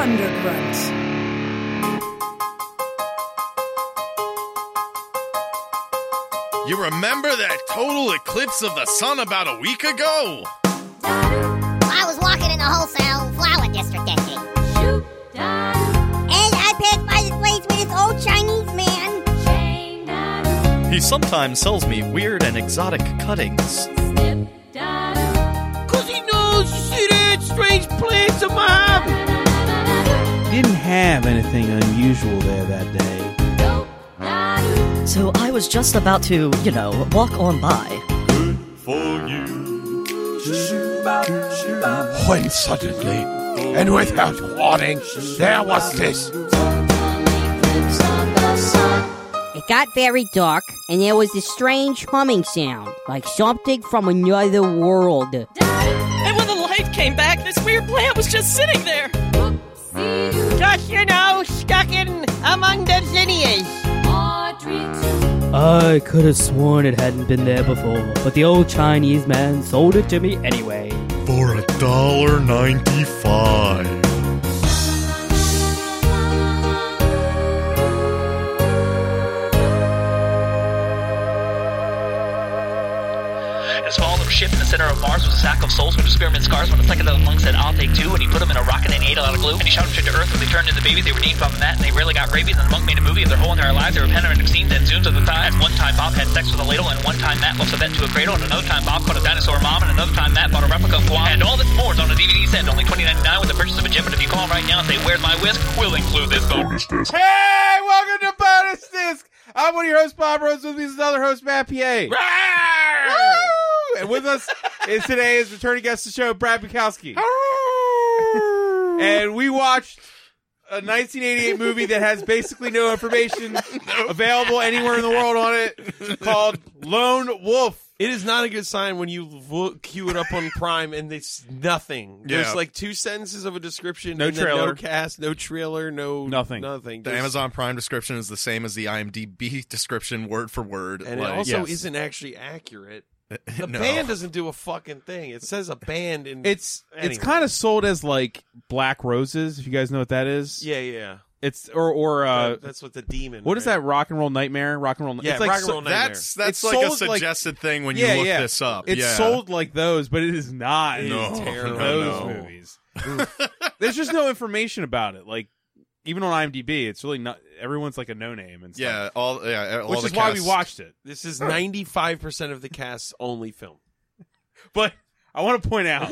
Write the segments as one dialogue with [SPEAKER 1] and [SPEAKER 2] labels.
[SPEAKER 1] undergrunt.
[SPEAKER 2] You remember that total eclipse of the sun about a week ago?
[SPEAKER 3] I was walking in the wholesale flower district that day. And I passed by this place with this old Chinese man.
[SPEAKER 4] He sometimes sells me weird and exotic cuttings.
[SPEAKER 5] Cause he knows you see that strange plants of mine.
[SPEAKER 6] Didn't have anything unusual there that day.
[SPEAKER 7] So I was just about to, you know, walk on by.
[SPEAKER 8] When suddenly, and without warning, there was this.
[SPEAKER 3] It got very dark, and there was this strange humming sound, like something from another world.
[SPEAKER 9] And when the light came back, this weird plant was just sitting there.
[SPEAKER 5] Just, you know, stuck in among the zinnias.
[SPEAKER 10] I could have sworn it hadn't been there before, but the old Chinese man sold it to me anyway.
[SPEAKER 2] For a dollar ninety-five.
[SPEAKER 11] His fall of ship in the center of Mars was a sack of souls with experiment scars when a second of the monk said, I'll take two, and he put them in a rocket and he ate a lot of glue, and he shot them straight to Earth when they turned into babies. They were named Bob Matt, and they rarely got rabies, and the monk made a movie of their whole entire lives. They were penitent and obscene, then zooms of the time. At one time, Bob had sex with a ladle, and one time, Matt lost a vet to a cradle, and another time, Bob caught a dinosaur mom, and another time, Matt bought a replica of Guam. And all this more is on a DVD set, only twenty ninety nine with the purchase of a gem. But if you call right now and say, Where's my whisk? We'll include this bonus.
[SPEAKER 8] Hey, welcome to Bonus Disc. I'm one of your hosts, Bob Rose. With me is another host, Matt P.A. Woo! And with us is today is returning guest of the show, Brad Bukowski. and we watched a 1988 movie that has basically no information available anywhere in the world on it called Lone Wolf.
[SPEAKER 12] It is not a good sign when you look, queue it up on Prime and it's nothing.
[SPEAKER 2] Yeah.
[SPEAKER 12] There's like two sentences of a description,
[SPEAKER 8] No
[SPEAKER 12] and then
[SPEAKER 8] trailer.
[SPEAKER 12] no cast, no trailer, no
[SPEAKER 6] Nothing.
[SPEAKER 12] nothing.
[SPEAKER 2] The
[SPEAKER 12] Just-
[SPEAKER 2] Amazon Prime description is the same as the IMDb description, word for word.
[SPEAKER 12] and
[SPEAKER 2] Like,
[SPEAKER 12] it also
[SPEAKER 6] yes.
[SPEAKER 12] isn't actually accurate. The
[SPEAKER 2] no.
[SPEAKER 12] band doesn't do a fucking thing. It says a band and
[SPEAKER 8] It's
[SPEAKER 12] Anyway.
[SPEAKER 8] it's kind of sold as like Black Roses, if you guys know what that is.
[SPEAKER 12] yeah, yeah.
[SPEAKER 8] It's or or uh,
[SPEAKER 12] That- that's what the demon.
[SPEAKER 8] what is that rock and roll nightmare? Rock and roll.
[SPEAKER 12] Yeah,
[SPEAKER 8] it's like
[SPEAKER 12] rock and roll nightmare.
[SPEAKER 2] that's that's
[SPEAKER 8] It's
[SPEAKER 2] like a
[SPEAKER 8] sold like-
[SPEAKER 2] suggested thing when
[SPEAKER 8] Yeah,
[SPEAKER 2] you look
[SPEAKER 8] yeah.
[SPEAKER 2] this up.
[SPEAKER 8] It's
[SPEAKER 2] yeah.
[SPEAKER 8] sold like those, but it is not
[SPEAKER 2] It No,
[SPEAKER 12] is terrible.
[SPEAKER 8] those
[SPEAKER 12] no.
[SPEAKER 8] movies. There's just no information about it. Like even on IMDb, it's really not. Everyone's like a no name and stuff.
[SPEAKER 2] Yeah, all yeah, all
[SPEAKER 8] which
[SPEAKER 2] the
[SPEAKER 8] is why we
[SPEAKER 2] cast-
[SPEAKER 8] watched it.
[SPEAKER 12] This is ninety five percent of the cast's only film.
[SPEAKER 8] But I want to point out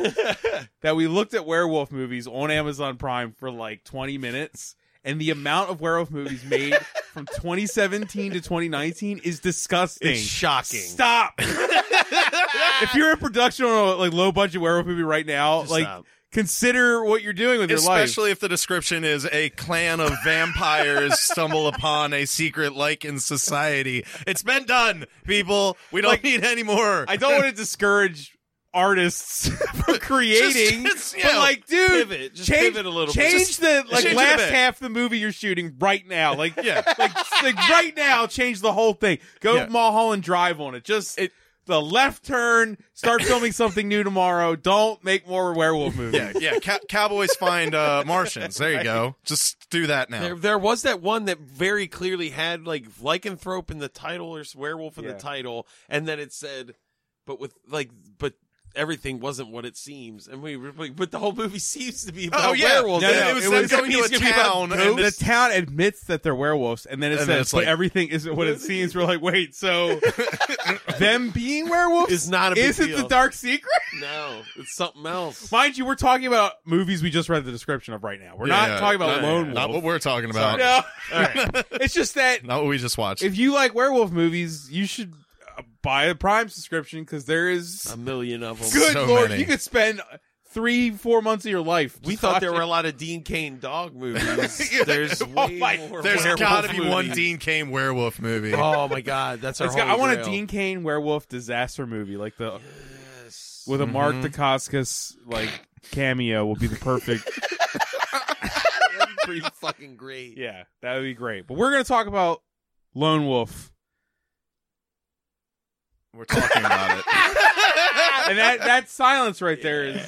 [SPEAKER 8] that we looked at werewolf movies on Amazon Prime for like 20 minutes, and the amount of werewolf movies made from 2017 to 2019 is disgusting.
[SPEAKER 12] It's shocking.
[SPEAKER 8] Stop. if you're in production on a like low budget werewolf movie right now,
[SPEAKER 12] Just
[SPEAKER 8] like
[SPEAKER 12] stop.
[SPEAKER 8] consider what you're doing with your life.
[SPEAKER 2] Especially if the description is a clan of vampires stumble upon a secret lichen society. It's been done, people. We don't
[SPEAKER 8] Like,
[SPEAKER 2] need any more.
[SPEAKER 8] I don't want to discourage artists from creating,
[SPEAKER 2] Just- just, you
[SPEAKER 8] but
[SPEAKER 2] know,
[SPEAKER 8] like, dude,
[SPEAKER 12] pivot. Just
[SPEAKER 8] change,
[SPEAKER 12] pivot a little bit.
[SPEAKER 8] change
[SPEAKER 12] Just-
[SPEAKER 8] the like
[SPEAKER 2] change it a
[SPEAKER 8] last
[SPEAKER 2] bit.
[SPEAKER 8] half of the movie you're shooting right now. Like,
[SPEAKER 2] Yeah.
[SPEAKER 8] like, like right now, change the whole thing. Go
[SPEAKER 2] Yeah.
[SPEAKER 8] Mulholland Drive on it. Just
[SPEAKER 2] It-
[SPEAKER 8] the left turn. Start filming something new tomorrow. Don't make more werewolf movies.
[SPEAKER 2] yeah, yeah. Cow- cowboys find uh, Martians. There you go. Just do that now.
[SPEAKER 12] There, there was that one that very clearly had like lycanthrope in the title or s- werewolf in
[SPEAKER 8] Yeah.
[SPEAKER 12] the title, and then it said, but with like, but everything wasn't what it seems. And we were like, but the whole movie seems to be about
[SPEAKER 2] Oh, yeah.
[SPEAKER 12] werewolves.
[SPEAKER 8] No,
[SPEAKER 12] And
[SPEAKER 8] no,
[SPEAKER 12] it
[SPEAKER 8] it
[SPEAKER 12] was
[SPEAKER 8] was
[SPEAKER 12] them
[SPEAKER 8] them
[SPEAKER 12] going to a
[SPEAKER 2] coming to a
[SPEAKER 12] town.
[SPEAKER 2] town
[SPEAKER 12] and
[SPEAKER 2] and
[SPEAKER 8] the
[SPEAKER 2] this-
[SPEAKER 8] town admits that they're werewolves, and then it
[SPEAKER 2] And then
[SPEAKER 8] says
[SPEAKER 2] it's
[SPEAKER 8] "But
[SPEAKER 2] like-
[SPEAKER 8] everything isn't what it seems. We're like, wait, so them being werewolves
[SPEAKER 12] Is not a big
[SPEAKER 8] isn't
[SPEAKER 12] deal.
[SPEAKER 8] the dark secret?
[SPEAKER 12] No, it's something else.
[SPEAKER 8] Mind you, we're talking about movies we just read the description of right now. We're not
[SPEAKER 2] Yeah,
[SPEAKER 8] talking about
[SPEAKER 2] no,
[SPEAKER 8] Lone
[SPEAKER 2] Not
[SPEAKER 8] Wolf.
[SPEAKER 2] what we're talking about.
[SPEAKER 8] no, it's just that
[SPEAKER 2] Not what we just watched.
[SPEAKER 8] if you like werewolf movies, you should uh, buy a Prime subscription because there is
[SPEAKER 12] a million of them.
[SPEAKER 8] good
[SPEAKER 2] so
[SPEAKER 8] lord,
[SPEAKER 2] many.
[SPEAKER 8] you could spend three, four months of your life.
[SPEAKER 12] We
[SPEAKER 8] just
[SPEAKER 12] thought there were a
[SPEAKER 8] watching-
[SPEAKER 12] lot of Dean Kane dog movies. There's
[SPEAKER 8] Oh
[SPEAKER 12] way
[SPEAKER 8] my-
[SPEAKER 12] more.
[SPEAKER 2] There's
[SPEAKER 12] werewolf
[SPEAKER 2] gotta be one
[SPEAKER 12] movies.
[SPEAKER 2] Dean Kane werewolf movie.
[SPEAKER 12] Oh my god, that's our.
[SPEAKER 8] It's got- I
[SPEAKER 12] holy
[SPEAKER 8] want a
[SPEAKER 12] grail.
[SPEAKER 8] Dean Kane werewolf disaster movie, like the with a Mark
[SPEAKER 12] Mm-hmm.
[SPEAKER 8] Dacascos like cameo will be the perfect.
[SPEAKER 12] That'd be pretty fucking great.
[SPEAKER 8] yeah, that would be great. But we're gonna talk about Lone Wolf.
[SPEAKER 2] We're talking about it.
[SPEAKER 8] and that that silence right there is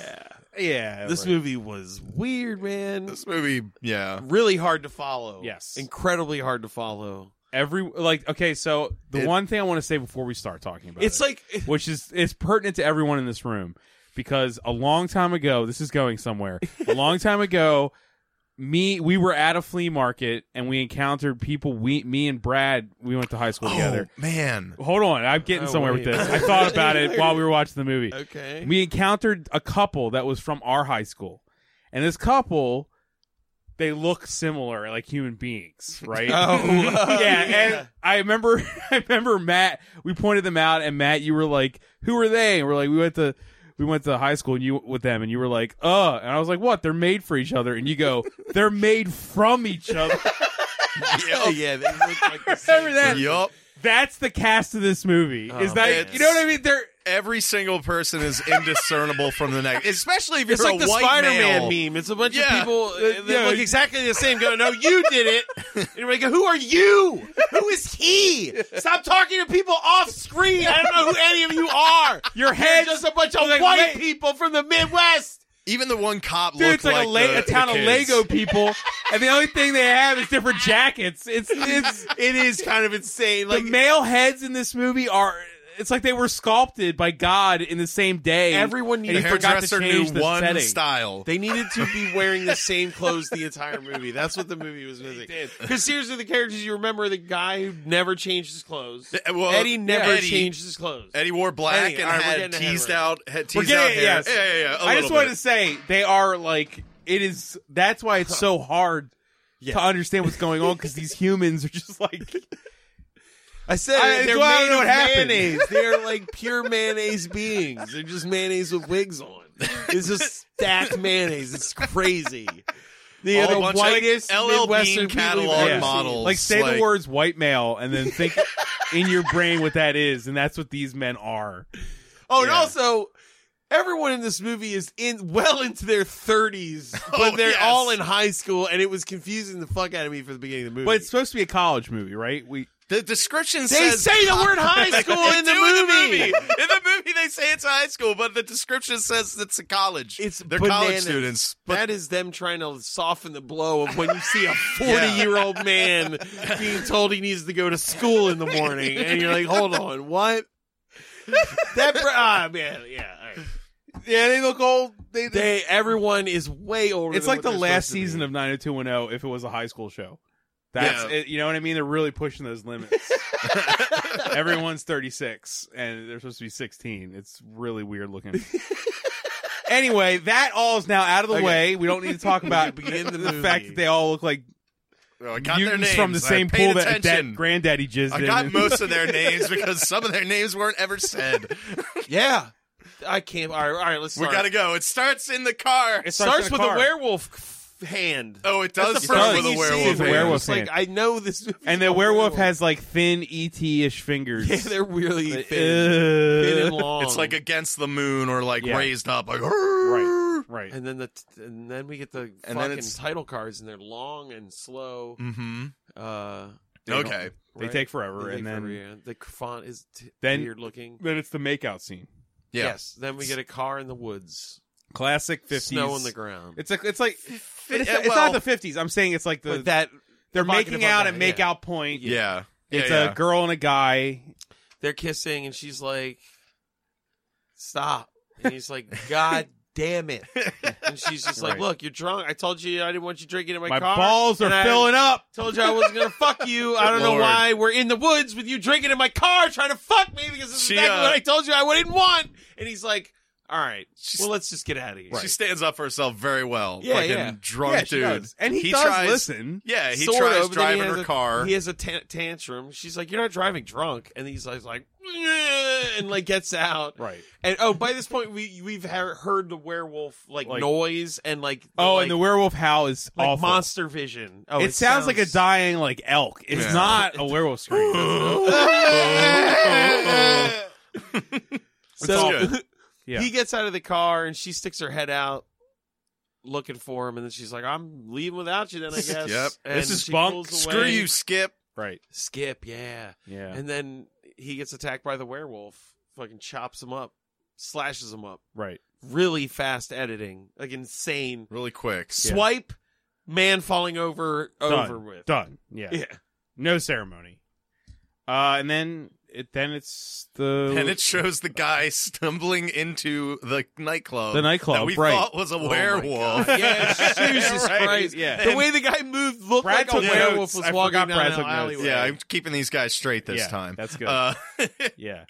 [SPEAKER 8] Yeah,
[SPEAKER 12] This
[SPEAKER 8] right.
[SPEAKER 12] movie was weird, man.
[SPEAKER 2] This movie, yeah.
[SPEAKER 12] Really hard to follow.
[SPEAKER 8] Yes.
[SPEAKER 12] Incredibly hard to follow.
[SPEAKER 8] Every like okay, so the
[SPEAKER 12] It-
[SPEAKER 8] one thing I want to say before we start talking about
[SPEAKER 12] It's
[SPEAKER 8] it,
[SPEAKER 12] like-
[SPEAKER 8] which is it's pertinent to everyone in this room because a long time ago, this is going somewhere. a long time ago, me we were at a flea market and we encountered people. We me and Brad we went to high school together.
[SPEAKER 2] Oh, man.
[SPEAKER 8] Hold on, I'm getting
[SPEAKER 2] Oh,
[SPEAKER 8] somewhere
[SPEAKER 2] wait.
[SPEAKER 8] with this. I thought about it while we were watching the movie.
[SPEAKER 12] Okay.
[SPEAKER 8] we encountered a couple that was from our high school, and this couple. They look similar, like human beings, right?
[SPEAKER 12] Oh, oh,
[SPEAKER 8] yeah.
[SPEAKER 12] yeah.
[SPEAKER 8] And I remember, I remember Matt. We pointed them out, and Matt, you were like, "Who are they?" And we're like, "We went to, we went to high school, and you with them." And you were like, "Uh," and I was like, "What? They're made for each other." And you go, "They're made from each other."
[SPEAKER 12] yeah, yeah, they look like the same
[SPEAKER 8] remember that?
[SPEAKER 2] Yup.
[SPEAKER 8] That's the cast of this movie.
[SPEAKER 12] Oh,
[SPEAKER 8] is that you know what I mean? They're
[SPEAKER 2] every single person is indiscernible from the next, especially if
[SPEAKER 12] It's
[SPEAKER 2] you're
[SPEAKER 12] like
[SPEAKER 2] a
[SPEAKER 12] the
[SPEAKER 2] white
[SPEAKER 12] Spider-Man
[SPEAKER 2] male.
[SPEAKER 12] meme. It's a bunch
[SPEAKER 2] Yeah.
[SPEAKER 12] of people uh, that
[SPEAKER 2] yeah.
[SPEAKER 12] look exactly the same. Go, no, you did it. And you're like, who are you? Who is he? Stop talking to people off screen. I don't know who any of you are.
[SPEAKER 8] Your
[SPEAKER 12] head
[SPEAKER 8] heads-
[SPEAKER 12] just a bunch of
[SPEAKER 8] like,
[SPEAKER 12] white
[SPEAKER 8] wait.
[SPEAKER 12] people from the Midwest.
[SPEAKER 2] Even the one cop
[SPEAKER 8] Dude, it's
[SPEAKER 2] looked
[SPEAKER 8] like, a, la-
[SPEAKER 2] the-
[SPEAKER 8] a town
[SPEAKER 2] the
[SPEAKER 8] of
[SPEAKER 2] kids.
[SPEAKER 8] Lego people, and the only thing they have is different jackets. It's it's
[SPEAKER 12] It is kind of insane. Like
[SPEAKER 8] the male heads in this movie are. It's like they were sculpted by God in the same day.
[SPEAKER 12] Everyone
[SPEAKER 8] and
[SPEAKER 12] knew-
[SPEAKER 8] he
[SPEAKER 12] The
[SPEAKER 8] forgot to
[SPEAKER 2] hairdresser knew
[SPEAKER 8] change the
[SPEAKER 2] one
[SPEAKER 8] setting.
[SPEAKER 2] style.
[SPEAKER 12] They needed to be wearing the same clothes the entire movie. That's what the movie was missing. Because seriously, the characters you remember the guy who never changed his clothes.
[SPEAKER 2] Uh, well,
[SPEAKER 12] Eddie never
[SPEAKER 2] Eddie-
[SPEAKER 12] changed his clothes.
[SPEAKER 2] Eddie wore black
[SPEAKER 12] Eddie,
[SPEAKER 2] and
[SPEAKER 12] all right, we're
[SPEAKER 2] had
[SPEAKER 12] getting ahead
[SPEAKER 2] teased
[SPEAKER 12] right now.
[SPEAKER 2] out, had
[SPEAKER 8] We're
[SPEAKER 2] teased out
[SPEAKER 8] getting
[SPEAKER 2] hair.
[SPEAKER 8] it, yes.
[SPEAKER 2] Yeah, yeah, yeah. a
[SPEAKER 8] I just
[SPEAKER 2] little
[SPEAKER 8] wanted
[SPEAKER 2] bit.
[SPEAKER 8] to say they are like it is. That's why it's so hard to understand what's going on because these humans are just like
[SPEAKER 12] I said
[SPEAKER 8] I-
[SPEAKER 12] they're
[SPEAKER 8] it's why I
[SPEAKER 12] made
[SPEAKER 8] don't know
[SPEAKER 12] of
[SPEAKER 8] what happened.
[SPEAKER 12] mayonnaise. They're like pure mayonnaise beings. They're just mayonnaise with wigs on. It's just stacked mayonnaise. It's crazy. They
[SPEAKER 2] All
[SPEAKER 12] are
[SPEAKER 2] a
[SPEAKER 12] the
[SPEAKER 2] bunch of
[SPEAKER 12] whitest
[SPEAKER 2] LL Bean
[SPEAKER 12] Midwestern people you've
[SPEAKER 2] catalog
[SPEAKER 12] ever seen.
[SPEAKER 2] models.
[SPEAKER 8] Like say
[SPEAKER 2] like-
[SPEAKER 8] the words white male and then think in your brain what that is, and that's what these men are.
[SPEAKER 12] Oh, and also. Everyone in this movie is in well into their thirties, but
[SPEAKER 2] Oh,
[SPEAKER 12] they're
[SPEAKER 2] yes.
[SPEAKER 12] all in high school, and it was confusing the fuck out of me for the beginning of the movie.
[SPEAKER 8] But it's supposed to be a college movie, right? We
[SPEAKER 2] The description
[SPEAKER 12] They
[SPEAKER 2] says
[SPEAKER 12] say the word high
[SPEAKER 2] They
[SPEAKER 12] school in the
[SPEAKER 2] do
[SPEAKER 12] movie.
[SPEAKER 2] In the movie, they say it's high school, but the description says it's a college.
[SPEAKER 12] It's
[SPEAKER 2] they're college
[SPEAKER 12] bananas.
[SPEAKER 2] students. But
[SPEAKER 12] that is them trying to soften the blow of when you see a 40 year old man being told he needs to go to school in the morning. And you're like, hold on, what? That, br- ah, man, yeah. all right.
[SPEAKER 8] yeah, they look old.
[SPEAKER 12] They, everyone is way older.
[SPEAKER 8] it's
[SPEAKER 12] than
[SPEAKER 8] like
[SPEAKER 12] what
[SPEAKER 8] the
[SPEAKER 12] they're supposed
[SPEAKER 8] last
[SPEAKER 12] to be.
[SPEAKER 8] season of 90210 if it was a high school show. That's
[SPEAKER 2] Yeah.
[SPEAKER 8] it, you know what I mean. They're really pushing those limits. Everyone's 36 and they're supposed to be 16. It's really weird looking. anyway, that all is now out of the
[SPEAKER 12] Okay.
[SPEAKER 8] way. We don't need to talk about
[SPEAKER 12] Begin the
[SPEAKER 8] the,
[SPEAKER 12] movie.
[SPEAKER 8] fact that they all look like
[SPEAKER 2] Oh, I got their
[SPEAKER 8] mutants
[SPEAKER 2] names
[SPEAKER 8] from the
[SPEAKER 2] I
[SPEAKER 8] same
[SPEAKER 2] paid
[SPEAKER 8] pool that
[SPEAKER 2] attention.
[SPEAKER 8] dad, granddaddy jizzed
[SPEAKER 2] I
[SPEAKER 8] in.
[SPEAKER 2] got most of their names because some of their names weren't ever said.
[SPEAKER 12] Yeah. I can't. All right, all right let's
[SPEAKER 2] We
[SPEAKER 12] start.
[SPEAKER 2] gotta go. It starts in the car.
[SPEAKER 8] It
[SPEAKER 12] Starts with
[SPEAKER 8] the
[SPEAKER 12] a werewolf f- hand.
[SPEAKER 2] Oh, it
[SPEAKER 12] That's
[SPEAKER 2] does
[SPEAKER 12] the
[SPEAKER 2] start
[SPEAKER 12] first
[SPEAKER 2] with
[SPEAKER 12] thing
[SPEAKER 2] a
[SPEAKER 12] you see
[SPEAKER 2] werewolf.
[SPEAKER 12] is
[SPEAKER 8] a
[SPEAKER 2] hand.
[SPEAKER 8] werewolf
[SPEAKER 12] It's like, I know this movie.
[SPEAKER 8] And the werewolf has like thin ET-ish fingers.
[SPEAKER 12] Yeah, they're really
[SPEAKER 8] Like, uh,
[SPEAKER 12] thin, thin and
[SPEAKER 8] ugh.
[SPEAKER 12] long.
[SPEAKER 2] It's like against the moon or like
[SPEAKER 8] Yeah.
[SPEAKER 2] raised up, like
[SPEAKER 8] Right, right.
[SPEAKER 12] And then the t- and then we get the
[SPEAKER 2] then
[SPEAKER 12] fucking
[SPEAKER 2] it's-
[SPEAKER 12] title cards, and they're long and slow.
[SPEAKER 2] Mm-hmm.
[SPEAKER 12] Uh, they don't-
[SPEAKER 2] Okay.
[SPEAKER 8] They
[SPEAKER 12] right?
[SPEAKER 8] take
[SPEAKER 12] They
[SPEAKER 8] forever,
[SPEAKER 12] take
[SPEAKER 8] and then
[SPEAKER 12] forever, yeah. the font is t-
[SPEAKER 8] Then-
[SPEAKER 12] weird looking.
[SPEAKER 8] then it's the makeout scene.
[SPEAKER 2] Yeah.
[SPEAKER 12] Yes. Then we get a car in the woods,
[SPEAKER 8] Classic 50s.
[SPEAKER 12] snow on the ground.
[SPEAKER 8] It's like it's like but it's,
[SPEAKER 2] yeah,
[SPEAKER 8] it's
[SPEAKER 2] well-
[SPEAKER 8] not the 50s. I'm saying it's like the
[SPEAKER 12] But that
[SPEAKER 8] they're
[SPEAKER 12] provocative
[SPEAKER 8] making
[SPEAKER 12] on
[SPEAKER 8] out
[SPEAKER 12] that,
[SPEAKER 8] at make
[SPEAKER 12] yeah.
[SPEAKER 8] out point.
[SPEAKER 2] Yeah. Yeah,
[SPEAKER 8] It's
[SPEAKER 2] yeah.
[SPEAKER 8] a girl and a guy.
[SPEAKER 12] they're kissing, and she's like, "Stop!" And he's like, "God." Damn it! And she's just like,
[SPEAKER 8] Right.
[SPEAKER 12] "Look, you're drunk. I told you I didn't want you drinking in my,
[SPEAKER 8] My
[SPEAKER 12] car.
[SPEAKER 8] balls are
[SPEAKER 12] and I
[SPEAKER 8] filling up.
[SPEAKER 12] Told you I wasn't gonna fuck you. I don't know
[SPEAKER 2] Lord.
[SPEAKER 12] why we're in the woods with you drinking in my car trying to fuck me because this is
[SPEAKER 2] She,
[SPEAKER 12] exactly
[SPEAKER 2] uh,
[SPEAKER 12] what I told you I wouldn't want. And he's like, "All right, well, let's just get out of here."
[SPEAKER 2] She stands up for herself very well.
[SPEAKER 12] Yeah,
[SPEAKER 2] Fucking
[SPEAKER 12] yeah.
[SPEAKER 2] drunk
[SPEAKER 8] Yeah, she
[SPEAKER 2] dude.
[SPEAKER 8] does. And he,
[SPEAKER 2] he
[SPEAKER 8] does
[SPEAKER 2] tries,
[SPEAKER 8] listen.
[SPEAKER 2] Yeah, he
[SPEAKER 12] Sort
[SPEAKER 2] tries
[SPEAKER 12] of, but then he
[SPEAKER 2] driving
[SPEAKER 12] has
[SPEAKER 2] her
[SPEAKER 12] a-
[SPEAKER 2] car.
[SPEAKER 12] He has a tan- tantrum. She's like, "You're not driving drunk," and he's like, like and like gets out.
[SPEAKER 8] Right.
[SPEAKER 12] And oh, by this point, we we've he- heard the werewolf like,
[SPEAKER 8] Like-
[SPEAKER 12] noise and like
[SPEAKER 8] Oh,
[SPEAKER 12] like,
[SPEAKER 8] and the werewolf howl is
[SPEAKER 12] like
[SPEAKER 8] awful.
[SPEAKER 12] monster vision. Oh,
[SPEAKER 8] It,
[SPEAKER 12] it,
[SPEAKER 8] sounds, like a dying like elk. It's
[SPEAKER 2] Yeah.
[SPEAKER 8] not a werewolf scream.
[SPEAKER 2] It's good.
[SPEAKER 8] Yeah.
[SPEAKER 12] He gets out of the car and she sticks her head out looking for him, and then she's like, "I'm leaving without you, then I guess."
[SPEAKER 2] Yep.
[SPEAKER 12] And
[SPEAKER 8] This is
[SPEAKER 12] she
[SPEAKER 8] Spunk.
[SPEAKER 12] pulls away.
[SPEAKER 2] Screw you, Skip.
[SPEAKER 8] right.
[SPEAKER 12] Skip. Yeah.
[SPEAKER 8] Yeah.
[SPEAKER 12] And then he gets attacked by the werewolf. Fucking chops him up, slashes him up.
[SPEAKER 8] right.
[SPEAKER 12] really fast editing, like insane,
[SPEAKER 2] really quick.
[SPEAKER 12] Swipe, man falling over,
[SPEAKER 8] Done.
[SPEAKER 12] over with,
[SPEAKER 8] Done. Yeah.
[SPEAKER 12] yeah.
[SPEAKER 8] No ceremony. Uh, and then it then it's the
[SPEAKER 2] And it shows the guy stumbling into the nightclub.
[SPEAKER 8] The nightclub,
[SPEAKER 2] that we
[SPEAKER 8] right.
[SPEAKER 2] thought was a
[SPEAKER 8] Oh my
[SPEAKER 2] werewolf.
[SPEAKER 8] God. Yeah,
[SPEAKER 12] Jesus Christ.
[SPEAKER 8] yeah.
[SPEAKER 12] The way the guy moved looked
[SPEAKER 8] Brad
[SPEAKER 12] like a
[SPEAKER 8] took
[SPEAKER 12] werewolf
[SPEAKER 8] notes.
[SPEAKER 12] was
[SPEAKER 8] I
[SPEAKER 12] walking
[SPEAKER 8] forgot
[SPEAKER 12] down
[SPEAKER 8] Brad
[SPEAKER 12] an
[SPEAKER 8] took notes.
[SPEAKER 12] alleyway.
[SPEAKER 2] Yeah, I'm keeping these guys straight this
[SPEAKER 8] Yeah,
[SPEAKER 2] time.
[SPEAKER 8] that's good.
[SPEAKER 2] Uh,
[SPEAKER 8] yeah.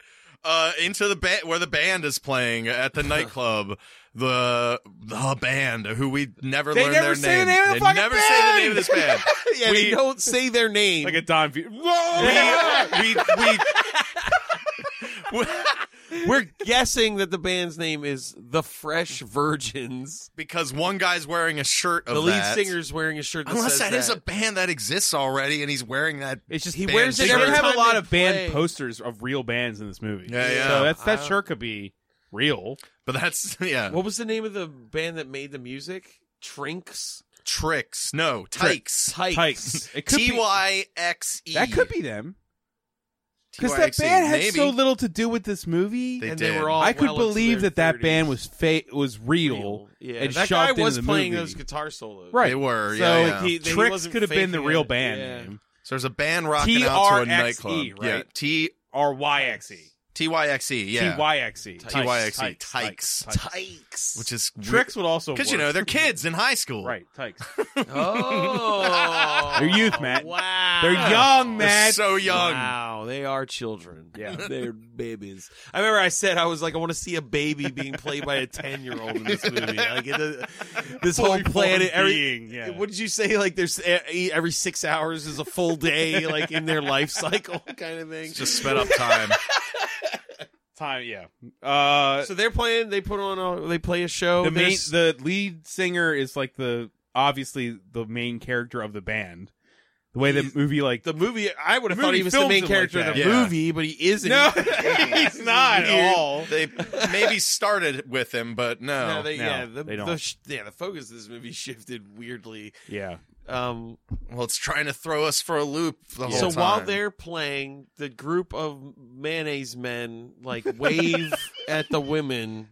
[SPEAKER 2] uh, into the ba- where the band is playing at the nightclub. The the band who we never
[SPEAKER 12] They
[SPEAKER 2] learned
[SPEAKER 12] never
[SPEAKER 2] their
[SPEAKER 12] say the
[SPEAKER 2] name.
[SPEAKER 12] name of the
[SPEAKER 2] they
[SPEAKER 12] fucking
[SPEAKER 2] never say the name of
[SPEAKER 12] band!
[SPEAKER 2] this band.
[SPEAKER 12] yeah,
[SPEAKER 2] we,
[SPEAKER 12] they don't say their name.
[SPEAKER 8] Like a Don. V-
[SPEAKER 2] we, we, we,
[SPEAKER 12] We're guessing that the band's name is The Fresh Virgins.
[SPEAKER 2] because one guy's wearing a shirt of
[SPEAKER 12] The lead
[SPEAKER 2] that.
[SPEAKER 12] singer's wearing a shirt that
[SPEAKER 2] Unless
[SPEAKER 12] says
[SPEAKER 2] that is a band that exists already, and he's wearing that.
[SPEAKER 8] It's just
[SPEAKER 12] He
[SPEAKER 2] band
[SPEAKER 12] wears it
[SPEAKER 8] They
[SPEAKER 2] shirt.
[SPEAKER 12] every
[SPEAKER 8] never have
[SPEAKER 12] time
[SPEAKER 8] a lot
[SPEAKER 12] they
[SPEAKER 8] of band
[SPEAKER 12] play-
[SPEAKER 8] posters of real bands in this movie.
[SPEAKER 2] Yeah, yeah.
[SPEAKER 8] So that's,
[SPEAKER 12] I
[SPEAKER 8] that
[SPEAKER 12] don't-
[SPEAKER 8] sure could be real.
[SPEAKER 2] But that's yeah.
[SPEAKER 12] What was the name of the band that made the music? Trinks?
[SPEAKER 2] Tricks? No, Tykes.
[SPEAKER 12] Tykes.
[SPEAKER 8] Tykes. It could
[SPEAKER 2] T
[SPEAKER 8] be,
[SPEAKER 2] y x e.
[SPEAKER 8] that could be them. Because that band had so little to do with this movie.
[SPEAKER 2] They
[SPEAKER 12] and
[SPEAKER 2] did.
[SPEAKER 12] E, they were all
[SPEAKER 8] I could
[SPEAKER 12] well into
[SPEAKER 8] believe
[SPEAKER 12] their
[SPEAKER 8] that that
[SPEAKER 12] 30s.
[SPEAKER 8] band was fa- was real,
[SPEAKER 12] Yeah,
[SPEAKER 8] and
[SPEAKER 12] that guy
[SPEAKER 8] shoved
[SPEAKER 12] was
[SPEAKER 8] into the
[SPEAKER 12] playing
[SPEAKER 8] movie.
[SPEAKER 12] those guitar solos.
[SPEAKER 8] right.
[SPEAKER 2] They were.
[SPEAKER 8] So
[SPEAKER 2] yeah, yeah.
[SPEAKER 12] he- he
[SPEAKER 8] Tricks
[SPEAKER 12] wasn't
[SPEAKER 8] could have been the
[SPEAKER 12] faking
[SPEAKER 8] real
[SPEAKER 12] it.
[SPEAKER 8] band
[SPEAKER 12] Yeah.
[SPEAKER 8] name.
[SPEAKER 2] so there's a band rocking out to a nightclub.
[SPEAKER 8] TRXE,
[SPEAKER 2] Yeah.
[SPEAKER 8] right?
[SPEAKER 2] T
[SPEAKER 8] Or YXE.
[SPEAKER 2] T y x e. Yeah.
[SPEAKER 8] TYXE.
[SPEAKER 2] T Y X E. Tykes.
[SPEAKER 12] Tykes.
[SPEAKER 2] Which is
[SPEAKER 8] E. Tricks would also
[SPEAKER 2] because you know
[SPEAKER 8] work.
[SPEAKER 2] they're kids in high school.
[SPEAKER 8] right. Tykes.
[SPEAKER 12] Oh.
[SPEAKER 8] They're youth, Matt.
[SPEAKER 12] Wow.
[SPEAKER 8] They're young,
[SPEAKER 2] They're
[SPEAKER 8] Matt.
[SPEAKER 2] so young.
[SPEAKER 12] Wow, they are children.
[SPEAKER 8] Yeah.
[SPEAKER 12] They're babies. I remember I said I was like, I want to see a baby being played by a ten year old in this movie. Like it, this whole planet, every,
[SPEAKER 8] being, yeah.
[SPEAKER 12] what did you say? Like there's e- every six hours is a full day, like in their life cycle, kind of thing.
[SPEAKER 2] Just sped up time.
[SPEAKER 8] time. Yeah. Uh,
[SPEAKER 12] so they're playing. They put on a. They play a show.
[SPEAKER 8] the main,
[SPEAKER 12] There's-
[SPEAKER 8] the lead singer is like the obviously the main character of the band. The way the movie like
[SPEAKER 12] the movie. I would have
[SPEAKER 8] The
[SPEAKER 12] thought
[SPEAKER 8] movie
[SPEAKER 12] he was the
[SPEAKER 8] films
[SPEAKER 12] main
[SPEAKER 8] it like
[SPEAKER 12] character
[SPEAKER 8] that.
[SPEAKER 12] of the
[SPEAKER 2] Yeah.
[SPEAKER 12] movie, but he isn't.
[SPEAKER 8] no, he's not at all.
[SPEAKER 2] They maybe started with him, but no.
[SPEAKER 12] No, they,
[SPEAKER 8] No,
[SPEAKER 12] yeah, the,
[SPEAKER 8] they don't.
[SPEAKER 12] the sh- yeah, the focus of this movie shifted weirdly.
[SPEAKER 8] Yeah.
[SPEAKER 12] Um,
[SPEAKER 2] well, it's trying to throw us for a loop the whole
[SPEAKER 12] so
[SPEAKER 2] time.
[SPEAKER 12] while they're playing, the group of mayonnaise men like wave at the women.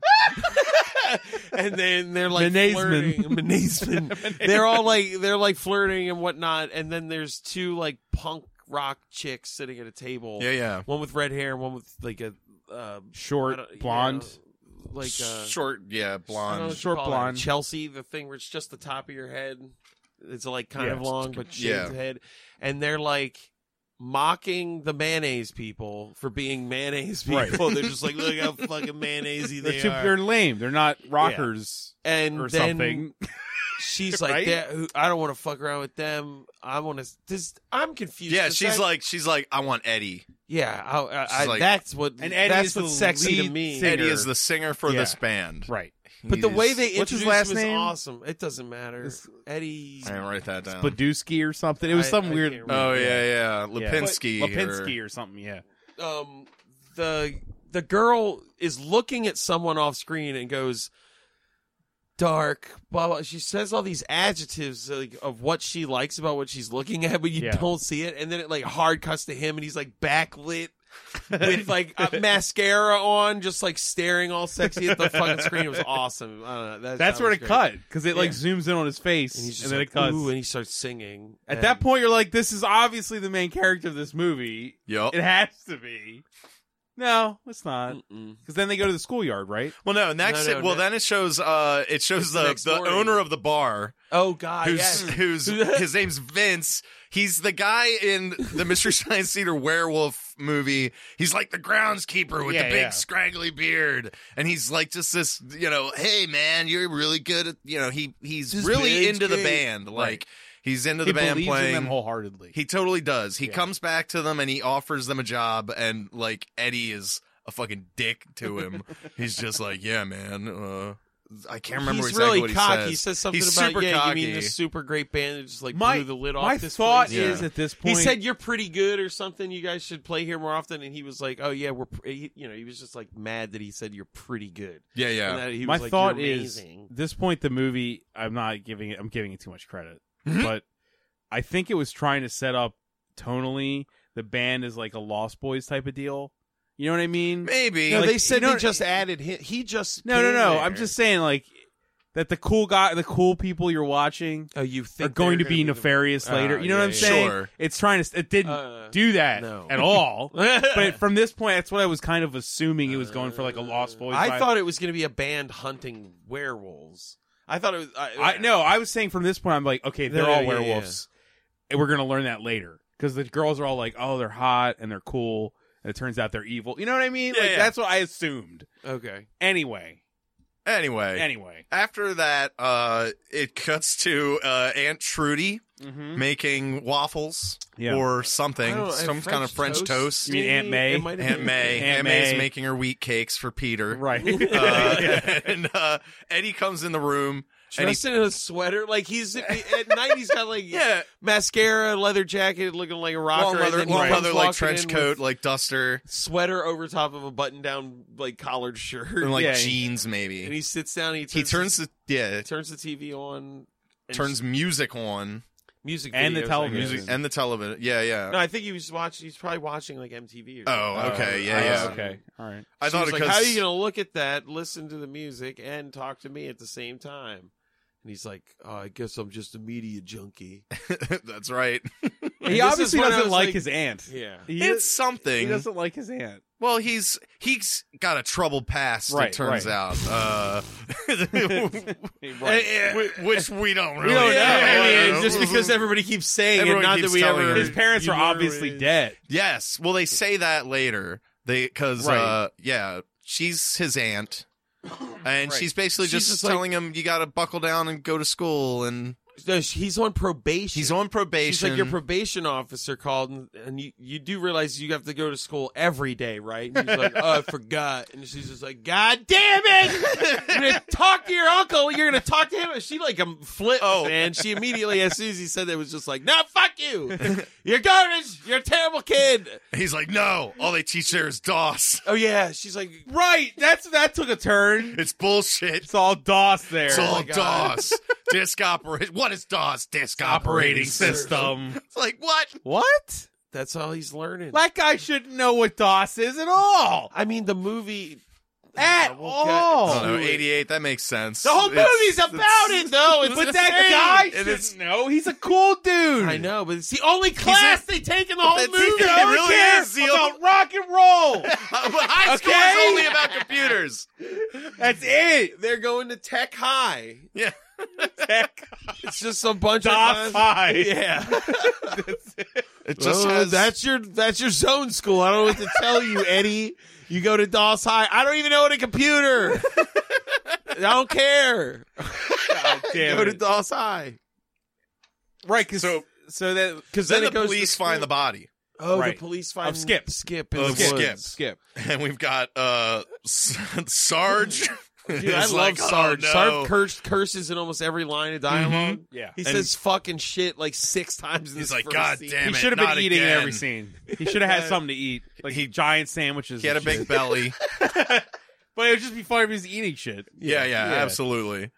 [SPEAKER 12] and then they're like
[SPEAKER 8] Mayonnaise men.
[SPEAKER 12] flirting. Mayonnaise men. they're all like they're like flirting and whatnot. And then there's two like punk rock chicks sitting at a table.
[SPEAKER 2] yeah, yeah,
[SPEAKER 12] One with red hair, one with like a uh, I
[SPEAKER 8] Short,
[SPEAKER 12] don't- yeah,
[SPEAKER 8] blonde.
[SPEAKER 12] like uh, Oh,
[SPEAKER 2] short, yeah,
[SPEAKER 12] I don't know
[SPEAKER 2] blonde.
[SPEAKER 12] what you
[SPEAKER 8] Short
[SPEAKER 12] call that.
[SPEAKER 8] blonde.
[SPEAKER 12] Chelsea, the thing where it's just the top of your head. It's like kind
[SPEAKER 8] Yeah,
[SPEAKER 12] of
[SPEAKER 8] it's
[SPEAKER 12] long, but shaved
[SPEAKER 2] yeah.
[SPEAKER 12] head. And they're like mocking the mayonnaise people for being mayonnaise people.
[SPEAKER 8] Right.
[SPEAKER 12] They're just like, look how fucking mayonnaisey
[SPEAKER 8] They're,
[SPEAKER 12] they
[SPEAKER 8] too-
[SPEAKER 12] are.
[SPEAKER 8] they're lame. They're not rockers
[SPEAKER 12] and
[SPEAKER 8] or
[SPEAKER 12] then
[SPEAKER 8] something.
[SPEAKER 12] she's
[SPEAKER 8] Right?
[SPEAKER 12] like, "That- who- I don't want to fuck around with them. I want to. This. I'm confused.
[SPEAKER 2] Yeah,
[SPEAKER 12] Does
[SPEAKER 2] she's
[SPEAKER 12] that-
[SPEAKER 2] like, she's like, I want Eddie.
[SPEAKER 12] yeah. I, I, I,
[SPEAKER 2] She's like-
[SPEAKER 12] that's what.
[SPEAKER 8] And Eddie
[SPEAKER 12] that's
[SPEAKER 8] is the
[SPEAKER 12] what's sexy to
[SPEAKER 8] lead
[SPEAKER 12] me.
[SPEAKER 8] singer.
[SPEAKER 2] Eddie is the singer for
[SPEAKER 8] Yeah.
[SPEAKER 2] this band.
[SPEAKER 8] Right.
[SPEAKER 12] But the
[SPEAKER 2] He's-
[SPEAKER 12] way they
[SPEAKER 8] What's his
[SPEAKER 12] introduced
[SPEAKER 8] last
[SPEAKER 12] him is
[SPEAKER 8] name?
[SPEAKER 12] awesome. It doesn't matter.
[SPEAKER 8] It's-
[SPEAKER 12] Eddie.
[SPEAKER 2] I didn't write that down.
[SPEAKER 8] Badooski or something. It was
[SPEAKER 12] I-
[SPEAKER 8] some
[SPEAKER 12] I
[SPEAKER 8] weird.
[SPEAKER 12] can't
[SPEAKER 2] oh yeah, yeah, Lipinski.
[SPEAKER 8] Yeah.
[SPEAKER 2] or-
[SPEAKER 8] Lipinski or something. Yeah.
[SPEAKER 12] um the the girl is looking at someone off screen and goes dark blah blah she says all these adjectives like, of what she likes about what she's looking at but you
[SPEAKER 8] Yeah.
[SPEAKER 12] don't see it and then it like hard cuts to him and he's like backlit with like a mascara on just like staring all sexy at the fucking screen it was awesome I don't know. That-
[SPEAKER 8] That's
[SPEAKER 12] that
[SPEAKER 8] where
[SPEAKER 12] was
[SPEAKER 8] it
[SPEAKER 12] great.
[SPEAKER 8] cut because it like
[SPEAKER 12] Yeah.
[SPEAKER 8] zooms in on his face
[SPEAKER 12] and
[SPEAKER 8] and,
[SPEAKER 12] he's just
[SPEAKER 8] then
[SPEAKER 12] like,
[SPEAKER 8] it cuts.
[SPEAKER 12] Ooh, and he starts singing
[SPEAKER 8] At
[SPEAKER 12] And-
[SPEAKER 8] that point, you're like, this is obviously the main character of this movie.
[SPEAKER 2] Yup.
[SPEAKER 8] It has to be. No, it's not.
[SPEAKER 12] Mm-mm.
[SPEAKER 8] Because then they go to the schoolyard, right?
[SPEAKER 2] Well, no. Next,
[SPEAKER 12] No, no,
[SPEAKER 2] well,
[SPEAKER 12] ne-
[SPEAKER 2] then it shows. Uh, it shows
[SPEAKER 12] the
[SPEAKER 2] the
[SPEAKER 12] next
[SPEAKER 2] the
[SPEAKER 12] morning.
[SPEAKER 2] owner of the bar,
[SPEAKER 12] oh god
[SPEAKER 2] who's
[SPEAKER 12] yes.
[SPEAKER 2] who's his name's Vince. He's the guy in the Mystery Science Theater werewolf movie. He's like the groundskeeper with
[SPEAKER 8] Yeah,
[SPEAKER 2] the big
[SPEAKER 8] yeah.
[SPEAKER 2] scraggly beard, and he's like just this, you know, hey man, you're really good at, you know, he he's
[SPEAKER 12] This
[SPEAKER 2] really
[SPEAKER 12] band's
[SPEAKER 2] into the
[SPEAKER 12] great.
[SPEAKER 2] band, like he's into
[SPEAKER 8] he
[SPEAKER 2] the band
[SPEAKER 8] believes in
[SPEAKER 2] playing.
[SPEAKER 8] them wholeheartedly.
[SPEAKER 2] he totally does. He comes back to them and he offers them a job, and like Eddie is a fucking dick to him. he's just like, yeah man. uh I can't remember
[SPEAKER 12] he's
[SPEAKER 2] exactly
[SPEAKER 12] really
[SPEAKER 2] what he
[SPEAKER 12] cocky.
[SPEAKER 2] says.
[SPEAKER 12] He says something
[SPEAKER 2] He's
[SPEAKER 12] about
[SPEAKER 2] super
[SPEAKER 12] yeah,
[SPEAKER 2] cocky.
[SPEAKER 12] you mean this super great band that just like
[SPEAKER 8] my
[SPEAKER 12] blew the lid off.
[SPEAKER 8] my
[SPEAKER 12] this
[SPEAKER 8] thought
[SPEAKER 12] place?
[SPEAKER 8] is
[SPEAKER 2] Yeah.
[SPEAKER 8] at this
[SPEAKER 12] he
[SPEAKER 8] point.
[SPEAKER 12] said you're pretty good or something. You guys should play here more often. And he was like, oh yeah, we're pr- he, you know he was just like mad that he said you're pretty good.
[SPEAKER 2] yeah, yeah.
[SPEAKER 12] And that he was
[SPEAKER 8] my
[SPEAKER 12] like,
[SPEAKER 8] thought
[SPEAKER 12] "You're
[SPEAKER 8] is
[SPEAKER 12] amazing."
[SPEAKER 8] this point the movie i'm not giving it i'm giving it too much credit
[SPEAKER 12] Mm-hmm.
[SPEAKER 8] but i think it was trying to set up tonally the band is like a lost boys type of deal You know what I mean?
[SPEAKER 2] Maybe.
[SPEAKER 12] No,
[SPEAKER 8] Like,
[SPEAKER 12] they said
[SPEAKER 8] you know
[SPEAKER 12] they
[SPEAKER 8] what-
[SPEAKER 12] just added him. He just
[SPEAKER 8] No, no,
[SPEAKER 12] came
[SPEAKER 8] no.
[SPEAKER 12] there.
[SPEAKER 8] I'm just saying, like, that the cool guy, the cool people you're watching,
[SPEAKER 12] oh, you
[SPEAKER 8] are
[SPEAKER 12] think
[SPEAKER 8] going to
[SPEAKER 12] they're
[SPEAKER 8] be
[SPEAKER 12] gonna
[SPEAKER 8] nefarious
[SPEAKER 12] the-
[SPEAKER 8] later.
[SPEAKER 12] Oh,
[SPEAKER 8] you know what
[SPEAKER 12] yeah,
[SPEAKER 8] I'm
[SPEAKER 12] yeah.
[SPEAKER 8] saying?
[SPEAKER 12] Sure.
[SPEAKER 8] It's trying to. It didn't
[SPEAKER 12] Uh,
[SPEAKER 8] do that
[SPEAKER 12] no.
[SPEAKER 8] at all. but from this point, that's what I was kind of assuming it was going for, like a Lost Boys.
[SPEAKER 12] Uh, I
[SPEAKER 8] vibe.
[SPEAKER 12] thought it was going to be a band hunting werewolves. I thought it was.
[SPEAKER 8] I no, I was saying from this point, I'm like, okay, they're
[SPEAKER 12] Yeah,
[SPEAKER 8] all
[SPEAKER 12] yeah,
[SPEAKER 8] werewolves, and we're gonna learn that later because the girls are all like, oh, they're hot and they're cool, and it turns out they're evil. You know what I mean?
[SPEAKER 2] Yeah,
[SPEAKER 8] like
[SPEAKER 2] yeah.
[SPEAKER 8] that's what I assumed.
[SPEAKER 12] Okay.
[SPEAKER 8] Anyway,
[SPEAKER 2] Anyway,
[SPEAKER 8] anyway,
[SPEAKER 2] after that, uh, it cuts to uh, Aunt Trudy
[SPEAKER 8] Mhm.
[SPEAKER 2] making waffles or
[SPEAKER 8] Yeah.
[SPEAKER 12] I don't
[SPEAKER 2] something,
[SPEAKER 12] know,
[SPEAKER 2] some kind of French toast.
[SPEAKER 8] You mean Aunt May?
[SPEAKER 12] It might have
[SPEAKER 2] Aunt
[SPEAKER 12] been-
[SPEAKER 2] May.
[SPEAKER 8] Aunt
[SPEAKER 2] Aunt, May's
[SPEAKER 8] May.
[SPEAKER 2] making her wheat cakes for Peter. Uh,
[SPEAKER 8] right?
[SPEAKER 2] and uh, Eddie comes in the room. and he,
[SPEAKER 12] Dressed in a sweater, like he's at night. He's got like
[SPEAKER 2] Yeah.
[SPEAKER 12] mascara, leather jacket, looking like a rocker,
[SPEAKER 2] long
[SPEAKER 12] and
[SPEAKER 2] leather,
[SPEAKER 12] then he
[SPEAKER 2] long
[SPEAKER 12] comes
[SPEAKER 2] leather like
[SPEAKER 12] walking in
[SPEAKER 2] trench
[SPEAKER 12] with
[SPEAKER 2] coat, like duster,
[SPEAKER 12] sweater over top of a button-down like collared shirt,
[SPEAKER 2] and like
[SPEAKER 8] Yeah, he-
[SPEAKER 2] jeans maybe.
[SPEAKER 12] and he sits down. And he turns,
[SPEAKER 2] he turns the yeah
[SPEAKER 12] turns the TV on, and
[SPEAKER 2] turns music on
[SPEAKER 12] music
[SPEAKER 8] And the
[SPEAKER 12] videos, I
[SPEAKER 8] television.
[SPEAKER 12] guess.
[SPEAKER 2] music and the television. Yeah, yeah.
[SPEAKER 12] No, I think he was watching. He's probably watching like MTV. Or
[SPEAKER 2] Oh, okay, yeah, yeah.
[SPEAKER 8] Oh, okay, all right.
[SPEAKER 2] I thought it
[SPEAKER 12] like,
[SPEAKER 2] cause,
[SPEAKER 12] how are you gonna look at that, listen to the music, and talk to me at the same time? And he's like, oh, I guess I'm just a media junkie.
[SPEAKER 2] That's right.
[SPEAKER 8] he
[SPEAKER 12] this
[SPEAKER 8] obviously
[SPEAKER 12] is when I
[SPEAKER 8] doesn't
[SPEAKER 12] was
[SPEAKER 8] like,
[SPEAKER 12] like-
[SPEAKER 8] his aunt.
[SPEAKER 12] Yeah.
[SPEAKER 8] He,
[SPEAKER 2] It's
[SPEAKER 8] he
[SPEAKER 2] something.
[SPEAKER 8] doesn't like his aunt.
[SPEAKER 2] Well, he's he's got a troubled past.
[SPEAKER 8] Right,
[SPEAKER 2] it turns
[SPEAKER 8] right.
[SPEAKER 2] out, uh, whi- which Eh, we don't really.
[SPEAKER 8] don't know.
[SPEAKER 2] Yeah,
[SPEAKER 12] I
[SPEAKER 8] Yeah.
[SPEAKER 12] mean, just because everybody keeps saying
[SPEAKER 2] Everyone
[SPEAKER 12] it, not
[SPEAKER 2] keeps
[SPEAKER 12] that we
[SPEAKER 2] telling
[SPEAKER 12] ever.
[SPEAKER 2] her.
[SPEAKER 8] His parents
[SPEAKER 12] you
[SPEAKER 8] are
[SPEAKER 12] were
[SPEAKER 8] obviously
[SPEAKER 12] raised-
[SPEAKER 8] dead.
[SPEAKER 2] yes, well, they say that later. They because
[SPEAKER 8] Right.
[SPEAKER 2] uh, yeah, she's his aunt, and she's basically
[SPEAKER 12] She's
[SPEAKER 2] just,
[SPEAKER 12] just like-
[SPEAKER 2] telling him you got to buckle down and go to school, and
[SPEAKER 12] No, sh- he's on probation.
[SPEAKER 2] he's on probation.
[SPEAKER 12] She's like your probation officer called, and, and you, you do realize you have to go to school every day, right? And he's like, "Oh, I forgot," and she's just like, "God damn it! You're gonna talk to your uncle. You're gonna talk to him." And she like um, flipped, oh. man. She immediately, as soon as he said that, was just like, "No, fuck you. You're garbage. You're a terrible kid."
[SPEAKER 2] he's like, no, all they teach there is DOS.
[SPEAKER 12] Oh yeah, she's like,
[SPEAKER 8] Right. That's that took a turn.
[SPEAKER 2] It's bullshit.
[SPEAKER 8] It's all DOS there. Oh
[SPEAKER 2] It's all
[SPEAKER 12] Oh my God.
[SPEAKER 2] DOS. Disk operate. What is DOS? Disk operating system. It's like what?
[SPEAKER 8] what?
[SPEAKER 12] "That's all he's learning."
[SPEAKER 8] That guy shouldn't know what DOS is at all.
[SPEAKER 12] I mean, the movie
[SPEAKER 8] At
[SPEAKER 12] Uh, we'll get
[SPEAKER 8] all.
[SPEAKER 2] I don't know,
[SPEAKER 12] to it.
[SPEAKER 2] 88. That makes sense.
[SPEAKER 12] The whole
[SPEAKER 2] It's-
[SPEAKER 12] movie's about it, though. It's
[SPEAKER 8] But
[SPEAKER 12] the same.
[SPEAKER 8] that guy
[SPEAKER 2] And it's-
[SPEAKER 8] shouldn't know. He's a cool dude.
[SPEAKER 12] I know, but it's the only class they take in the whole
[SPEAKER 2] That's-
[SPEAKER 12] movie.
[SPEAKER 2] it
[SPEAKER 8] I don't
[SPEAKER 2] really
[SPEAKER 8] care
[SPEAKER 2] is the
[SPEAKER 8] about
[SPEAKER 2] only-
[SPEAKER 8] rock and roll.
[SPEAKER 2] High school
[SPEAKER 8] Okay.
[SPEAKER 2] is only about computers.
[SPEAKER 8] That's it.
[SPEAKER 12] They're going to Tech High.
[SPEAKER 2] Yeah.
[SPEAKER 8] Tech
[SPEAKER 12] It's just a bunch
[SPEAKER 8] DOS
[SPEAKER 12] of classes.
[SPEAKER 8] high. Yeah.
[SPEAKER 2] It
[SPEAKER 12] Just
[SPEAKER 2] just
[SPEAKER 12] oh,
[SPEAKER 2] has
[SPEAKER 12] that's your that's your zone school. I don't know what to tell you, Eddie. You go to DOS High. I don't even know what a computer. I don't care.
[SPEAKER 8] Damn
[SPEAKER 12] go to
[SPEAKER 8] it.
[SPEAKER 12] DOS High.
[SPEAKER 8] Right, because
[SPEAKER 2] So-
[SPEAKER 8] so, that
[SPEAKER 12] Because
[SPEAKER 2] Then,
[SPEAKER 12] it
[SPEAKER 2] the
[SPEAKER 12] goes to
[SPEAKER 2] police
[SPEAKER 12] school.
[SPEAKER 2] find the body,
[SPEAKER 12] Oh,
[SPEAKER 8] Right.
[SPEAKER 12] the police find
[SPEAKER 8] Of Skip.
[SPEAKER 12] Skip in
[SPEAKER 2] Of
[SPEAKER 12] the
[SPEAKER 2] Skip.
[SPEAKER 12] woods. Skip.
[SPEAKER 2] and we've got uh S- Sarge.
[SPEAKER 12] Dude, I
[SPEAKER 2] It's
[SPEAKER 12] love
[SPEAKER 2] like, oh,
[SPEAKER 12] Sarge.
[SPEAKER 2] no. Mm-hmm.
[SPEAKER 12] Sarge curse, curses in almost every line of dialog
[SPEAKER 8] Yeah.
[SPEAKER 12] He
[SPEAKER 2] And-
[SPEAKER 12] says fucking shit like six times. In
[SPEAKER 2] He's
[SPEAKER 12] this
[SPEAKER 2] like,
[SPEAKER 12] first
[SPEAKER 2] God
[SPEAKER 12] scene.
[SPEAKER 2] damn
[SPEAKER 8] he
[SPEAKER 2] it!
[SPEAKER 8] should have been
[SPEAKER 2] not
[SPEAKER 8] eating in
[SPEAKER 2] again.
[SPEAKER 8] every scene. He should have had something to eat, like
[SPEAKER 2] He-
[SPEAKER 8] giant sandwiches.
[SPEAKER 2] He had a
[SPEAKER 8] and shit.
[SPEAKER 2] big belly.
[SPEAKER 8] But it would just be funny if he was eating shit.
[SPEAKER 2] Yeah, yeah,
[SPEAKER 8] Yeah.
[SPEAKER 2] absolutely.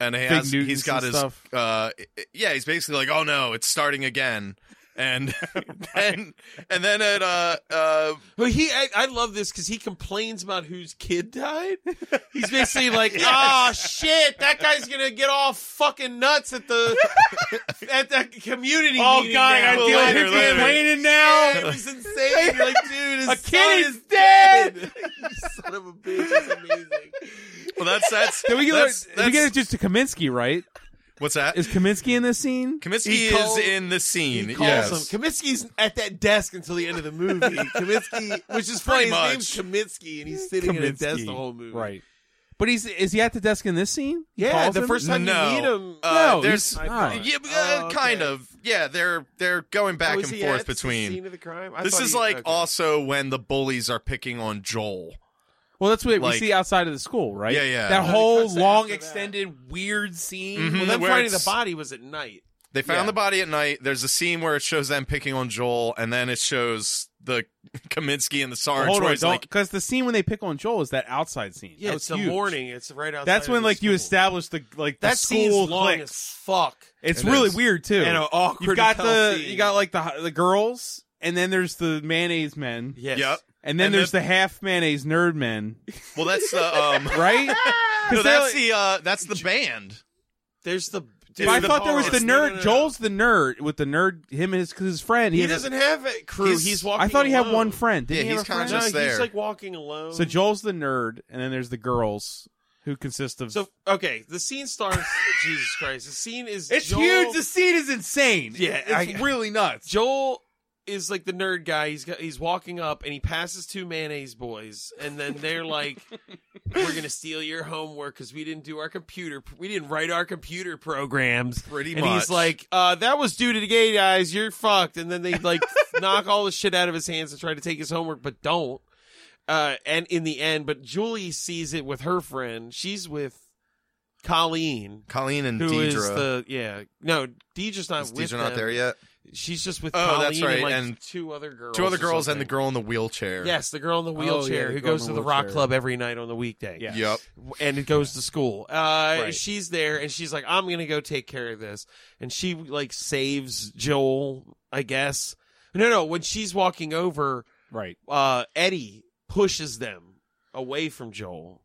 [SPEAKER 2] And he
[SPEAKER 8] Big
[SPEAKER 2] has,
[SPEAKER 8] newtons
[SPEAKER 2] he's got
[SPEAKER 8] and
[SPEAKER 2] his
[SPEAKER 8] stuff.
[SPEAKER 2] uh yeah, he's basically like, "Oh no, it's starting again." And and and then at uh uh
[SPEAKER 12] But he, I, I love this because he complains about whose kid died. He's basically like, "Oh shit, that guy's gonna get all fucking nuts at the at the community."
[SPEAKER 8] Oh
[SPEAKER 12] meeting
[SPEAKER 8] god, I
[SPEAKER 12] now."
[SPEAKER 8] gotta deal with
[SPEAKER 2] Later,
[SPEAKER 8] him
[SPEAKER 2] later.
[SPEAKER 12] Yeah,
[SPEAKER 8] complaining now.
[SPEAKER 12] it was insane. You're like, dude, his
[SPEAKER 8] A
[SPEAKER 12] son
[SPEAKER 8] kid is
[SPEAKER 12] is dead. You son of a bitch, it's amazing.
[SPEAKER 2] well that's that's
[SPEAKER 8] Did we get
[SPEAKER 2] that's,
[SPEAKER 8] did we get
[SPEAKER 2] that's-
[SPEAKER 8] it just to Kaminsky? Right?
[SPEAKER 2] What's that?
[SPEAKER 8] Is Kaminsky in this scene?
[SPEAKER 2] Kaminsky
[SPEAKER 12] He called-
[SPEAKER 2] is in the scene.
[SPEAKER 12] He calls
[SPEAKER 2] Yes.
[SPEAKER 12] him. Kaminsky's at that desk until the end of the movie. Kaminsky, which is funny,
[SPEAKER 2] Pretty
[SPEAKER 12] his name's Kaminsky, and he's sitting at a desk the whole movie.
[SPEAKER 8] Right. But he's is he at the desk in this scene? He
[SPEAKER 12] Yeah,
[SPEAKER 8] calls
[SPEAKER 12] the
[SPEAKER 8] him?
[SPEAKER 12] first time
[SPEAKER 2] No.
[SPEAKER 12] you meet him,
[SPEAKER 2] Uh,
[SPEAKER 8] No,
[SPEAKER 2] there's
[SPEAKER 8] he's not.
[SPEAKER 2] yeah, uh,
[SPEAKER 12] Oh, okay.
[SPEAKER 2] kind of. Yeah, they're they're going back
[SPEAKER 12] Oh,
[SPEAKER 2] and
[SPEAKER 12] is he
[SPEAKER 2] forth
[SPEAKER 12] at the
[SPEAKER 2] between.
[SPEAKER 12] scene of the crime? I
[SPEAKER 2] This
[SPEAKER 12] thought
[SPEAKER 2] is
[SPEAKER 12] he-
[SPEAKER 2] like
[SPEAKER 12] okay.
[SPEAKER 2] also when the bullies are picking on Joel.
[SPEAKER 8] Well, that's what
[SPEAKER 2] Like-
[SPEAKER 8] we see outside of the school, right?
[SPEAKER 2] Yeah, yeah.
[SPEAKER 8] That
[SPEAKER 2] No,
[SPEAKER 12] he
[SPEAKER 8] whole
[SPEAKER 12] cuts it
[SPEAKER 8] long,
[SPEAKER 12] after that.
[SPEAKER 8] extended, weird scene.
[SPEAKER 2] Mhm.
[SPEAKER 12] Well, then
[SPEAKER 2] where
[SPEAKER 12] finding the
[SPEAKER 2] it's-
[SPEAKER 12] body was at night.
[SPEAKER 2] They found
[SPEAKER 8] Yeah.
[SPEAKER 2] the body at night. There's a scene where it shows them picking on Joel, and then it shows the Kaminsky and the Sarge.
[SPEAKER 8] Hold
[SPEAKER 2] where
[SPEAKER 8] on,
[SPEAKER 2] he's like,
[SPEAKER 8] because the scene when they pick on Joel is that outside scene.
[SPEAKER 12] Yeah,
[SPEAKER 8] That
[SPEAKER 12] it's
[SPEAKER 8] was
[SPEAKER 12] the
[SPEAKER 8] huge.
[SPEAKER 12] morning. It's right outside.
[SPEAKER 8] That's
[SPEAKER 12] of
[SPEAKER 8] when
[SPEAKER 12] the
[SPEAKER 8] like you
[SPEAKER 12] school.
[SPEAKER 8] establish the like the
[SPEAKER 12] that scene's
[SPEAKER 8] school
[SPEAKER 12] long as
[SPEAKER 8] clicks.
[SPEAKER 12] fuck.
[SPEAKER 8] It's
[SPEAKER 2] It
[SPEAKER 8] really
[SPEAKER 2] is.
[SPEAKER 8] weird too.
[SPEAKER 12] And an awkward
[SPEAKER 8] you got
[SPEAKER 12] as hell
[SPEAKER 8] the
[SPEAKER 12] scene.
[SPEAKER 8] you got like the the girls, and then there's the mayonnaise men.
[SPEAKER 12] Yes.
[SPEAKER 2] Yep.
[SPEAKER 8] And then
[SPEAKER 2] And
[SPEAKER 8] there's
[SPEAKER 2] the-
[SPEAKER 8] the half mayonnaise nerd men,
[SPEAKER 2] Well, that's the um.
[SPEAKER 8] right?
[SPEAKER 2] No,
[SPEAKER 8] 'Cause they're
[SPEAKER 2] that's
[SPEAKER 8] like-
[SPEAKER 2] the uh, that's the band.
[SPEAKER 12] There's the.
[SPEAKER 8] But I thought there was the nerd.
[SPEAKER 12] No, no, no, no.
[SPEAKER 8] Joel's the nerd with the nerd. Him and his, 'cause his friend.
[SPEAKER 12] He,
[SPEAKER 8] has a-
[SPEAKER 12] doesn't have a crew. He's, walking.
[SPEAKER 8] I thought he had
[SPEAKER 12] alone.
[SPEAKER 8] one friend. Didn't
[SPEAKER 2] Yeah,
[SPEAKER 8] he
[SPEAKER 2] he's
[SPEAKER 8] have a friend?
[SPEAKER 12] No,
[SPEAKER 2] Just
[SPEAKER 12] he's
[SPEAKER 2] there.
[SPEAKER 12] like walking alone.
[SPEAKER 8] So Joel's the nerd, and then there's the girls who consist of.
[SPEAKER 12] So okay, the scene starts. Jesus Christ, the scene is
[SPEAKER 8] it's
[SPEAKER 12] Joel,
[SPEAKER 8] huge. The scene is insane.
[SPEAKER 12] Yeah,
[SPEAKER 8] it's
[SPEAKER 12] I-
[SPEAKER 8] really nuts.
[SPEAKER 12] Joel is like the nerd guy. He's got, he's walking up and he passes two mayonnaise boys, and then they're like, "We're gonna steal your homework because we didn't do our computer. We didn't write our computer programs."
[SPEAKER 2] Pretty
[SPEAKER 12] and
[SPEAKER 2] much.
[SPEAKER 12] he's like, uh, "That was due to the gay guys. You're fucked." And then they like knock all the shit out of his hands and try to take his homework, but don't. Uh, and in the end, but Julie sees it with her friend. She's with Colleen,
[SPEAKER 2] Colleen and
[SPEAKER 12] who is
[SPEAKER 2] Deidre.
[SPEAKER 12] the yeah. No, Deidre's not
[SPEAKER 2] Is
[SPEAKER 12] with
[SPEAKER 2] Deidre not
[SPEAKER 12] them.
[SPEAKER 2] there yet?
[SPEAKER 12] She's just with
[SPEAKER 2] Oh,
[SPEAKER 12] Colleen
[SPEAKER 2] that's right,
[SPEAKER 12] and, like,
[SPEAKER 2] and
[SPEAKER 12] two other girls.
[SPEAKER 2] Two other
[SPEAKER 12] or
[SPEAKER 2] girls and the
[SPEAKER 12] something.
[SPEAKER 2] girl in the wheelchair.
[SPEAKER 12] Yes, the girl in the
[SPEAKER 8] Oh, yeah,
[SPEAKER 12] wheelchair
[SPEAKER 8] the
[SPEAKER 12] who
[SPEAKER 8] girl in
[SPEAKER 12] goes
[SPEAKER 8] the
[SPEAKER 12] to the rock
[SPEAKER 8] wheelchair.
[SPEAKER 12] club every night on the weekday.
[SPEAKER 8] Yeah.
[SPEAKER 2] Yep.
[SPEAKER 12] And it goes to school. Uh,
[SPEAKER 8] Right.
[SPEAKER 12] She's there and she's like, I'm going to go take care of this. And she like saves Joel, I guess. No, no. When she's walking over,
[SPEAKER 8] Right.
[SPEAKER 12] uh, Eddie pushes them away from Joel.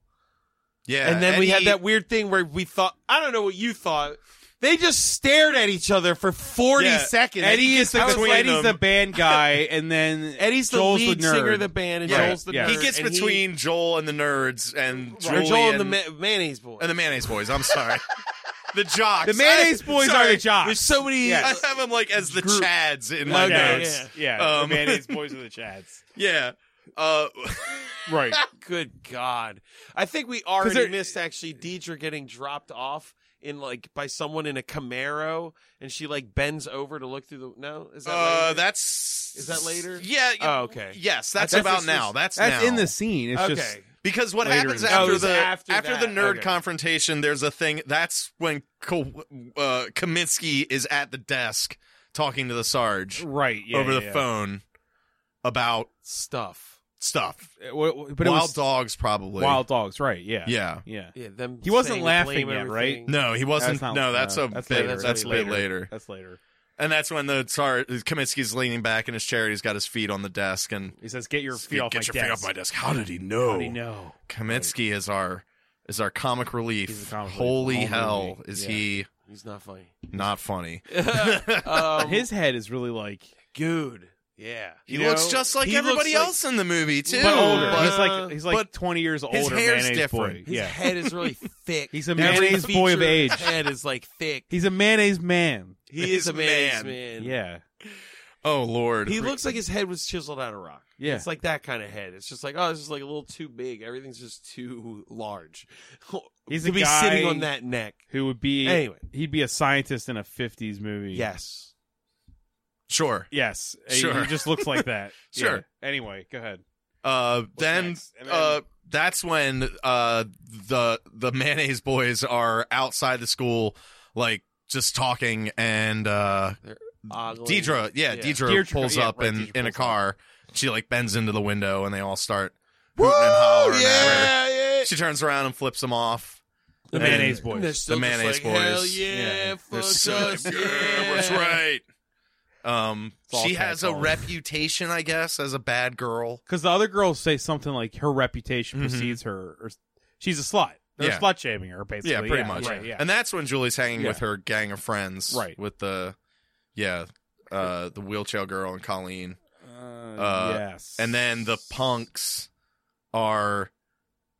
[SPEAKER 2] Yeah.
[SPEAKER 12] and then we had
[SPEAKER 2] Eddie-
[SPEAKER 12] that weird thing where we thought, I don't know what you thought. They just stared at each other for 40
[SPEAKER 2] Yeah.
[SPEAKER 12] seconds.
[SPEAKER 8] Eddie is the
[SPEAKER 12] I was like,
[SPEAKER 8] Eddie's the band guy, and then
[SPEAKER 12] Eddie's the
[SPEAKER 8] Joel's
[SPEAKER 12] lead
[SPEAKER 8] the nerd.
[SPEAKER 12] singer of the band, and
[SPEAKER 2] Yeah.
[SPEAKER 12] Joel's the
[SPEAKER 8] Yeah.
[SPEAKER 12] nerd.
[SPEAKER 2] He gets
[SPEAKER 12] and
[SPEAKER 2] between Joel and the nerds and
[SPEAKER 12] Or
[SPEAKER 2] Julian,
[SPEAKER 12] Joel and the ma- mayonnaise boy.
[SPEAKER 2] and the mayonnaise boys. I'm sorry. the jocks.
[SPEAKER 8] The mayonnaise
[SPEAKER 2] I-
[SPEAKER 8] boys
[SPEAKER 2] sorry.
[SPEAKER 8] are the jocks.
[SPEAKER 12] There's so many.
[SPEAKER 2] I
[SPEAKER 8] Yeah.
[SPEAKER 2] have them like as the Chads in my
[SPEAKER 8] Okay, yeah,
[SPEAKER 2] notes.
[SPEAKER 8] yeah,
[SPEAKER 2] Um,
[SPEAKER 8] the mayonnaise boys are the chads.
[SPEAKER 2] Yeah. Uh,
[SPEAKER 8] Right.
[SPEAKER 12] Good God! I think we
[SPEAKER 8] they're-
[SPEAKER 12] already missed actually Deidre getting dropped off in like by someone in a Camaro, and she like bends over to look through the. No, is that
[SPEAKER 2] uh,
[SPEAKER 12] later?
[SPEAKER 2] that's
[SPEAKER 12] Is that later?
[SPEAKER 2] Yeah.
[SPEAKER 12] Oh, okay.
[SPEAKER 2] Yes, that's
[SPEAKER 12] I thought
[SPEAKER 2] about
[SPEAKER 12] this
[SPEAKER 2] now.
[SPEAKER 12] was-
[SPEAKER 2] That's
[SPEAKER 8] That's
[SPEAKER 2] now.
[SPEAKER 8] in the scene. It's
[SPEAKER 12] okay.
[SPEAKER 8] just
[SPEAKER 2] Because what
[SPEAKER 8] Later
[SPEAKER 2] happens
[SPEAKER 8] in the
[SPEAKER 12] Oh, it
[SPEAKER 2] after
[SPEAKER 12] was
[SPEAKER 2] the
[SPEAKER 12] after
[SPEAKER 2] after, the
[SPEAKER 12] that.
[SPEAKER 2] nerd
[SPEAKER 12] Okay.
[SPEAKER 2] confrontation, there's a thing. That's when Ko- uh, Kaminsky is at the desk talking to the Sarge
[SPEAKER 8] right yeah,
[SPEAKER 2] over
[SPEAKER 8] yeah,
[SPEAKER 2] the
[SPEAKER 8] yeah.
[SPEAKER 2] phone about
[SPEAKER 12] Stuff.
[SPEAKER 2] stuff.
[SPEAKER 8] Uh, well, But it
[SPEAKER 2] wild
[SPEAKER 8] was
[SPEAKER 2] dogs, probably.
[SPEAKER 8] wild dogs, right? Yeah,
[SPEAKER 2] Yeah.
[SPEAKER 8] yeah.
[SPEAKER 12] Yeah, them.
[SPEAKER 8] He wasn't
[SPEAKER 12] saying to
[SPEAKER 8] laughing
[SPEAKER 12] blame
[SPEAKER 8] yet, right?
[SPEAKER 12] everything.
[SPEAKER 2] No, he wasn't.
[SPEAKER 8] not- uh,
[SPEAKER 2] no, that's a bit.
[SPEAKER 8] later.
[SPEAKER 2] That's a bit later.
[SPEAKER 8] That's later.
[SPEAKER 2] And that's when the Tsar Kaminsky's leaning back in his chair. He's got his feet on the desk and
[SPEAKER 8] He says, "Get your feet
[SPEAKER 2] "Get
[SPEAKER 8] off my
[SPEAKER 2] your
[SPEAKER 8] desk."
[SPEAKER 2] feet off my desk. How did he know?
[SPEAKER 8] How do you know?
[SPEAKER 2] Kaminsky is our is our comic relief.
[SPEAKER 8] He's the comic relief.
[SPEAKER 2] Holy
[SPEAKER 8] Holy
[SPEAKER 2] hell,
[SPEAKER 8] movie.
[SPEAKER 2] is
[SPEAKER 8] Yeah.
[SPEAKER 2] he
[SPEAKER 12] He's not funny.
[SPEAKER 2] not funny?
[SPEAKER 12] um,
[SPEAKER 8] His head is really like,
[SPEAKER 12] dude. Yeah.
[SPEAKER 2] He
[SPEAKER 8] You know,
[SPEAKER 2] looks just like
[SPEAKER 12] he
[SPEAKER 2] everybody
[SPEAKER 12] looks like-
[SPEAKER 2] else in the movie too.
[SPEAKER 8] but older.
[SPEAKER 2] but-
[SPEAKER 8] he's like, he's like
[SPEAKER 2] but
[SPEAKER 8] twenty years older.
[SPEAKER 2] his hair's
[SPEAKER 8] mayonnaise
[SPEAKER 2] different.
[SPEAKER 8] Boy.
[SPEAKER 12] His
[SPEAKER 8] Yeah,
[SPEAKER 12] head is really thick.
[SPEAKER 8] He's a
[SPEAKER 12] Every
[SPEAKER 8] mayonnaise boy of
[SPEAKER 12] feature
[SPEAKER 8] age.
[SPEAKER 12] His head is like thick.
[SPEAKER 8] he's a mayonnaise man.
[SPEAKER 12] He is a mayonnaise
[SPEAKER 2] man.
[SPEAKER 12] man.
[SPEAKER 8] Yeah,
[SPEAKER 2] oh lord,
[SPEAKER 12] He looks like his head was chiseled out of rock.
[SPEAKER 8] Yeah.
[SPEAKER 12] It's like that kind of head. It's just like, oh, this is like a little too big. Everything's just too large.
[SPEAKER 8] He's
[SPEAKER 12] to
[SPEAKER 8] a
[SPEAKER 12] be
[SPEAKER 8] guy-
[SPEAKER 12] sitting on that neck.
[SPEAKER 8] who would be
[SPEAKER 12] Anyway.
[SPEAKER 8] He'd be a scientist in a '50s movie.
[SPEAKER 12] Yes.
[SPEAKER 2] sure.
[SPEAKER 8] Yes. He-
[SPEAKER 2] Sure.
[SPEAKER 8] He just looks like that.
[SPEAKER 2] Sure.
[SPEAKER 8] Yeah. Anyway, go ahead.
[SPEAKER 2] Uh, then
[SPEAKER 8] next? And then-
[SPEAKER 2] uh, that's when uh the the mayonnaise boys are outside the school, like just talking, and uh,
[SPEAKER 12] Ogling.
[SPEAKER 2] Deidre, yeah,
[SPEAKER 12] Yeah.
[SPEAKER 2] Deidre,
[SPEAKER 8] Deidre-
[SPEAKER 2] pulls
[SPEAKER 8] yeah,
[SPEAKER 2] up
[SPEAKER 8] right,
[SPEAKER 2] in
[SPEAKER 8] Deidre
[SPEAKER 2] in a
[SPEAKER 8] pulls
[SPEAKER 2] car. She like bends into the window, and they all start
[SPEAKER 12] Woo!
[SPEAKER 2] hooting and hollering at her.
[SPEAKER 12] Yeah, yeah.
[SPEAKER 2] She turns around and flips them off.
[SPEAKER 8] The
[SPEAKER 2] And-
[SPEAKER 8] mayonnaise
[SPEAKER 12] And
[SPEAKER 8] boys.
[SPEAKER 12] they're still
[SPEAKER 2] The
[SPEAKER 12] just
[SPEAKER 2] mayonnaise
[SPEAKER 12] like,
[SPEAKER 2] boys.
[SPEAKER 12] Hell yeah,
[SPEAKER 8] Yeah.
[SPEAKER 12] fuck
[SPEAKER 2] This-
[SPEAKER 12] us.
[SPEAKER 2] Yeah,
[SPEAKER 12] Yeah,
[SPEAKER 2] that's right. Um,
[SPEAKER 8] It's all
[SPEAKER 2] she has a
[SPEAKER 8] catcalls.
[SPEAKER 2] reputation, I guess, as a bad girl.
[SPEAKER 8] Because the other girls say something like her reputation
[SPEAKER 2] Mhm.
[SPEAKER 8] precedes her, or s- she's a slut. They're
[SPEAKER 2] Yeah.
[SPEAKER 8] slut shaming her, basically.
[SPEAKER 2] yeah, pretty much.
[SPEAKER 8] Right, yeah.
[SPEAKER 2] And that's when Julie's hanging
[SPEAKER 8] Yeah.
[SPEAKER 2] with her gang of friends.
[SPEAKER 8] Right.
[SPEAKER 2] With the, yeah, uh, the wheelchair girl and Colleen,
[SPEAKER 8] Uh,
[SPEAKER 2] uh,
[SPEAKER 8] yes.
[SPEAKER 2] and then the punks are.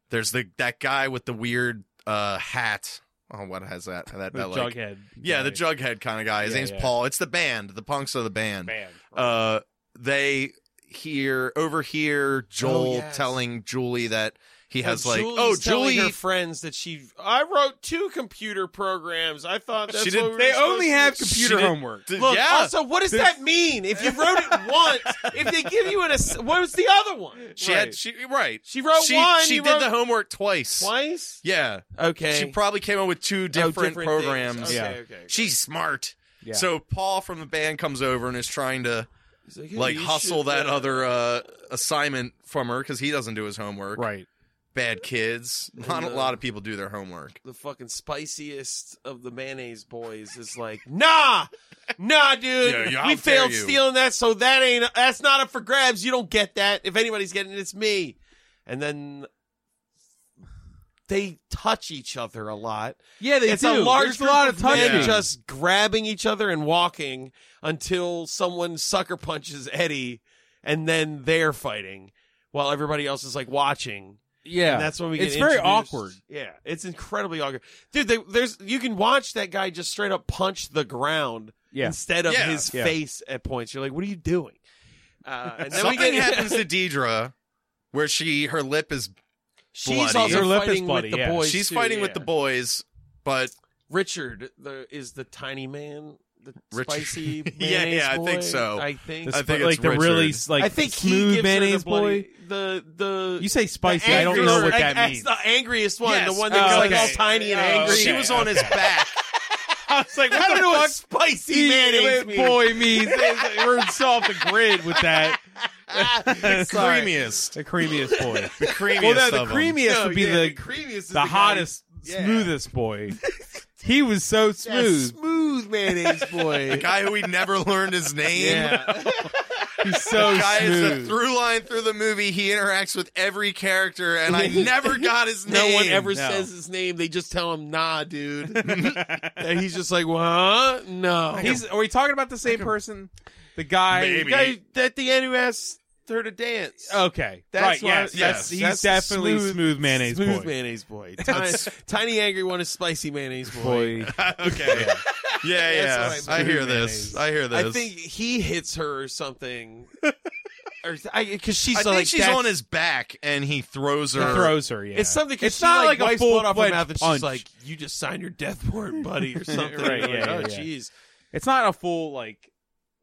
[SPEAKER 2] There's the that guy with the weird uh hat. Oh, what has that? That,
[SPEAKER 8] the
[SPEAKER 2] that like,
[SPEAKER 8] Jughead.
[SPEAKER 2] yeah, the
[SPEAKER 8] guy.
[SPEAKER 2] Jughead kind of guy. His
[SPEAKER 8] Yeah,
[SPEAKER 2] name's
[SPEAKER 8] yeah.
[SPEAKER 2] Paul. It's the band. The punks are the band.
[SPEAKER 8] Band.
[SPEAKER 2] uh they hear overhear Joel
[SPEAKER 12] Oh, yes.
[SPEAKER 2] telling Julie that he has
[SPEAKER 12] And
[SPEAKER 2] like
[SPEAKER 12] Julie's
[SPEAKER 2] oh
[SPEAKER 12] telling
[SPEAKER 2] Julie
[SPEAKER 12] her friends that she I wrote two computer programs. I thought that's
[SPEAKER 2] She
[SPEAKER 12] what
[SPEAKER 2] didn't-
[SPEAKER 12] we were
[SPEAKER 8] They
[SPEAKER 12] supposed
[SPEAKER 8] only
[SPEAKER 12] to
[SPEAKER 8] have
[SPEAKER 12] do.
[SPEAKER 8] computer
[SPEAKER 2] did-
[SPEAKER 8] homework.
[SPEAKER 2] D-
[SPEAKER 12] Look,
[SPEAKER 2] yeah
[SPEAKER 12] also, what does that mean? If you wrote it once, if they give you an ass- what was the other one?
[SPEAKER 2] she had she right
[SPEAKER 12] She wrote
[SPEAKER 2] she,
[SPEAKER 12] one.
[SPEAKER 2] she
[SPEAKER 12] you
[SPEAKER 2] did
[SPEAKER 12] wrote
[SPEAKER 2] the homework twice
[SPEAKER 12] twice.
[SPEAKER 2] yeah
[SPEAKER 12] Okay,
[SPEAKER 2] she probably came up with two
[SPEAKER 12] Oh,
[SPEAKER 2] different,
[SPEAKER 12] things.
[SPEAKER 2] programs
[SPEAKER 12] Okay,
[SPEAKER 8] Yeah.
[SPEAKER 12] okay.
[SPEAKER 2] she's smart
[SPEAKER 8] Yeah.
[SPEAKER 2] so Paul from the band comes over and is trying to
[SPEAKER 12] He's hey,
[SPEAKER 2] like
[SPEAKER 12] you
[SPEAKER 2] hustle
[SPEAKER 12] should,
[SPEAKER 2] that
[SPEAKER 12] uh,
[SPEAKER 2] other uh assignment from her because he doesn't do his homework
[SPEAKER 8] Right.
[SPEAKER 2] bad kids. Not a lot of people do their homework.
[SPEAKER 12] The fucking spiciest of the mayonnaise boys is like, nah, nah, dude.
[SPEAKER 2] Yeah, yeah,
[SPEAKER 12] we
[SPEAKER 2] how dare
[SPEAKER 12] failed
[SPEAKER 2] you."
[SPEAKER 12] stealing that, so that ain't that's not up for grabs. You don't get that. If anybody's getting it, it's me. And then they touch each other a lot.
[SPEAKER 8] Yeah, they
[SPEAKER 12] it's
[SPEAKER 8] do.
[SPEAKER 12] a large
[SPEAKER 8] There's a lot
[SPEAKER 12] group
[SPEAKER 8] of touching.
[SPEAKER 12] men
[SPEAKER 8] Yeah.
[SPEAKER 12] just grabbing each other and walking until someone sucker punches Eddie, and then they're fighting while everybody else is like watching.
[SPEAKER 8] Yeah.
[SPEAKER 12] and that's when we get.
[SPEAKER 8] It's very
[SPEAKER 12] introduced.
[SPEAKER 8] awkward.
[SPEAKER 12] Yeah, it's incredibly awkward, dude. They, there's you can watch that guy just straight up punch the ground
[SPEAKER 8] Yeah.
[SPEAKER 12] instead of
[SPEAKER 2] Yeah.
[SPEAKER 12] his
[SPEAKER 2] Yeah.
[SPEAKER 12] face at points. You're like, what are you doing? Uh, and then we
[SPEAKER 2] Something
[SPEAKER 12] get-
[SPEAKER 2] happens to Deidre where she her lip is
[SPEAKER 12] She's
[SPEAKER 2] bloody.
[SPEAKER 12] also Her lip is fighting with bloody, the yeah. boys,
[SPEAKER 2] She's
[SPEAKER 12] too,
[SPEAKER 2] fighting with
[SPEAKER 12] yeah.
[SPEAKER 2] the boys, but
[SPEAKER 12] Richard the, is the tiny man, the
[SPEAKER 2] Richard-
[SPEAKER 12] spicy.
[SPEAKER 2] Yeah,
[SPEAKER 12] mayonnaise
[SPEAKER 2] yeah, I think
[SPEAKER 12] boy?
[SPEAKER 2] so.
[SPEAKER 12] I think.
[SPEAKER 2] I think
[SPEAKER 8] like
[SPEAKER 2] it's
[SPEAKER 8] the really
[SPEAKER 2] Richard.
[SPEAKER 8] like
[SPEAKER 12] I think he
[SPEAKER 8] smooth
[SPEAKER 12] gives her the
[SPEAKER 8] mayonnaise
[SPEAKER 12] bloody-
[SPEAKER 8] boy.
[SPEAKER 12] The the
[SPEAKER 8] You say spicy,
[SPEAKER 12] the
[SPEAKER 8] I don't know
[SPEAKER 12] angriest-
[SPEAKER 8] what
[SPEAKER 12] I-
[SPEAKER 8] that
[SPEAKER 12] that's
[SPEAKER 8] means.
[SPEAKER 12] the angriest one,
[SPEAKER 8] Yes.
[SPEAKER 12] the one
[SPEAKER 8] Oh,
[SPEAKER 12] that's like
[SPEAKER 8] okay.
[SPEAKER 12] all tiny and
[SPEAKER 8] Oh,
[SPEAKER 12] angry.
[SPEAKER 8] okay,
[SPEAKER 2] she was on his back.
[SPEAKER 8] I was like,
[SPEAKER 12] I
[SPEAKER 8] what
[SPEAKER 12] don't
[SPEAKER 8] the
[SPEAKER 12] know what
[SPEAKER 8] fuck?
[SPEAKER 12] spicy
[SPEAKER 8] He-
[SPEAKER 12] mayonnaise
[SPEAKER 8] what boy means It's- we're so off the grid with that.
[SPEAKER 2] the
[SPEAKER 8] Sorry.
[SPEAKER 2] creamiest.
[SPEAKER 8] the creamiest boy.
[SPEAKER 2] The creamiest.
[SPEAKER 8] Well, no, the
[SPEAKER 2] of 'em.
[SPEAKER 8] creamiest
[SPEAKER 12] No,
[SPEAKER 8] would be
[SPEAKER 12] Oh, yeah,
[SPEAKER 8] the
[SPEAKER 12] the creamiest is
[SPEAKER 8] the,
[SPEAKER 12] the guy-
[SPEAKER 8] hottest,
[SPEAKER 12] Yeah.
[SPEAKER 8] smoothest boy. he was so
[SPEAKER 12] Yeah,
[SPEAKER 8] smooth.
[SPEAKER 12] smooth mayonnaise
[SPEAKER 2] The
[SPEAKER 12] boy.
[SPEAKER 2] guy who we never learned his name.
[SPEAKER 12] yeah,
[SPEAKER 8] He's so
[SPEAKER 2] The guy is the
[SPEAKER 8] smooth.
[SPEAKER 2] through line through the movie. He interacts with every character, and I never got his
[SPEAKER 12] no
[SPEAKER 2] name.
[SPEAKER 12] one ever
[SPEAKER 8] No.
[SPEAKER 12] says his name. They just tell him, "Nah, dude." and he's just like, "Huh? No."
[SPEAKER 8] He's are we talking about the same person? The guy
[SPEAKER 2] Maybe.
[SPEAKER 12] the guy at the end who asked her to dance.
[SPEAKER 8] Okay.
[SPEAKER 12] That's
[SPEAKER 8] right,
[SPEAKER 12] why-
[SPEAKER 8] yes,
[SPEAKER 2] yes,
[SPEAKER 8] yes. He's
[SPEAKER 12] that's
[SPEAKER 8] definitely
[SPEAKER 12] smooth-
[SPEAKER 8] smooth, mayonnaise
[SPEAKER 12] smooth
[SPEAKER 8] boy.
[SPEAKER 12] mayonnaise boy. Tiny, tiny angry one is spicy mayonnaise boy.
[SPEAKER 8] boy.
[SPEAKER 2] okay. Yeah, yeah.
[SPEAKER 12] That's what I
[SPEAKER 2] I,
[SPEAKER 12] mean.
[SPEAKER 2] hear this. I hear this.
[SPEAKER 12] I think he hits her or something, or because she's
[SPEAKER 2] I think
[SPEAKER 12] like
[SPEAKER 2] she's
[SPEAKER 12] that's-
[SPEAKER 2] on his back, and he throws
[SPEAKER 8] He
[SPEAKER 2] her.
[SPEAKER 8] throws her, yeah.
[SPEAKER 12] It's something 'cause
[SPEAKER 8] It's
[SPEAKER 12] she,
[SPEAKER 8] not
[SPEAKER 12] like,
[SPEAKER 8] like a
[SPEAKER 12] wipes blood off her
[SPEAKER 8] full-fledged
[SPEAKER 12] mouth and she's
[SPEAKER 8] punch.
[SPEAKER 12] like, "You just signed your death warrant, buddy," or something.
[SPEAKER 8] Right,
[SPEAKER 12] Like,
[SPEAKER 8] yeah,
[SPEAKER 12] oh,
[SPEAKER 8] yeah, yeah.
[SPEAKER 12] jeez.
[SPEAKER 8] It's not a full like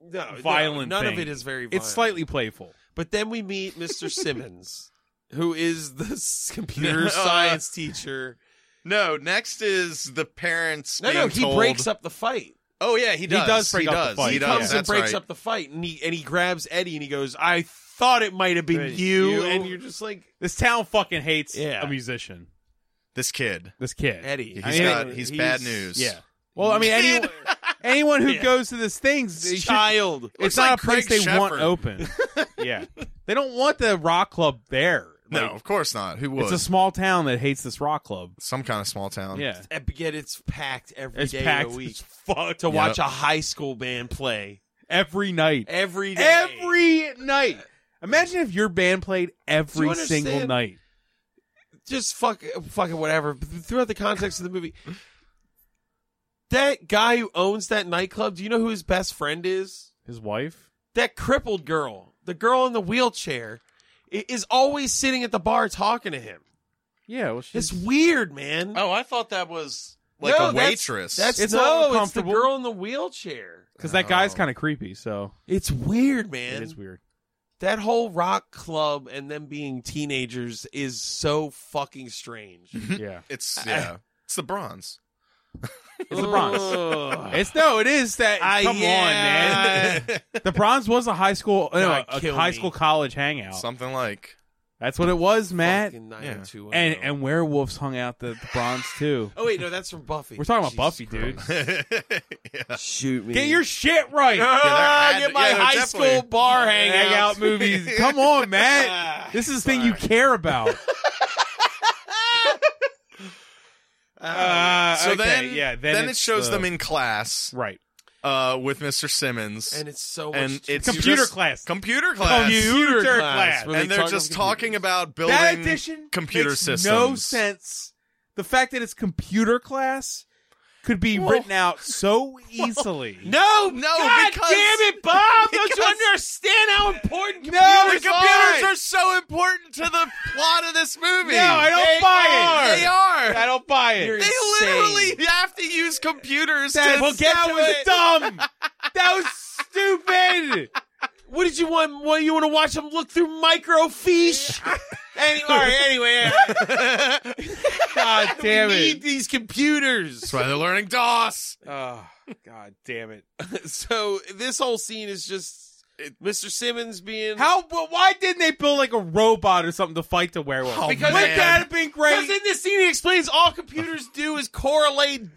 [SPEAKER 12] No, no,
[SPEAKER 8] Violent
[SPEAKER 12] none of
[SPEAKER 8] thing.
[SPEAKER 12] it is very. Violent.
[SPEAKER 8] it's slightly playful.
[SPEAKER 12] But then we meet Mr. Simmons, who is the s- computer
[SPEAKER 2] Uh,
[SPEAKER 12] science teacher.
[SPEAKER 2] No, next is the parents.
[SPEAKER 12] No, no, he breaks up the fight.
[SPEAKER 2] Oh yeah, he does.
[SPEAKER 8] does break up the fight.
[SPEAKER 2] He
[SPEAKER 8] He
[SPEAKER 2] does.
[SPEAKER 12] Comes and
[SPEAKER 2] That's
[SPEAKER 12] breaks
[SPEAKER 2] right.
[SPEAKER 12] up the fight, and he and he grabs Eddie and he goes, "I thought it might have been
[SPEAKER 8] Right,
[SPEAKER 12] you,"
[SPEAKER 8] you-
[SPEAKER 12] and you're just like,
[SPEAKER 8] This town fucking hates
[SPEAKER 12] Yeah.
[SPEAKER 8] a musician.
[SPEAKER 2] this kid.
[SPEAKER 8] This kid.
[SPEAKER 12] "Eddie,
[SPEAKER 2] He's
[SPEAKER 8] I mean,
[SPEAKER 2] got. He's, bad news.
[SPEAKER 8] Yeah. Well, I mean, anyone, anyone who
[SPEAKER 12] Yeah.
[SPEAKER 8] goes to this thing, they should-
[SPEAKER 12] child."
[SPEAKER 8] it's
[SPEAKER 2] Looks
[SPEAKER 8] not
[SPEAKER 2] like
[SPEAKER 8] a place
[SPEAKER 2] Craig
[SPEAKER 8] they want
[SPEAKER 2] Sheffer.
[SPEAKER 8] open. yeah, they don't want the rock club there.
[SPEAKER 2] No,
[SPEAKER 8] Like,
[SPEAKER 2] of course not. Who would?
[SPEAKER 8] it's a small town that hates this rock club.
[SPEAKER 2] Some kind of small town.
[SPEAKER 8] Yeah,
[SPEAKER 12] But yet Um, it's packed every day
[SPEAKER 8] it's
[SPEAKER 12] of
[SPEAKER 8] packed
[SPEAKER 12] the week
[SPEAKER 8] as fuck
[SPEAKER 12] to watch a high school band play
[SPEAKER 8] every night.
[SPEAKER 12] every day.
[SPEAKER 8] Every night. Imagine if your band played
[SPEAKER 12] Do you
[SPEAKER 8] every
[SPEAKER 12] understand?
[SPEAKER 8] single night.
[SPEAKER 12] just fuck, fucking whatever. But Throughout the context of the movie, that guy who owns that nightclub. Do you know who his best friend is?
[SPEAKER 8] His wife.
[SPEAKER 12] That crippled girl, the girl in the wheelchair, i- is always sitting at the bar talking to him.
[SPEAKER 8] Yeah, well, she's
[SPEAKER 12] It's weird, man.
[SPEAKER 2] Oh, I thought that was like
[SPEAKER 12] No,
[SPEAKER 2] a
[SPEAKER 12] that's-
[SPEAKER 2] waitress.
[SPEAKER 12] That's,
[SPEAKER 8] It's all
[SPEAKER 12] no, it's the
[SPEAKER 8] uncomfortable.
[SPEAKER 12] girl in the wheelchair.
[SPEAKER 8] because that guy's
[SPEAKER 2] Oh.
[SPEAKER 8] kind of creepy. So
[SPEAKER 12] It's weird, man.
[SPEAKER 8] it is weird.
[SPEAKER 12] that whole rock club and them being teenagers is so fucking strange.
[SPEAKER 8] Yeah,
[SPEAKER 2] It's yeah. It's the bronze.
[SPEAKER 8] it's the Bronx.
[SPEAKER 12] Ugh.
[SPEAKER 8] It's no, it is that.
[SPEAKER 12] I-
[SPEAKER 8] come on, man.
[SPEAKER 12] Ah, yeah.
[SPEAKER 8] The Bronze was a high school, no,
[SPEAKER 12] God,
[SPEAKER 8] a
[SPEAKER 12] kill
[SPEAKER 8] high
[SPEAKER 12] me.
[SPEAKER 8] school college hangout.
[SPEAKER 2] Something like
[SPEAKER 8] That's what it was, Matt.
[SPEAKER 12] Fucking
[SPEAKER 2] Yeah.
[SPEAKER 12] 90210.
[SPEAKER 8] And and werewolves hung out the, the Bronze too.
[SPEAKER 12] oh wait, no, that's from Buffy.
[SPEAKER 8] We're talking about
[SPEAKER 12] Jesus
[SPEAKER 8] Buffy, dude.
[SPEAKER 12] Christ.
[SPEAKER 8] Uh,
[SPEAKER 2] Yeah.
[SPEAKER 12] Shoot me.
[SPEAKER 8] Get your shit right.
[SPEAKER 12] Ah,
[SPEAKER 2] Yeah, there had
[SPEAKER 12] get
[SPEAKER 2] to-
[SPEAKER 12] my
[SPEAKER 2] yeah, there
[SPEAKER 12] high
[SPEAKER 2] definitely-
[SPEAKER 12] school bar
[SPEAKER 8] hangout
[SPEAKER 12] hangout.
[SPEAKER 8] movies. Come on, Matt. This is the thing you care about. Uh,
[SPEAKER 2] so
[SPEAKER 8] okay,
[SPEAKER 2] then,
[SPEAKER 8] yeah, then,
[SPEAKER 2] it
[SPEAKER 8] it's
[SPEAKER 2] shows
[SPEAKER 8] the-
[SPEAKER 2] them in class
[SPEAKER 8] right
[SPEAKER 2] uh, with Mr. Simmons,
[SPEAKER 12] and it's so much
[SPEAKER 2] and it's
[SPEAKER 8] computer
[SPEAKER 2] just-
[SPEAKER 8] class.
[SPEAKER 2] computer class,
[SPEAKER 8] Computer class.
[SPEAKER 12] where they
[SPEAKER 2] and they're
[SPEAKER 12] talk
[SPEAKER 2] just
[SPEAKER 12] about
[SPEAKER 2] talking
[SPEAKER 12] computers.
[SPEAKER 2] about building
[SPEAKER 8] That edition
[SPEAKER 2] computer
[SPEAKER 8] makes
[SPEAKER 2] systems.
[SPEAKER 8] No sense. The fact that it's computer class could be written out so easily.
[SPEAKER 12] No, no, God
[SPEAKER 2] because-
[SPEAKER 12] damn it, Bob! Don't you
[SPEAKER 2] because-
[SPEAKER 12] understand how important computers
[SPEAKER 8] No,
[SPEAKER 2] The
[SPEAKER 8] it's
[SPEAKER 12] are?
[SPEAKER 2] computers are so important to the plot of this movie.
[SPEAKER 8] No, I don't
[SPEAKER 2] They
[SPEAKER 8] buy
[SPEAKER 2] are.
[SPEAKER 8] it.
[SPEAKER 2] They are.
[SPEAKER 8] I don't buy it.
[SPEAKER 12] You're
[SPEAKER 2] They literally have to use computers
[SPEAKER 8] That,
[SPEAKER 2] to do
[SPEAKER 8] that was
[SPEAKER 2] it.
[SPEAKER 8] dumb. that was stupid.
[SPEAKER 12] What did you want? What you want to watch them look through microfiche? Any, all right, anyway,
[SPEAKER 8] God damn
[SPEAKER 12] we
[SPEAKER 8] it.
[SPEAKER 12] need these computers.
[SPEAKER 2] That's why they're learning DOS.
[SPEAKER 8] Oh, God damn it.
[SPEAKER 12] so this whole scene is just Mr. Simmons being
[SPEAKER 8] How? But why didn't they build like a robot or something to fight the werewolf?
[SPEAKER 12] because
[SPEAKER 8] Wouldn't
[SPEAKER 12] man.
[SPEAKER 8] that have been great.
[SPEAKER 12] Because in this scene, he explains all computers do is correlate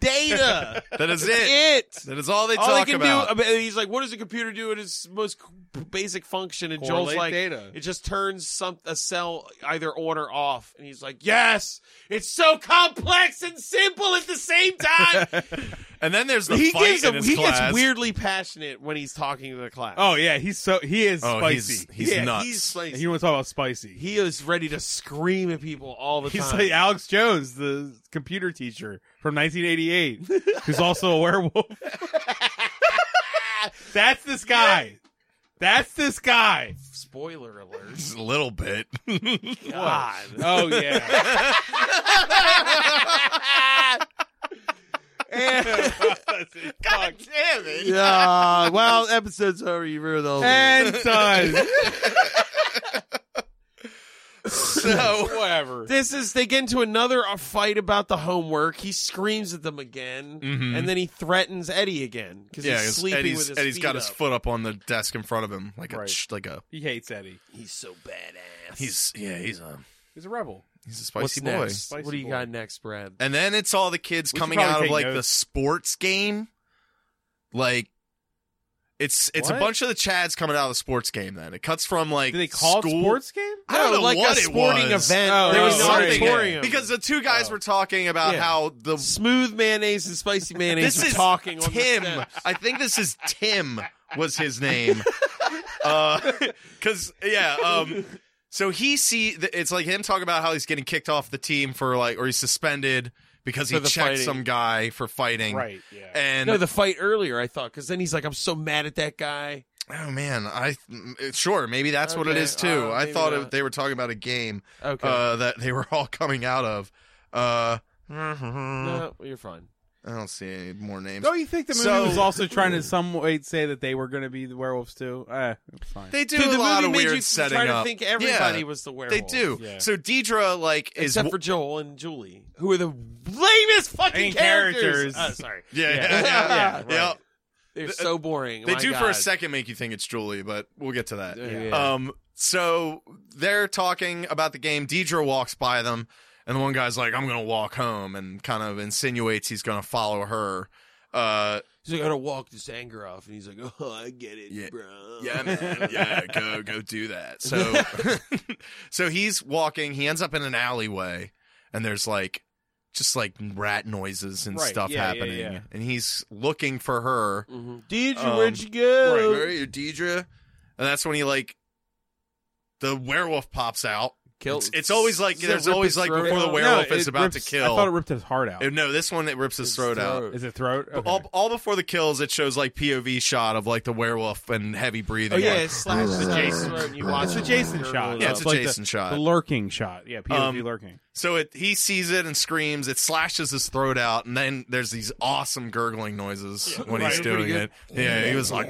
[SPEAKER 12] data.
[SPEAKER 2] That is
[SPEAKER 12] That's
[SPEAKER 2] it.
[SPEAKER 12] it.
[SPEAKER 2] That is all they
[SPEAKER 12] all
[SPEAKER 2] talk
[SPEAKER 12] they can
[SPEAKER 2] about.
[SPEAKER 12] do. um, He's like, "What does a computer do in its most c- basic function?" And Joel's
[SPEAKER 8] Correlate
[SPEAKER 12] like,
[SPEAKER 8] data.
[SPEAKER 12] "It just turns some a cell either on or off." And he's like, "Yes, it's so complex and simple at the same time."
[SPEAKER 2] and then there's the
[SPEAKER 12] he
[SPEAKER 2] fight
[SPEAKER 12] gives
[SPEAKER 2] in
[SPEAKER 12] a-
[SPEAKER 2] his
[SPEAKER 12] he
[SPEAKER 2] class.
[SPEAKER 12] gets weirdly passionate when he's talking to the class.
[SPEAKER 8] Oh yeah, he's so he is
[SPEAKER 2] Oh,
[SPEAKER 8] spicy.
[SPEAKER 2] he's- he's
[SPEAKER 8] yeah,
[SPEAKER 2] nuts.
[SPEAKER 12] he's
[SPEAKER 8] And
[SPEAKER 12] spicy.
[SPEAKER 8] You want to talk about spicy?
[SPEAKER 12] He is ready to scream at people all the
[SPEAKER 8] He's
[SPEAKER 12] time.
[SPEAKER 8] like Alex Jones, the computer teacher from 1988, who's also a werewolf. That's this guy. That's this guy.
[SPEAKER 12] Spoiler alert.
[SPEAKER 2] Just a little bit.
[SPEAKER 12] God.
[SPEAKER 8] Oh yeah.
[SPEAKER 2] God damn it.
[SPEAKER 12] Yeah. Well, episode's over. You ruined the whole
[SPEAKER 8] and done.
[SPEAKER 2] So
[SPEAKER 8] Whatever.
[SPEAKER 12] This is they get into another uh, fight about the homework. He screams at them again,
[SPEAKER 2] Mhm.
[SPEAKER 12] and then he threatens Eddie again because
[SPEAKER 2] yeah,
[SPEAKER 12] he's
[SPEAKER 2] 'cause
[SPEAKER 12] sleeping
[SPEAKER 2] Eddie's,
[SPEAKER 12] with his
[SPEAKER 2] Eddie's
[SPEAKER 12] feet
[SPEAKER 2] got
[SPEAKER 12] up.
[SPEAKER 2] his foot up on the desk in front of him, like a
[SPEAKER 8] Right.
[SPEAKER 2] sh- like a
[SPEAKER 8] He hates Eddie.
[SPEAKER 12] He's so badass.
[SPEAKER 2] he's yeah he's a
[SPEAKER 8] He's a rebel.
[SPEAKER 2] he's a
[SPEAKER 12] what's
[SPEAKER 2] spicy boy.
[SPEAKER 12] next?
[SPEAKER 8] Spicy
[SPEAKER 12] what do you
[SPEAKER 8] boy.
[SPEAKER 12] got next, Brad?
[SPEAKER 2] And then it's all the kids
[SPEAKER 8] We should
[SPEAKER 2] coming
[SPEAKER 8] probably
[SPEAKER 2] out of
[SPEAKER 8] take
[SPEAKER 2] like the
[SPEAKER 8] notes.
[SPEAKER 2] sports game. Like it's it's a
[SPEAKER 8] What?
[SPEAKER 2] bunch of the Chads coming out of the sports game then. It cuts from like
[SPEAKER 8] Do they call
[SPEAKER 2] school.
[SPEAKER 8] it sports game?
[SPEAKER 2] I don't know
[SPEAKER 12] like
[SPEAKER 2] what
[SPEAKER 12] a
[SPEAKER 2] it
[SPEAKER 12] sporting
[SPEAKER 2] was.
[SPEAKER 12] event.
[SPEAKER 8] Oh,
[SPEAKER 12] there
[SPEAKER 8] oh,
[SPEAKER 12] was
[SPEAKER 8] sorry.
[SPEAKER 12] something
[SPEAKER 8] Auditorium. Oh.
[SPEAKER 2] because the two guys were talking about
[SPEAKER 12] Yeah.
[SPEAKER 2] how the
[SPEAKER 12] smooth mayonnaise and spicy mayonnaise.
[SPEAKER 2] this
[SPEAKER 12] were
[SPEAKER 2] is
[SPEAKER 12] talking on the
[SPEAKER 2] Tim.
[SPEAKER 12] steps.
[SPEAKER 2] I think this is Tim was his name. Because yeah, um, so he see it's like him talking about how he's getting kicked off the team for like or he's suspended because he
[SPEAKER 12] For the
[SPEAKER 2] checked
[SPEAKER 12] fighting.
[SPEAKER 2] some guy for fighting.
[SPEAKER 8] Right. Yeah.
[SPEAKER 2] And
[SPEAKER 12] no, the fight earlier. I thought because then he's like, "I'm so mad at that guy."
[SPEAKER 2] oh man, I mm, sure maybe that's what it
[SPEAKER 12] Okay,
[SPEAKER 2] is too.
[SPEAKER 12] uh,
[SPEAKER 2] I
[SPEAKER 12] maybe
[SPEAKER 2] thought
[SPEAKER 12] not.
[SPEAKER 2] it, they were talking about a game
[SPEAKER 12] Okay,
[SPEAKER 2] uh, that they were all coming out of. Uh, Mm-hmm.
[SPEAKER 12] no, you're fine.
[SPEAKER 2] I don't see any more names.
[SPEAKER 8] Don't you think the movie
[SPEAKER 2] So-
[SPEAKER 8] was also trying to some way say that they were going to be the werewolves too? Uh, it's fine.
[SPEAKER 2] They do
[SPEAKER 12] Dude,
[SPEAKER 2] a
[SPEAKER 12] the
[SPEAKER 2] lot
[SPEAKER 12] movie
[SPEAKER 2] of
[SPEAKER 12] made
[SPEAKER 2] weird
[SPEAKER 12] you
[SPEAKER 2] setting
[SPEAKER 12] try
[SPEAKER 2] up.
[SPEAKER 12] to think everybody
[SPEAKER 2] Yeah.
[SPEAKER 12] was the werewolf.
[SPEAKER 2] They do.
[SPEAKER 8] Yeah.
[SPEAKER 2] So Deidre, like, is
[SPEAKER 12] except for Joel and Julie, who are the lamest fucking
[SPEAKER 8] Main
[SPEAKER 12] characters.
[SPEAKER 8] characters.
[SPEAKER 12] Oh, sorry,
[SPEAKER 2] yeah, yeah,
[SPEAKER 8] Yeah.
[SPEAKER 2] yeah.
[SPEAKER 8] Yeah, right.
[SPEAKER 2] Yeah.
[SPEAKER 12] they're
[SPEAKER 2] Th-
[SPEAKER 12] so boring.
[SPEAKER 2] They
[SPEAKER 12] Oh My
[SPEAKER 2] do for a
[SPEAKER 12] God.
[SPEAKER 2] second make you think it's Julie, but we'll get to that.
[SPEAKER 12] Yeah.
[SPEAKER 2] Um, so they're talking about the game. Deidre walks by them, and the one guy's like, "I'm gonna walk home," and kind of insinuates he's gonna follow her. Uh,
[SPEAKER 12] He's like, I gotta walk this anger off, and he's like, Oh, I get it,
[SPEAKER 2] Yeah.
[SPEAKER 12] bro.
[SPEAKER 2] yeah, man, yeah, go go do that. So, so he's walking. He ends up in an alleyway, and there's like just like rat noises and
[SPEAKER 8] Right,
[SPEAKER 2] stuff
[SPEAKER 8] yeah, yeah,
[SPEAKER 2] happening,
[SPEAKER 8] yeah.
[SPEAKER 2] and he's looking for her.
[SPEAKER 12] Mhm. Did you?
[SPEAKER 2] Um,
[SPEAKER 12] where'd you go?
[SPEAKER 2] Right, where are you, Deidre? And that's when he like the werewolf pops out.
[SPEAKER 12] Kill-
[SPEAKER 2] It's, it's always like
[SPEAKER 12] Does it
[SPEAKER 2] there's
[SPEAKER 12] rip
[SPEAKER 2] always
[SPEAKER 12] his
[SPEAKER 2] like
[SPEAKER 12] throat
[SPEAKER 2] before the
[SPEAKER 12] out?
[SPEAKER 2] werewolf
[SPEAKER 8] No,
[SPEAKER 2] is
[SPEAKER 8] it
[SPEAKER 2] about
[SPEAKER 8] rips-
[SPEAKER 2] to kill.
[SPEAKER 8] I thought it ripped his heart out.
[SPEAKER 2] Uh, no, this one it rips his,
[SPEAKER 12] His
[SPEAKER 2] throat, out.
[SPEAKER 12] Oh. throat.
[SPEAKER 8] Is it throat? Okay.
[SPEAKER 2] All, all before the kills, it shows like POV shot of like the werewolf and heavy breathing.
[SPEAKER 12] Oh yeah,
[SPEAKER 2] like,
[SPEAKER 12] it slashes the Jason. throat, and you watch
[SPEAKER 8] it's the
[SPEAKER 12] him
[SPEAKER 8] Jason
[SPEAKER 12] gurgle
[SPEAKER 8] shot.
[SPEAKER 12] it
[SPEAKER 2] Yeah,
[SPEAKER 12] up.
[SPEAKER 2] it's a
[SPEAKER 8] like
[SPEAKER 2] Jason
[SPEAKER 8] the,
[SPEAKER 2] shot.
[SPEAKER 8] The lurking shot. Yeah, POV
[SPEAKER 2] Um,
[SPEAKER 8] lurking.
[SPEAKER 2] So it he sees it and screams. It slashes his throat out, and then there's these awesome gurgling noises when he's
[SPEAKER 8] Right, pretty
[SPEAKER 2] doing it.
[SPEAKER 8] good.
[SPEAKER 2] Yeah, he was like,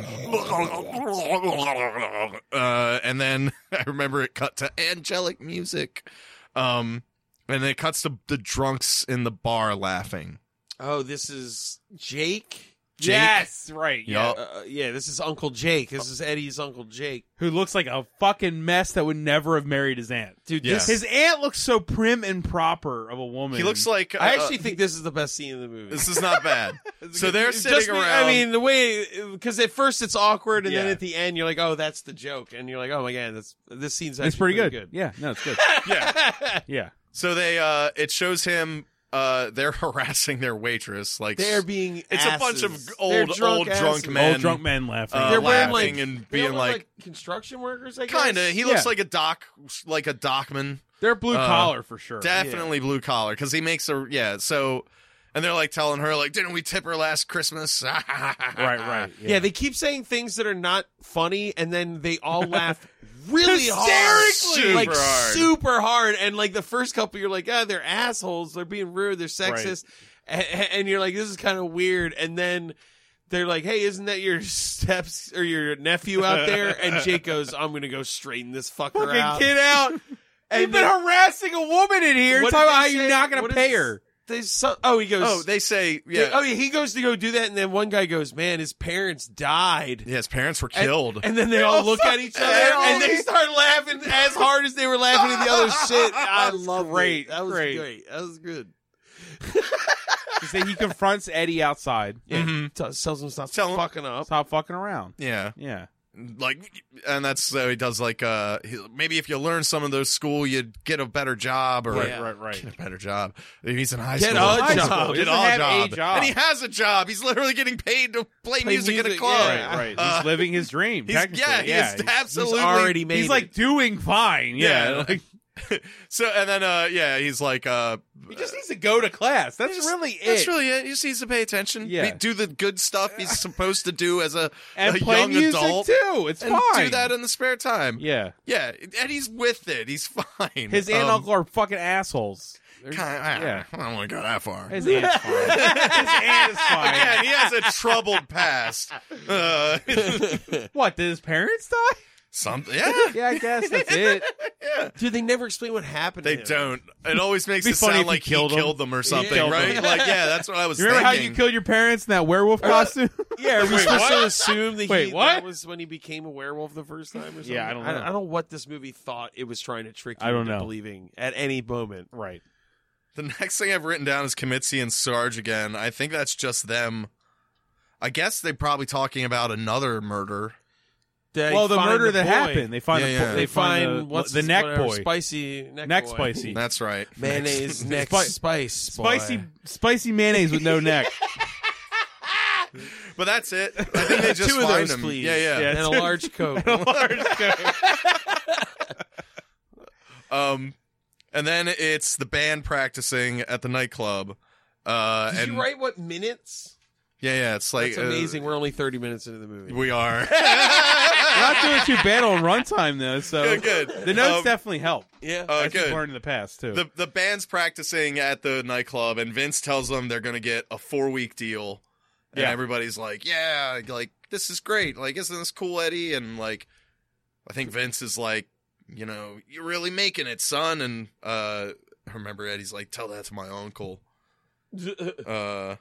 [SPEAKER 2] uh, and then I remember it cut to angelic music, um, and then it cuts to the drunks in the bar laughing.
[SPEAKER 12] Oh, this is Jake.
[SPEAKER 2] Jake?
[SPEAKER 8] Yes, right. Yeah.
[SPEAKER 2] Yup.
[SPEAKER 12] Uh, yeah, this is Uncle Jake. This is Eddie's Uncle Jake.
[SPEAKER 8] Who looks like a fucking mess that would never have married his aunt.
[SPEAKER 12] Dude,
[SPEAKER 2] Yeah.
[SPEAKER 12] this
[SPEAKER 8] His aunt looks so prim and proper of a woman.
[SPEAKER 2] He looks like uh,
[SPEAKER 12] I actually think this is the best scene in the movie.
[SPEAKER 2] this is not bad. so they're
[SPEAKER 12] Just
[SPEAKER 2] sitting
[SPEAKER 12] me-
[SPEAKER 2] around.
[SPEAKER 12] I mean, the way because at first it's awkward, and then
[SPEAKER 8] Yeah.
[SPEAKER 12] at the end you're like, "Oh, that's the joke," and you're like, "Oh my god, that's this scene's actually
[SPEAKER 8] it's pretty,
[SPEAKER 12] pretty
[SPEAKER 8] good. Yeah, no, it's good.
[SPEAKER 12] Yeah,
[SPEAKER 8] yeah.
[SPEAKER 2] so they uh, it shows him. Uh, they're harassing their waitress. Like
[SPEAKER 12] they're being
[SPEAKER 2] It's a bunch of
[SPEAKER 12] asses.
[SPEAKER 2] old-
[SPEAKER 12] They're drunk
[SPEAKER 2] old drunk
[SPEAKER 12] asses.
[SPEAKER 2] men.
[SPEAKER 8] Old drunk men laughing.
[SPEAKER 2] uh,
[SPEAKER 12] They're wearing,
[SPEAKER 2] laughing
[SPEAKER 12] like-
[SPEAKER 2] and
[SPEAKER 12] They all
[SPEAKER 2] being
[SPEAKER 12] look
[SPEAKER 2] like,
[SPEAKER 12] construction workers. I guess.
[SPEAKER 2] kind of. He looks
[SPEAKER 8] Yeah.
[SPEAKER 2] like a doc, like a dockman.
[SPEAKER 8] They're blue
[SPEAKER 2] uh,
[SPEAKER 8] collar for sure.
[SPEAKER 2] definitely blue collar because he makes a yeah so and they're like telling her like didn't we tip her last christmas right
[SPEAKER 8] right, right.
[SPEAKER 12] Yeah. they keep saying things that are not funny, and then they all laugh really hard,
[SPEAKER 2] Hysterically!
[SPEAKER 12] like
[SPEAKER 2] Super hard.
[SPEAKER 12] super hard. And like the first couple, you're like, "Ah, they're assholes. They're being rude. They're sexist," and, and you're like, "This is kind of weird." And then they're like, "Hey, isn't that your steps or your nephew out there?" And Jake goes, "I'm gonna go straighten this fucker
[SPEAKER 8] Fucking
[SPEAKER 12] out."
[SPEAKER 8] get out. You've
[SPEAKER 12] And
[SPEAKER 8] been
[SPEAKER 12] then-
[SPEAKER 8] harassing a woman in here.
[SPEAKER 12] What
[SPEAKER 8] talking
[SPEAKER 12] did
[SPEAKER 8] about how
[SPEAKER 12] they
[SPEAKER 8] you're
[SPEAKER 12] say?
[SPEAKER 8] not going
[SPEAKER 12] What
[SPEAKER 8] to
[SPEAKER 12] did
[SPEAKER 8] pay
[SPEAKER 12] they-
[SPEAKER 8] her.
[SPEAKER 12] they so, oh he goes
[SPEAKER 2] Oh, they say yeah.
[SPEAKER 12] oh yeah he goes to go do that and then one guy goes man his parents died
[SPEAKER 2] yeah, his parents were
[SPEAKER 12] And-
[SPEAKER 2] killed.
[SPEAKER 12] and, then they all look at each other and they start laughing as hard as they were laughing at the other shit I love
[SPEAKER 8] great,
[SPEAKER 12] that was
[SPEAKER 8] great.
[SPEAKER 12] that was good
[SPEAKER 8] Is that he confronts Eddie outside.
[SPEAKER 12] yeah
[SPEAKER 2] Mm-hmm.
[SPEAKER 12] t- tells him stop fucking up
[SPEAKER 8] Stop fucking around.
[SPEAKER 2] yeah.
[SPEAKER 8] Yeah.
[SPEAKER 2] Like and that's so he does like uh he- maybe if you learn some of those school you'd get a better job or
[SPEAKER 8] Right, right, right.
[SPEAKER 2] get a better job. He's in high
[SPEAKER 12] Get
[SPEAKER 2] school.
[SPEAKER 12] a
[SPEAKER 2] High
[SPEAKER 12] job.
[SPEAKER 2] school.
[SPEAKER 12] He
[SPEAKER 2] Get
[SPEAKER 12] doesn't have a
[SPEAKER 2] a
[SPEAKER 12] job.
[SPEAKER 2] job. And he has a job. He's literally getting paid to play,
[SPEAKER 12] Play
[SPEAKER 2] music, at a
[SPEAKER 12] music,
[SPEAKER 2] club.
[SPEAKER 12] yeah.
[SPEAKER 8] Right. He's
[SPEAKER 2] Uh,
[SPEAKER 8] living his dream.
[SPEAKER 2] he's-
[SPEAKER 8] technically.
[SPEAKER 2] yeah, he is
[SPEAKER 8] he's-
[SPEAKER 2] absolutely
[SPEAKER 12] he's already made
[SPEAKER 8] He's like
[SPEAKER 12] it.
[SPEAKER 8] doing fine. Yeah.
[SPEAKER 2] Yeah.
[SPEAKER 8] Like,
[SPEAKER 2] so and then uh yeah, he's like uh
[SPEAKER 8] he just needs to go to class. That's
[SPEAKER 2] Just-
[SPEAKER 8] really it.
[SPEAKER 2] That's really it. He just needs to pay attention.
[SPEAKER 8] Yeah.
[SPEAKER 2] Be- do the good stuff he's supposed to do as a,
[SPEAKER 8] and
[SPEAKER 2] a
[SPEAKER 8] play
[SPEAKER 2] young
[SPEAKER 8] music
[SPEAKER 2] adult.
[SPEAKER 8] too. It's
[SPEAKER 2] and
[SPEAKER 8] fine.
[SPEAKER 2] do that in the spare time.
[SPEAKER 8] yeah.
[SPEAKER 2] Yeah, and he's with it. He's fine.
[SPEAKER 8] His aunt and
[SPEAKER 2] Um,
[SPEAKER 8] uncle are fucking assholes. They're-
[SPEAKER 2] Kind of,
[SPEAKER 8] yeah.
[SPEAKER 2] I don't want to go that far.
[SPEAKER 8] His aunt's fine. His aunt is fine.
[SPEAKER 2] Again, he has a troubled past. Uh,
[SPEAKER 8] What? Did his parents die?
[SPEAKER 2] something. Yeah,
[SPEAKER 8] Yeah, I guess that's it.
[SPEAKER 12] dude they never explain what happened to
[SPEAKER 2] they
[SPEAKER 12] him.
[SPEAKER 2] don't. It always makes
[SPEAKER 8] Be
[SPEAKER 2] it
[SPEAKER 8] funny if
[SPEAKER 2] sound
[SPEAKER 8] he
[SPEAKER 2] like he
[SPEAKER 8] killed
[SPEAKER 2] killed,
[SPEAKER 8] them.
[SPEAKER 2] them or something,
[SPEAKER 8] killed
[SPEAKER 2] right?
[SPEAKER 8] them.
[SPEAKER 2] Like, yeah, that's what I was
[SPEAKER 8] You remember how
[SPEAKER 2] thinking.
[SPEAKER 8] you killed your parents in that werewolf costume?
[SPEAKER 12] yeah, are we
[SPEAKER 8] Wait,
[SPEAKER 12] supposed
[SPEAKER 8] what?
[SPEAKER 12] to assume that
[SPEAKER 8] Wait,
[SPEAKER 12] he,
[SPEAKER 8] what?
[SPEAKER 12] that was when he became a werewolf the first time or something?
[SPEAKER 8] Yeah, I don't
[SPEAKER 12] I
[SPEAKER 8] know.
[SPEAKER 12] don't, know what this movie thought it was trying to trick you
[SPEAKER 8] I don't
[SPEAKER 12] into
[SPEAKER 8] know.
[SPEAKER 12] believing at any moment.
[SPEAKER 8] right.
[SPEAKER 2] The next thing I've written down is Kamitsi and Sarge again. I think that's just them. I guess they're probably talking about another murder.
[SPEAKER 12] They
[SPEAKER 8] well, the
[SPEAKER 12] find
[SPEAKER 8] murder that
[SPEAKER 12] boy.
[SPEAKER 8] happened. They find
[SPEAKER 2] Yeah,
[SPEAKER 8] the,
[SPEAKER 2] yeah.
[SPEAKER 8] They,
[SPEAKER 12] They
[SPEAKER 8] find, the-
[SPEAKER 12] what's
[SPEAKER 8] the
[SPEAKER 12] his-
[SPEAKER 8] neck
[SPEAKER 12] whatever,
[SPEAKER 8] boy.
[SPEAKER 12] spicy neck,
[SPEAKER 8] Neck
[SPEAKER 12] boy.
[SPEAKER 8] spicy.
[SPEAKER 2] That's right.
[SPEAKER 12] mayonnaise neck
[SPEAKER 8] Spi-
[SPEAKER 12] spice boy.
[SPEAKER 8] Spicy spicy mayonnaise with no neck.
[SPEAKER 2] But that's it. I think they just
[SPEAKER 12] Two of
[SPEAKER 2] find
[SPEAKER 12] those,
[SPEAKER 2] him.
[SPEAKER 12] please.
[SPEAKER 2] Yeah, yeah.
[SPEAKER 8] Yeah.
[SPEAKER 12] and a large coke.
[SPEAKER 2] Um, and then it's the band practicing at the nightclub. Uh,
[SPEAKER 12] Did
[SPEAKER 2] and
[SPEAKER 12] you write what minutes?
[SPEAKER 2] yeah, yeah, it's like
[SPEAKER 12] That's
[SPEAKER 2] uh,
[SPEAKER 12] amazing. We're only thirty minutes into the movie.
[SPEAKER 2] we are
[SPEAKER 8] We're not doing too bad on runtime though, so
[SPEAKER 2] good. good.
[SPEAKER 8] the notes
[SPEAKER 2] Um,
[SPEAKER 8] definitely help.
[SPEAKER 12] yeah,
[SPEAKER 2] uh,
[SPEAKER 8] As we've
[SPEAKER 2] good.
[SPEAKER 8] learned in the past too.
[SPEAKER 2] The the band's practicing at the nightclub, and Vince tells them they're gonna get a four week deal, and
[SPEAKER 8] Yeah.
[SPEAKER 2] everybody's like, "Yeah, like this is great. Like, isn't this cool, Eddie?" And like, I think Vince is like, "You know, you're really making it, son." And uh, I remember Eddie's like, "Tell that to my uncle." Uh,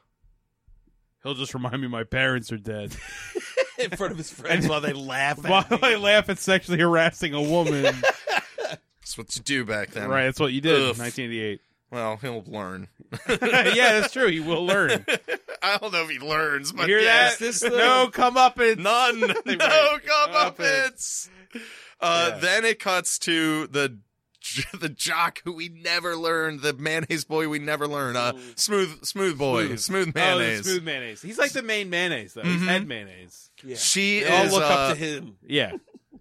[SPEAKER 8] He'll just remind me my parents are dead.
[SPEAKER 12] in front of his friends while they laugh.
[SPEAKER 8] While I laugh at sexually harassing a woman.
[SPEAKER 2] that's what you do back then,
[SPEAKER 8] right, that's what you did
[SPEAKER 2] Oof.
[SPEAKER 8] in nineteen eighty eight.
[SPEAKER 2] Well, he'll learn.
[SPEAKER 8] yeah, that's true. He will learn.
[SPEAKER 2] I don't know if he learns,
[SPEAKER 8] You
[SPEAKER 2] but
[SPEAKER 8] hear
[SPEAKER 2] yes,
[SPEAKER 8] that? no come up and
[SPEAKER 2] None. no
[SPEAKER 8] Right.
[SPEAKER 2] comeuppance. Uh,
[SPEAKER 8] Yeah.
[SPEAKER 2] Then it cuts to the j- the jock who we never learned, the mayonnaise boy we never learned, uh, smooth smooth boy, smooth,
[SPEAKER 8] Oh,
[SPEAKER 2] mayonnaise.
[SPEAKER 8] the smooth mayonnaise. He's like the main mayonnaise though.
[SPEAKER 2] Mhm.
[SPEAKER 8] He's head mayonnaise.
[SPEAKER 2] She
[SPEAKER 12] They all
[SPEAKER 2] is.
[SPEAKER 12] look
[SPEAKER 2] uh,
[SPEAKER 12] up to him.
[SPEAKER 8] Yeah.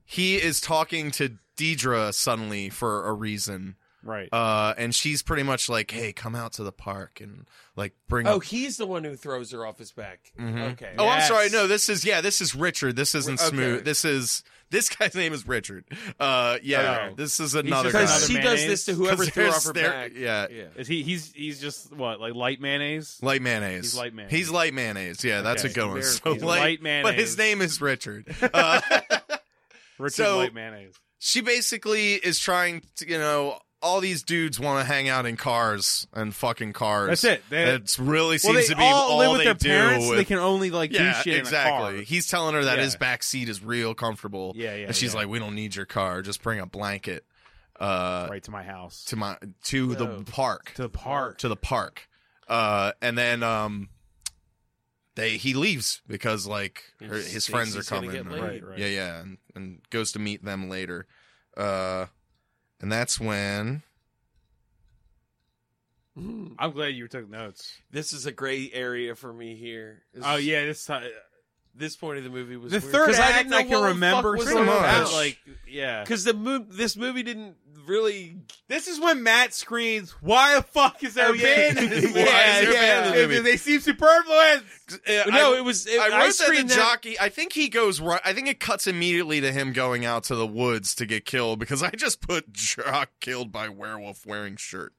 [SPEAKER 2] he is talking to Deidre suddenly for a reason,
[SPEAKER 8] Right.
[SPEAKER 2] uh, and she's pretty much like, "Hey, come out to the park and like bring."
[SPEAKER 12] Oh,
[SPEAKER 2] up-
[SPEAKER 12] he's the one who throws her off his back.
[SPEAKER 8] Mm-hmm.
[SPEAKER 2] Mhm.
[SPEAKER 12] Okay.
[SPEAKER 2] Oh, I'm
[SPEAKER 8] Yes.
[SPEAKER 2] sorry. No, this is yeah. This is Richard. This isn't
[SPEAKER 12] Okay.
[SPEAKER 2] smooth. This is this guy's name is Richard. Uh, yeah.
[SPEAKER 8] Okay.
[SPEAKER 2] This is another.
[SPEAKER 8] just
[SPEAKER 2] guy.
[SPEAKER 8] another
[SPEAKER 12] Because she
[SPEAKER 8] mayonnaise?
[SPEAKER 12] does this to
[SPEAKER 2] 'Cause
[SPEAKER 12] whoever threw her
[SPEAKER 2] there's-
[SPEAKER 12] off her
[SPEAKER 2] there-
[SPEAKER 12] back.
[SPEAKER 2] Yeah.
[SPEAKER 12] Yeah.
[SPEAKER 8] Is he? He's he's just what like light mayonnaise.
[SPEAKER 2] Light mayonnaise.
[SPEAKER 8] He's light mayonnaise.
[SPEAKER 2] He's light mayonnaise. Yeah, that's a
[SPEAKER 8] Okay.
[SPEAKER 2] good one.
[SPEAKER 12] He's
[SPEAKER 2] So
[SPEAKER 8] He's light
[SPEAKER 2] But his
[SPEAKER 8] mayonnaise.
[SPEAKER 2] name is Richard. Uh,
[SPEAKER 8] Richard
[SPEAKER 2] So-
[SPEAKER 8] light mayonnaise.
[SPEAKER 2] she basically is trying to, you know, all these dudes want to hang out in cars and fucking cars.
[SPEAKER 8] That's it. They,
[SPEAKER 2] That's really
[SPEAKER 8] well,
[SPEAKER 2] seems
[SPEAKER 8] they
[SPEAKER 2] to be
[SPEAKER 8] all, live with
[SPEAKER 2] they
[SPEAKER 8] their
[SPEAKER 2] do.
[SPEAKER 8] parents. so
[SPEAKER 2] with-
[SPEAKER 8] they can only like do
[SPEAKER 2] yeah,
[SPEAKER 8] shit
[SPEAKER 2] exactly.
[SPEAKER 8] in a car.
[SPEAKER 2] He's telling her that
[SPEAKER 8] Yeah.
[SPEAKER 2] his back seat is real comfortable.
[SPEAKER 8] Yeah, yeah,
[SPEAKER 2] And she's
[SPEAKER 8] yeah.
[SPEAKER 2] like, "We don't need your car. Just bring a blanket uh,
[SPEAKER 8] right to my house
[SPEAKER 2] to my to
[SPEAKER 12] No.
[SPEAKER 2] the park
[SPEAKER 8] to the park.
[SPEAKER 2] to the park. Uh, and then um, they he leaves because like
[SPEAKER 12] He
[SPEAKER 2] her, his
[SPEAKER 12] thinks
[SPEAKER 2] friends are
[SPEAKER 12] he's gonna
[SPEAKER 2] coming.
[SPEAKER 12] get
[SPEAKER 2] or-
[SPEAKER 12] laid.
[SPEAKER 8] Right, right.
[SPEAKER 2] Yeah, yeah, and, and goes to meet them later. Uh, and that's when
[SPEAKER 12] Mm.
[SPEAKER 8] I'm glad you took notes.
[SPEAKER 12] This is a gray area for me here. This-
[SPEAKER 8] Oh yeah, this uh,
[SPEAKER 12] this point of the movie was
[SPEAKER 8] the
[SPEAKER 12] weird.
[SPEAKER 8] third
[SPEAKER 12] 'Cause
[SPEAKER 8] act
[SPEAKER 12] I, didn't know
[SPEAKER 8] can remember.
[SPEAKER 2] Pretty
[SPEAKER 8] so
[SPEAKER 2] much.
[SPEAKER 8] much. Like yeah,
[SPEAKER 12] because the mo- this movie didn't really.
[SPEAKER 8] this is when Matt screams, "Why the fuck is there
[SPEAKER 12] Oh,
[SPEAKER 8] a
[SPEAKER 12] yeah.
[SPEAKER 8] band in this
[SPEAKER 12] Why
[SPEAKER 8] uh,
[SPEAKER 2] is
[SPEAKER 8] movie?"
[SPEAKER 2] there a
[SPEAKER 8] yeah,
[SPEAKER 2] band in the
[SPEAKER 8] yeah.
[SPEAKER 2] movie?
[SPEAKER 8] They seem superfluous.
[SPEAKER 12] no, it was. It,
[SPEAKER 2] I wrote that the
[SPEAKER 12] screened
[SPEAKER 2] jockey. I think he goes. Run, I think it cuts immediately to him going out to the woods to get killed because I just put jock killed by werewolf wearing shirt.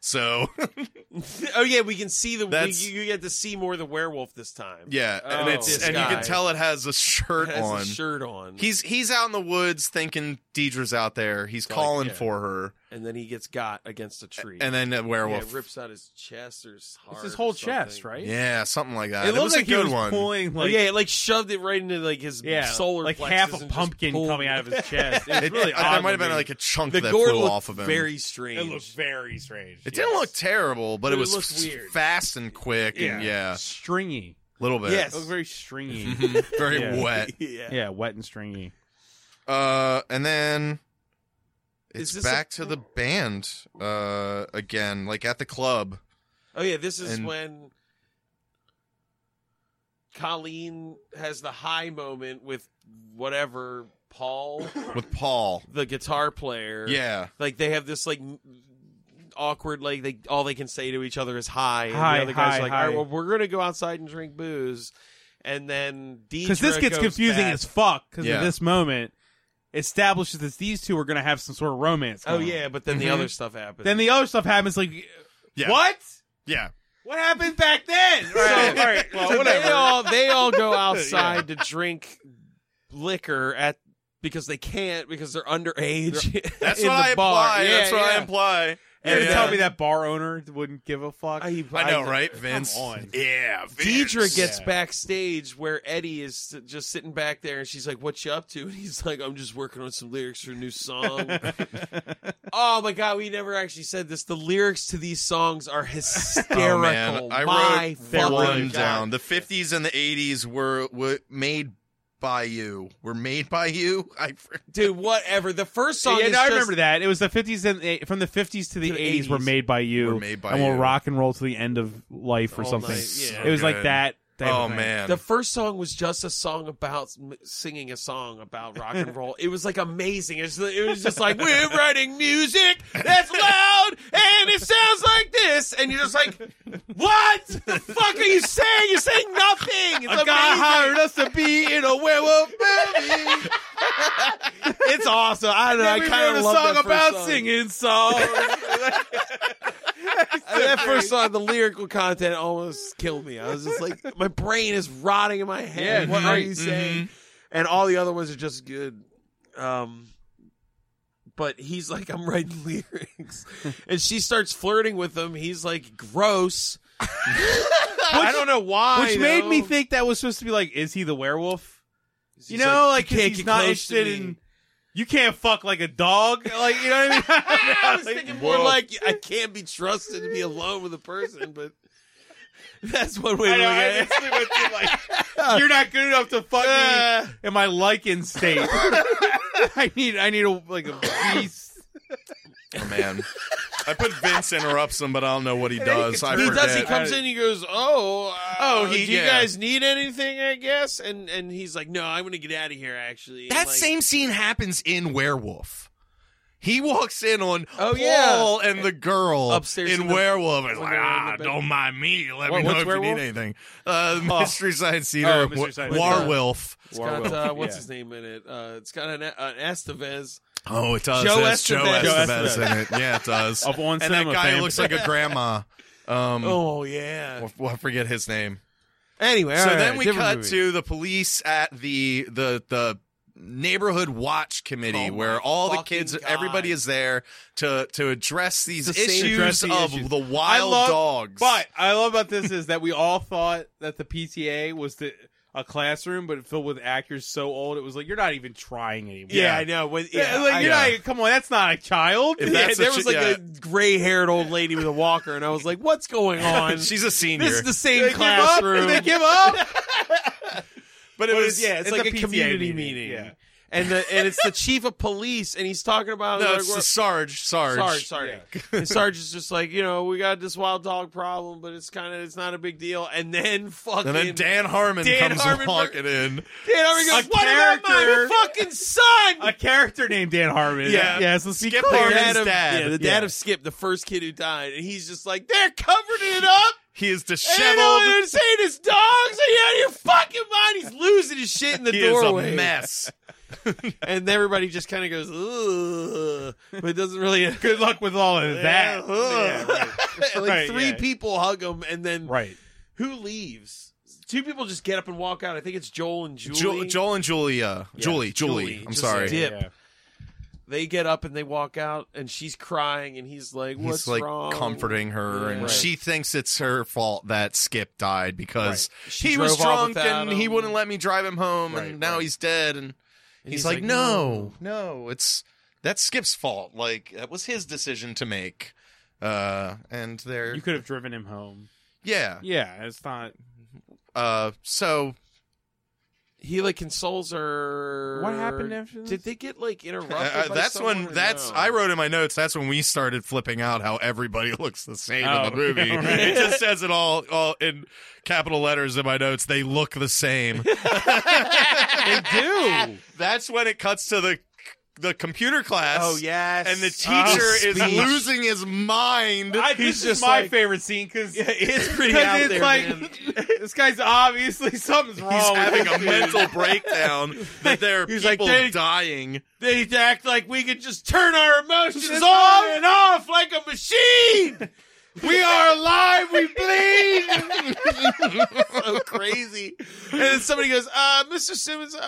[SPEAKER 2] So
[SPEAKER 12] Oh yeah, we can see the.
[SPEAKER 2] That's-
[SPEAKER 12] you, you get to see more of the werewolf this time.
[SPEAKER 2] yeah, and
[SPEAKER 8] Oh.
[SPEAKER 2] it's
[SPEAKER 12] This
[SPEAKER 2] and you
[SPEAKER 12] guy.
[SPEAKER 2] can tell it has a shirt
[SPEAKER 12] has
[SPEAKER 2] on.
[SPEAKER 12] a shirt on.
[SPEAKER 2] He's he's out in the woods thinking Deidre's out there. He's
[SPEAKER 12] Like,
[SPEAKER 2] calling
[SPEAKER 12] yeah.
[SPEAKER 2] for her.
[SPEAKER 12] and then he gets got against a tree.
[SPEAKER 2] And then the werewolf-
[SPEAKER 12] yeah, it rips out his chest or his heart.
[SPEAKER 8] his whole
[SPEAKER 12] or something.
[SPEAKER 8] chest, right?
[SPEAKER 2] Yeah, something like that.
[SPEAKER 12] It,
[SPEAKER 2] It,
[SPEAKER 12] looked
[SPEAKER 2] was
[SPEAKER 12] like
[SPEAKER 2] a good
[SPEAKER 12] he was
[SPEAKER 2] one.
[SPEAKER 12] pulling, like, yeah, it like shoved it right into like his
[SPEAKER 8] Oh, Yeah,
[SPEAKER 12] solar
[SPEAKER 8] like
[SPEAKER 12] plexus
[SPEAKER 8] half a
[SPEAKER 12] and just
[SPEAKER 8] pumpkin
[SPEAKER 12] pulled-
[SPEAKER 8] coming out of his chest. It was really
[SPEAKER 2] I-
[SPEAKER 8] odd
[SPEAKER 2] That might have been
[SPEAKER 8] looking.
[SPEAKER 2] like a chunk
[SPEAKER 12] The
[SPEAKER 2] that
[SPEAKER 12] gore
[SPEAKER 2] flew
[SPEAKER 12] looked
[SPEAKER 2] off of him.
[SPEAKER 12] very strange.
[SPEAKER 8] It looked very strange.
[SPEAKER 2] it didn't look terrible, but
[SPEAKER 12] But
[SPEAKER 2] it
[SPEAKER 12] it
[SPEAKER 2] was
[SPEAKER 12] looked
[SPEAKER 2] f-
[SPEAKER 12] weird.
[SPEAKER 2] fast and quick, and yeah,
[SPEAKER 8] stringy,
[SPEAKER 2] a little bit.
[SPEAKER 8] It was very stringy.
[SPEAKER 2] Mhm. very
[SPEAKER 8] Yeah.
[SPEAKER 2] wet.
[SPEAKER 12] yeah.
[SPEAKER 8] Yeah, wet and stringy.
[SPEAKER 2] Uh, and then
[SPEAKER 12] Is
[SPEAKER 2] it's
[SPEAKER 12] this a- oh.
[SPEAKER 2] back to the band uh, again, like at the club.
[SPEAKER 12] Oh yeah, this is
[SPEAKER 2] And-
[SPEAKER 12] when Colleen has the high moment with whatever Paul,
[SPEAKER 2] with Paul.
[SPEAKER 12] the guitar player.
[SPEAKER 2] Yeah.
[SPEAKER 12] like they have this like m- awkward like they all they can say to each other is hi. and
[SPEAKER 8] Hi,
[SPEAKER 12] the other guys
[SPEAKER 8] hi,
[SPEAKER 12] are like,
[SPEAKER 8] hi.
[SPEAKER 12] all right, well, we're gonna go outside and drink booze, and then
[SPEAKER 8] Because this
[SPEAKER 12] Deidre
[SPEAKER 8] gets
[SPEAKER 12] goes
[SPEAKER 8] confusing
[SPEAKER 12] back.
[SPEAKER 8] as fuck. Because
[SPEAKER 2] Yeah.
[SPEAKER 8] of this moment establishes that these two are going to have some sort of romance.
[SPEAKER 12] Oh
[SPEAKER 8] going on.
[SPEAKER 12] yeah, but then the
[SPEAKER 2] Mhm.
[SPEAKER 12] other stuff happens.
[SPEAKER 8] Mm-hmm. Then the other stuff happens. Like
[SPEAKER 2] Yeah.
[SPEAKER 8] what?
[SPEAKER 2] Yeah.
[SPEAKER 8] What happened back then?
[SPEAKER 12] So,
[SPEAKER 8] Right.
[SPEAKER 12] all right,
[SPEAKER 8] well,
[SPEAKER 12] so They
[SPEAKER 8] whatever.
[SPEAKER 12] all, Oh, they all go outside to drink liquor at because they can't because they're underage.
[SPEAKER 2] That's
[SPEAKER 12] in
[SPEAKER 2] what
[SPEAKER 12] the
[SPEAKER 2] I
[SPEAKER 12] bar.
[SPEAKER 2] imply.
[SPEAKER 12] Yeah,
[SPEAKER 2] That's what I
[SPEAKER 12] yeah.
[SPEAKER 2] imply.
[SPEAKER 8] You're gonna
[SPEAKER 12] Yeah.
[SPEAKER 8] tell me that bar owner wouldn't give a fuck.
[SPEAKER 12] I,
[SPEAKER 2] I know,
[SPEAKER 12] I-
[SPEAKER 2] right, Vince?
[SPEAKER 8] on.
[SPEAKER 2] Yeah, Vince.
[SPEAKER 12] Deidre gets
[SPEAKER 8] Yeah.
[SPEAKER 12] backstage where Eddie is s- just sitting back there, and she's like, "What you up to?" And he's like, "I'm just working on some lyrics for a new song." oh my god, we never actually said this. The lyrics to these songs are hysterical.
[SPEAKER 2] Oh, man. I
[SPEAKER 12] my
[SPEAKER 2] wrote
[SPEAKER 12] fucking
[SPEAKER 2] one
[SPEAKER 12] God.
[SPEAKER 2] down. The 50s and the 80s were, were made by you. Were made by you? I fr-
[SPEAKER 12] dude. Whatever. The first
[SPEAKER 8] Yeah,
[SPEAKER 12] song is
[SPEAKER 8] no, I
[SPEAKER 12] just-
[SPEAKER 8] remember that. It was the fifties and eh, from the fifties to the
[SPEAKER 12] the
[SPEAKER 8] eighties were
[SPEAKER 12] 80s.
[SPEAKER 8] made by you,
[SPEAKER 2] Were made by
[SPEAKER 8] and will
[SPEAKER 2] you.
[SPEAKER 8] rock and roll to the end of life or
[SPEAKER 12] All
[SPEAKER 8] something.
[SPEAKER 12] night, yeah.
[SPEAKER 8] It was like
[SPEAKER 2] Good.
[SPEAKER 8] that. type
[SPEAKER 2] Oh,
[SPEAKER 8] of thing.
[SPEAKER 2] man.
[SPEAKER 12] The first song was just a song about m- singing a song about rock and roll. It was like amazing. It was, it was just like we're writing music that's loud and it sounds like this, and you're just like, what the fuck are you saying? You're saying nothing. It's
[SPEAKER 8] A guy hired us to be in a werewolf
[SPEAKER 12] amazing. it's awesome. I don't know. I
[SPEAKER 8] we
[SPEAKER 12] kind
[SPEAKER 8] wrote a
[SPEAKER 12] of love
[SPEAKER 8] song
[SPEAKER 12] that first
[SPEAKER 8] about
[SPEAKER 12] song.
[SPEAKER 8] singing songs.
[SPEAKER 12] I mean, that first song, the lyrical content almost killed me. I was just like, my brain is rotting in my head.
[SPEAKER 8] Yeah, Mm-hmm.
[SPEAKER 12] what are
[SPEAKER 8] right.
[SPEAKER 12] you saying? And all the other ones are just good. Um, but he's like, I'm writing lyrics, and she starts flirting with him. He's like, gross. I don't know why,
[SPEAKER 8] which made me
[SPEAKER 12] though.
[SPEAKER 8] think that was supposed to be like, is he the werewolf?
[SPEAKER 12] He's
[SPEAKER 8] you know, like, 'cause
[SPEAKER 12] "You can't
[SPEAKER 8] he's
[SPEAKER 12] get
[SPEAKER 8] not
[SPEAKER 12] close to
[SPEAKER 8] interested
[SPEAKER 12] me."
[SPEAKER 8] in. You can't fuck like a dog, like you know what I
[SPEAKER 12] I
[SPEAKER 8] mean.
[SPEAKER 12] was thinking more like I can't be trusted to be alone with a person, but that's one way
[SPEAKER 8] I
[SPEAKER 12] to
[SPEAKER 8] know,
[SPEAKER 12] look
[SPEAKER 8] I
[SPEAKER 12] at it.
[SPEAKER 8] instantly went through, like, you're not good enough to fuck
[SPEAKER 12] Uh.
[SPEAKER 8] me in my lichen state. I need, I need a like a beast.
[SPEAKER 2] oh, man. I put Vince interrupts him, but I don't know what he does. I
[SPEAKER 12] he
[SPEAKER 2] forget.
[SPEAKER 12] does. He comes in. He goes, "Oh, uh,
[SPEAKER 2] Oh, he-
[SPEAKER 12] do you
[SPEAKER 2] yeah.
[SPEAKER 12] guys need anything? I guess." And and he's like, "No, I'm gonna get out of here." Actually,
[SPEAKER 2] That
[SPEAKER 12] And, like,
[SPEAKER 2] same scene happens in Werewolf. He walks in on
[SPEAKER 12] Oh,
[SPEAKER 2] Paul
[SPEAKER 12] yeah.
[SPEAKER 2] and the girl
[SPEAKER 12] Upstairs
[SPEAKER 2] in,
[SPEAKER 12] in the-
[SPEAKER 2] Werewolf. It's
[SPEAKER 12] when
[SPEAKER 2] like,
[SPEAKER 12] they're in the
[SPEAKER 2] ah,
[SPEAKER 12] bed."
[SPEAKER 2] don't mind me. Let
[SPEAKER 8] What-
[SPEAKER 2] me know
[SPEAKER 8] what's
[SPEAKER 2] if you
[SPEAKER 8] Werewolf?
[SPEAKER 2] need anything. Uh,
[SPEAKER 8] Oh.
[SPEAKER 2] Mystery Science Theater,
[SPEAKER 8] Oh, Mystery Science
[SPEAKER 12] Theater.
[SPEAKER 2] Warwolf.
[SPEAKER 12] It's got
[SPEAKER 8] Warwick,
[SPEAKER 12] uh, what's
[SPEAKER 8] yeah.
[SPEAKER 12] his name in it? Uh, it's got an, an Estevez.
[SPEAKER 2] Oh, it does.
[SPEAKER 12] Joe
[SPEAKER 2] It has Joe
[SPEAKER 12] Estevez.
[SPEAKER 8] Joe
[SPEAKER 2] Estevez in it. Yeah, it does.
[SPEAKER 8] Of on
[SPEAKER 2] and
[SPEAKER 8] cinema
[SPEAKER 2] that guy
[SPEAKER 8] fame.
[SPEAKER 2] looks like a grandma. Um,
[SPEAKER 12] Oh yeah.
[SPEAKER 2] well, well, I forget his name.
[SPEAKER 12] Anyway,
[SPEAKER 2] so then we cut to the police at the the the neighborhood watch committee
[SPEAKER 12] Oh my
[SPEAKER 2] where all the
[SPEAKER 12] fucking
[SPEAKER 2] kids
[SPEAKER 12] God.
[SPEAKER 2] everybody is there to to address these
[SPEAKER 8] To
[SPEAKER 2] issues
[SPEAKER 8] save- address the
[SPEAKER 2] of
[SPEAKER 8] issues.
[SPEAKER 2] the
[SPEAKER 8] I
[SPEAKER 2] wild
[SPEAKER 8] love-
[SPEAKER 2] dogs
[SPEAKER 8] But I love about this is that we all thought that the PTA was the, a classroom, but filled with actors so old it was like you're not even trying anymore.
[SPEAKER 12] Yeah, I know. When, yeah,
[SPEAKER 8] Yeah, like
[SPEAKER 12] I-
[SPEAKER 8] you're
[SPEAKER 2] yeah.
[SPEAKER 8] not even- come on, that's not a child.
[SPEAKER 2] If
[SPEAKER 12] yeah,
[SPEAKER 2] that's a
[SPEAKER 12] there
[SPEAKER 2] ch-
[SPEAKER 12] was like
[SPEAKER 2] yeah.
[SPEAKER 12] a gray-haired old lady with a walker, and I was like, "What's going on?"
[SPEAKER 2] she's a senior
[SPEAKER 12] this is the same
[SPEAKER 8] They give up.
[SPEAKER 12] classroom.
[SPEAKER 8] They give up.
[SPEAKER 2] but
[SPEAKER 12] But
[SPEAKER 2] it
[SPEAKER 12] it's-
[SPEAKER 2] was
[SPEAKER 12] yeah, it's, like a,
[SPEAKER 8] PTA
[SPEAKER 12] community meeting.
[SPEAKER 8] meeting, yeah.
[SPEAKER 12] And the and it's the chief of police, and he's talking about
[SPEAKER 2] no
[SPEAKER 12] like,
[SPEAKER 2] it's
[SPEAKER 12] we're-
[SPEAKER 2] the sarge sarge
[SPEAKER 12] Sarge, sorry. And Sarge is just like, you know, we got this wild dog problem, but it's kind of it's not a big deal. And then fucking
[SPEAKER 2] and then Dan Harmon
[SPEAKER 12] Dan
[SPEAKER 2] comes
[SPEAKER 12] Harmon-
[SPEAKER 2] walking in.
[SPEAKER 12] Dan Harmon goes,
[SPEAKER 8] a
[SPEAKER 12] "What about my
[SPEAKER 8] character-
[SPEAKER 12] fucking son?"
[SPEAKER 8] a character named Dan Harmon.
[SPEAKER 2] Yeah.
[SPEAKER 8] yes, let's be
[SPEAKER 2] Skip
[SPEAKER 8] clear.
[SPEAKER 2] Harmon's
[SPEAKER 12] of,
[SPEAKER 2] dad.
[SPEAKER 12] yeah, the dad
[SPEAKER 8] Yeah.
[SPEAKER 12] of Skip, the first kid who died, and he's just like, they're covering it up.
[SPEAKER 2] He is
[SPEAKER 12] And they don't
[SPEAKER 2] disheveled.
[SPEAKER 12] understand his dogs. Are you out of your fucking mind? He's losing his shit in the
[SPEAKER 2] He
[SPEAKER 12] doorway.
[SPEAKER 2] is a mess.
[SPEAKER 12] and everybody just kind of goes, ugh, but it doesn't really.
[SPEAKER 8] Good luck with all of that.
[SPEAKER 12] Yeah, ugh.
[SPEAKER 8] Yeah,
[SPEAKER 12] like
[SPEAKER 8] Right,
[SPEAKER 12] three
[SPEAKER 8] yeah.
[SPEAKER 12] people hug him, and then
[SPEAKER 8] right.
[SPEAKER 12] who leaves? Two people just get up and walk out. I think it's Joel and Julie.
[SPEAKER 2] Ju- Joel and Julia. Julie, Julie.
[SPEAKER 12] Julie,
[SPEAKER 2] I'm
[SPEAKER 12] just
[SPEAKER 2] sorry.
[SPEAKER 12] did. Dip. They get up and they walk out, and she's crying, and he's like, "What's
[SPEAKER 2] He's like
[SPEAKER 12] wrong?"
[SPEAKER 2] comforting her, and
[SPEAKER 12] Right.
[SPEAKER 2] she thinks it's her fault that Skip died because
[SPEAKER 12] Right. She
[SPEAKER 2] he was
[SPEAKER 12] drove off
[SPEAKER 2] drunk
[SPEAKER 12] without
[SPEAKER 2] and he
[SPEAKER 12] him.
[SPEAKER 2] wouldn't let me drive him home, and now he's dead. And, he's,
[SPEAKER 12] he's
[SPEAKER 2] like,
[SPEAKER 12] like,
[SPEAKER 2] "No, no, it's that's Skip's fault. Like that was his decision to make." Uh, and there,
[SPEAKER 8] You could have driven him home.
[SPEAKER 2] yeah,
[SPEAKER 8] Yeah, it's not.
[SPEAKER 2] uh, so
[SPEAKER 12] He like consoles her.
[SPEAKER 8] What happened after this?
[SPEAKER 12] Did they get like interrupted?
[SPEAKER 2] uh,
[SPEAKER 12] by
[SPEAKER 2] that's
[SPEAKER 12] someone
[SPEAKER 2] when
[SPEAKER 12] or
[SPEAKER 2] that's
[SPEAKER 12] no?
[SPEAKER 2] I wrote in my notes. That's when we started flipping out how everybody looks the same
[SPEAKER 8] Oh,
[SPEAKER 2] in the movie.
[SPEAKER 8] yeah, right.
[SPEAKER 2] It just says it all all in capital letters in my notes. They look the same.
[SPEAKER 8] They do.
[SPEAKER 2] that's when it cuts to the the computer class.
[SPEAKER 12] Oh yes.
[SPEAKER 2] And the teacher
[SPEAKER 12] Oh,
[SPEAKER 2] is
[SPEAKER 12] speech.
[SPEAKER 2] losing his mind.
[SPEAKER 8] I,
[SPEAKER 12] He's
[SPEAKER 8] this is
[SPEAKER 12] just
[SPEAKER 8] my
[SPEAKER 12] like-
[SPEAKER 8] favorite scene because
[SPEAKER 12] it's pretty out
[SPEAKER 8] it's
[SPEAKER 12] there,
[SPEAKER 8] like
[SPEAKER 12] man.
[SPEAKER 8] this guy's obviously something's wrong.
[SPEAKER 2] He's
[SPEAKER 8] with
[SPEAKER 2] having
[SPEAKER 8] this
[SPEAKER 2] a
[SPEAKER 8] dude.
[SPEAKER 2] mental breakdown that there are
[SPEAKER 12] He's like,
[SPEAKER 2] people
[SPEAKER 12] "They-
[SPEAKER 2] dying.
[SPEAKER 12] They act like we could just turn our emotions on and off like a machine. We are alive. We bleed. so crazy. And then somebody goes, uh, "Mr. Simmons, uh,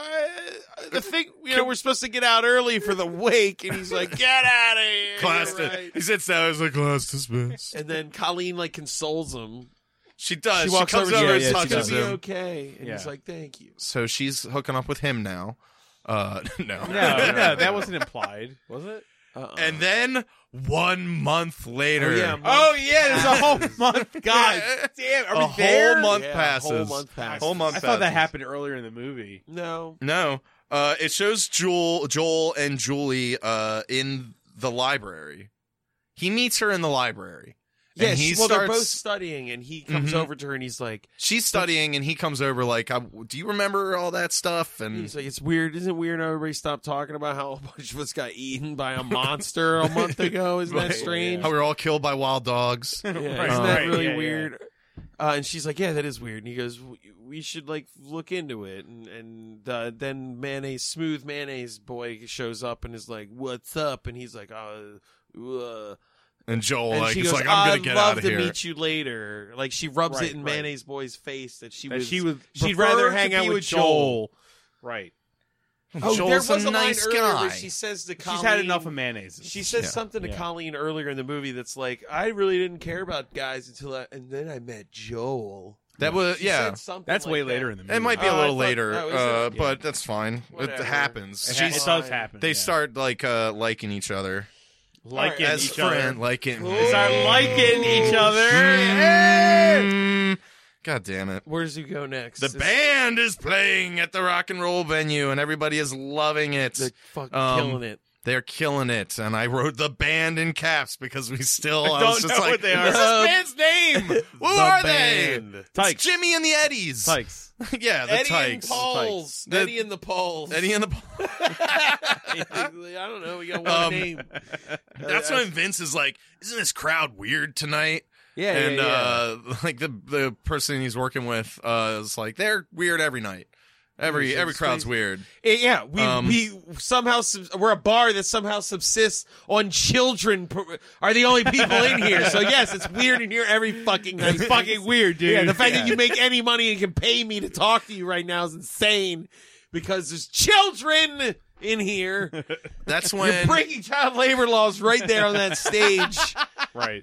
[SPEAKER 12] the thing you know, we're supposed to get out early for the wake," and he's like, "Get out of here."
[SPEAKER 2] Class
[SPEAKER 12] You're
[SPEAKER 2] di-
[SPEAKER 12] right."
[SPEAKER 2] He sits down. He's like, class dismissed.
[SPEAKER 12] And then Colleen like consoles him.
[SPEAKER 2] She does. She,
[SPEAKER 12] walks
[SPEAKER 2] comes
[SPEAKER 12] over,
[SPEAKER 2] over
[SPEAKER 12] to
[SPEAKER 2] and
[SPEAKER 12] him,
[SPEAKER 6] yeah, she
[SPEAKER 12] and
[SPEAKER 2] touches
[SPEAKER 12] says,
[SPEAKER 6] does.
[SPEAKER 12] it's gonna be
[SPEAKER 2] him.
[SPEAKER 12] okay, and he's
[SPEAKER 8] Yeah.
[SPEAKER 12] like, "Thank you."
[SPEAKER 2] So she's hooking up with him now. Uh, no.
[SPEAKER 8] No, no, that wasn't implied, was it?
[SPEAKER 12] Uh-uh.
[SPEAKER 2] And then one month later,
[SPEAKER 12] Oh, yeah,
[SPEAKER 8] Oh yeah, there's a whole month. God
[SPEAKER 2] Yeah.
[SPEAKER 8] damn, are
[SPEAKER 2] a
[SPEAKER 8] we there?
[SPEAKER 2] whole month
[SPEAKER 12] Yeah, a
[SPEAKER 2] passes.
[SPEAKER 12] whole month passes.
[SPEAKER 2] Whole month
[SPEAKER 8] I thought that
[SPEAKER 2] passes.
[SPEAKER 8] happened earlier in the movie.
[SPEAKER 12] no,
[SPEAKER 2] No. Uh, it shows Joel, Joel and Julie uh, in the library. He meets her in the library.
[SPEAKER 12] yeah,
[SPEAKER 2] and he
[SPEAKER 12] she- well,
[SPEAKER 2] starts,
[SPEAKER 12] they're both studying, and he comes
[SPEAKER 2] Mhm.
[SPEAKER 12] over to her and he's like,
[SPEAKER 2] She's studying, and he comes over like, I, "Do you remember all that stuff?" And
[SPEAKER 12] He's like, it's weird. Isn't it weird how everybody stopped talking about how a bunch of us got eaten by a monster a month ago? Isn't that
[SPEAKER 2] Right. Oh,
[SPEAKER 12] strange?
[SPEAKER 2] how we were all killed by wild dogs.
[SPEAKER 12] Yeah,
[SPEAKER 8] Right,
[SPEAKER 12] isn't that
[SPEAKER 8] right,
[SPEAKER 12] really
[SPEAKER 8] yeah, yeah.
[SPEAKER 12] weird? Uh, and she's like, yeah, that is weird. And he goes, "W- we should like look into it. And, and uh, then mayonnaise, smooth mayonnaise boy shows up and is like, what's up? And he's like, oh, uh,
[SPEAKER 2] And Joel
[SPEAKER 12] and
[SPEAKER 2] like,
[SPEAKER 12] she
[SPEAKER 2] he's
[SPEAKER 12] goes,
[SPEAKER 2] like, "I'm gonna
[SPEAKER 12] I'd
[SPEAKER 2] get
[SPEAKER 12] love
[SPEAKER 2] out of
[SPEAKER 12] to
[SPEAKER 2] here."
[SPEAKER 12] meet you later. Like she rubs
[SPEAKER 8] Right,
[SPEAKER 12] it in
[SPEAKER 8] right.
[SPEAKER 12] mayonnaise boy's face that she
[SPEAKER 8] That
[SPEAKER 12] was
[SPEAKER 8] she would
[SPEAKER 12] she'd
[SPEAKER 8] prefer
[SPEAKER 12] rather
[SPEAKER 8] to
[SPEAKER 12] hang out
[SPEAKER 8] be
[SPEAKER 12] with
[SPEAKER 8] with Joel. Right.
[SPEAKER 12] Oh, there
[SPEAKER 2] Joel's
[SPEAKER 12] was
[SPEAKER 2] a
[SPEAKER 12] a
[SPEAKER 2] nice
[SPEAKER 12] line earlier
[SPEAKER 2] guy.
[SPEAKER 12] Where she says to Colleen,
[SPEAKER 8] She's had enough of mayonnaise.
[SPEAKER 12] She says
[SPEAKER 2] Yeah.
[SPEAKER 12] something to
[SPEAKER 8] Yeah.
[SPEAKER 12] Colleen earlier in the movie that's like, I really didn't care about guys until I, and then I met Joel.
[SPEAKER 2] That was
[SPEAKER 12] She
[SPEAKER 2] Uh, yeah.
[SPEAKER 12] said something
[SPEAKER 8] That's
[SPEAKER 12] like
[SPEAKER 8] way
[SPEAKER 12] that.
[SPEAKER 8] later in the movie.
[SPEAKER 2] It might be
[SPEAKER 12] Oh,
[SPEAKER 2] a
[SPEAKER 12] I
[SPEAKER 2] little
[SPEAKER 12] thought-
[SPEAKER 2] later,
[SPEAKER 12] oh, is it?
[SPEAKER 2] uh,
[SPEAKER 8] Yeah.
[SPEAKER 2] but that's fine.
[SPEAKER 12] Whatever.
[SPEAKER 2] It happens.
[SPEAKER 8] It, ha-
[SPEAKER 2] She's,
[SPEAKER 8] it does happen.
[SPEAKER 2] they
[SPEAKER 8] yeah.
[SPEAKER 2] start like uh, liking each other
[SPEAKER 8] liking
[SPEAKER 12] Getting
[SPEAKER 2] as
[SPEAKER 8] each
[SPEAKER 2] friend,
[SPEAKER 8] other.
[SPEAKER 2] liking.
[SPEAKER 8] They start liking each other. Hey!
[SPEAKER 2] Mm. God damn it.
[SPEAKER 12] Where does he go next?
[SPEAKER 2] The
[SPEAKER 12] It's
[SPEAKER 2] band is playing at the rock and roll venue and everybody is loving it.
[SPEAKER 12] the fuck
[SPEAKER 2] Um,
[SPEAKER 12] killing it.
[SPEAKER 2] They're killing it. And I wrote the band in caps because we still I was
[SPEAKER 8] I
[SPEAKER 2] just
[SPEAKER 8] don't know
[SPEAKER 2] like,
[SPEAKER 8] what they are.
[SPEAKER 2] This is band's name. Who are they? It's
[SPEAKER 8] Tykes.
[SPEAKER 2] Jimmy and the Eddies.
[SPEAKER 8] Tykes.
[SPEAKER 2] yeah, the
[SPEAKER 12] Eddie and
[SPEAKER 2] Tykes.
[SPEAKER 12] Pauls.
[SPEAKER 2] The-
[SPEAKER 12] Eddie and the Pauls.
[SPEAKER 2] Eddie and the
[SPEAKER 12] I don't know. We got one
[SPEAKER 2] Um,
[SPEAKER 12] name.
[SPEAKER 2] That's when Vince is like, "Isn't this crowd weird tonight?"
[SPEAKER 8] Yeah,
[SPEAKER 2] and uh, like the the person he's working with uh, is like, "They're weird every night. Every
[SPEAKER 12] Jesus
[SPEAKER 2] every crowd's
[SPEAKER 12] Christ.
[SPEAKER 2] weird."
[SPEAKER 12] Eh, yeah, we
[SPEAKER 2] Um,
[SPEAKER 12] we somehow subs- we're a bar that somehow subsists on children pr- are the only people in here. So yes, it's weird in here every fucking night. It's fucking weird, dude. the fact that you make any money and can pay me to talk to you right now is insane because there's children in here.
[SPEAKER 2] That's
[SPEAKER 12] You're
[SPEAKER 2] when
[SPEAKER 12] breaking child labor laws right there on that stage.
[SPEAKER 8] Right.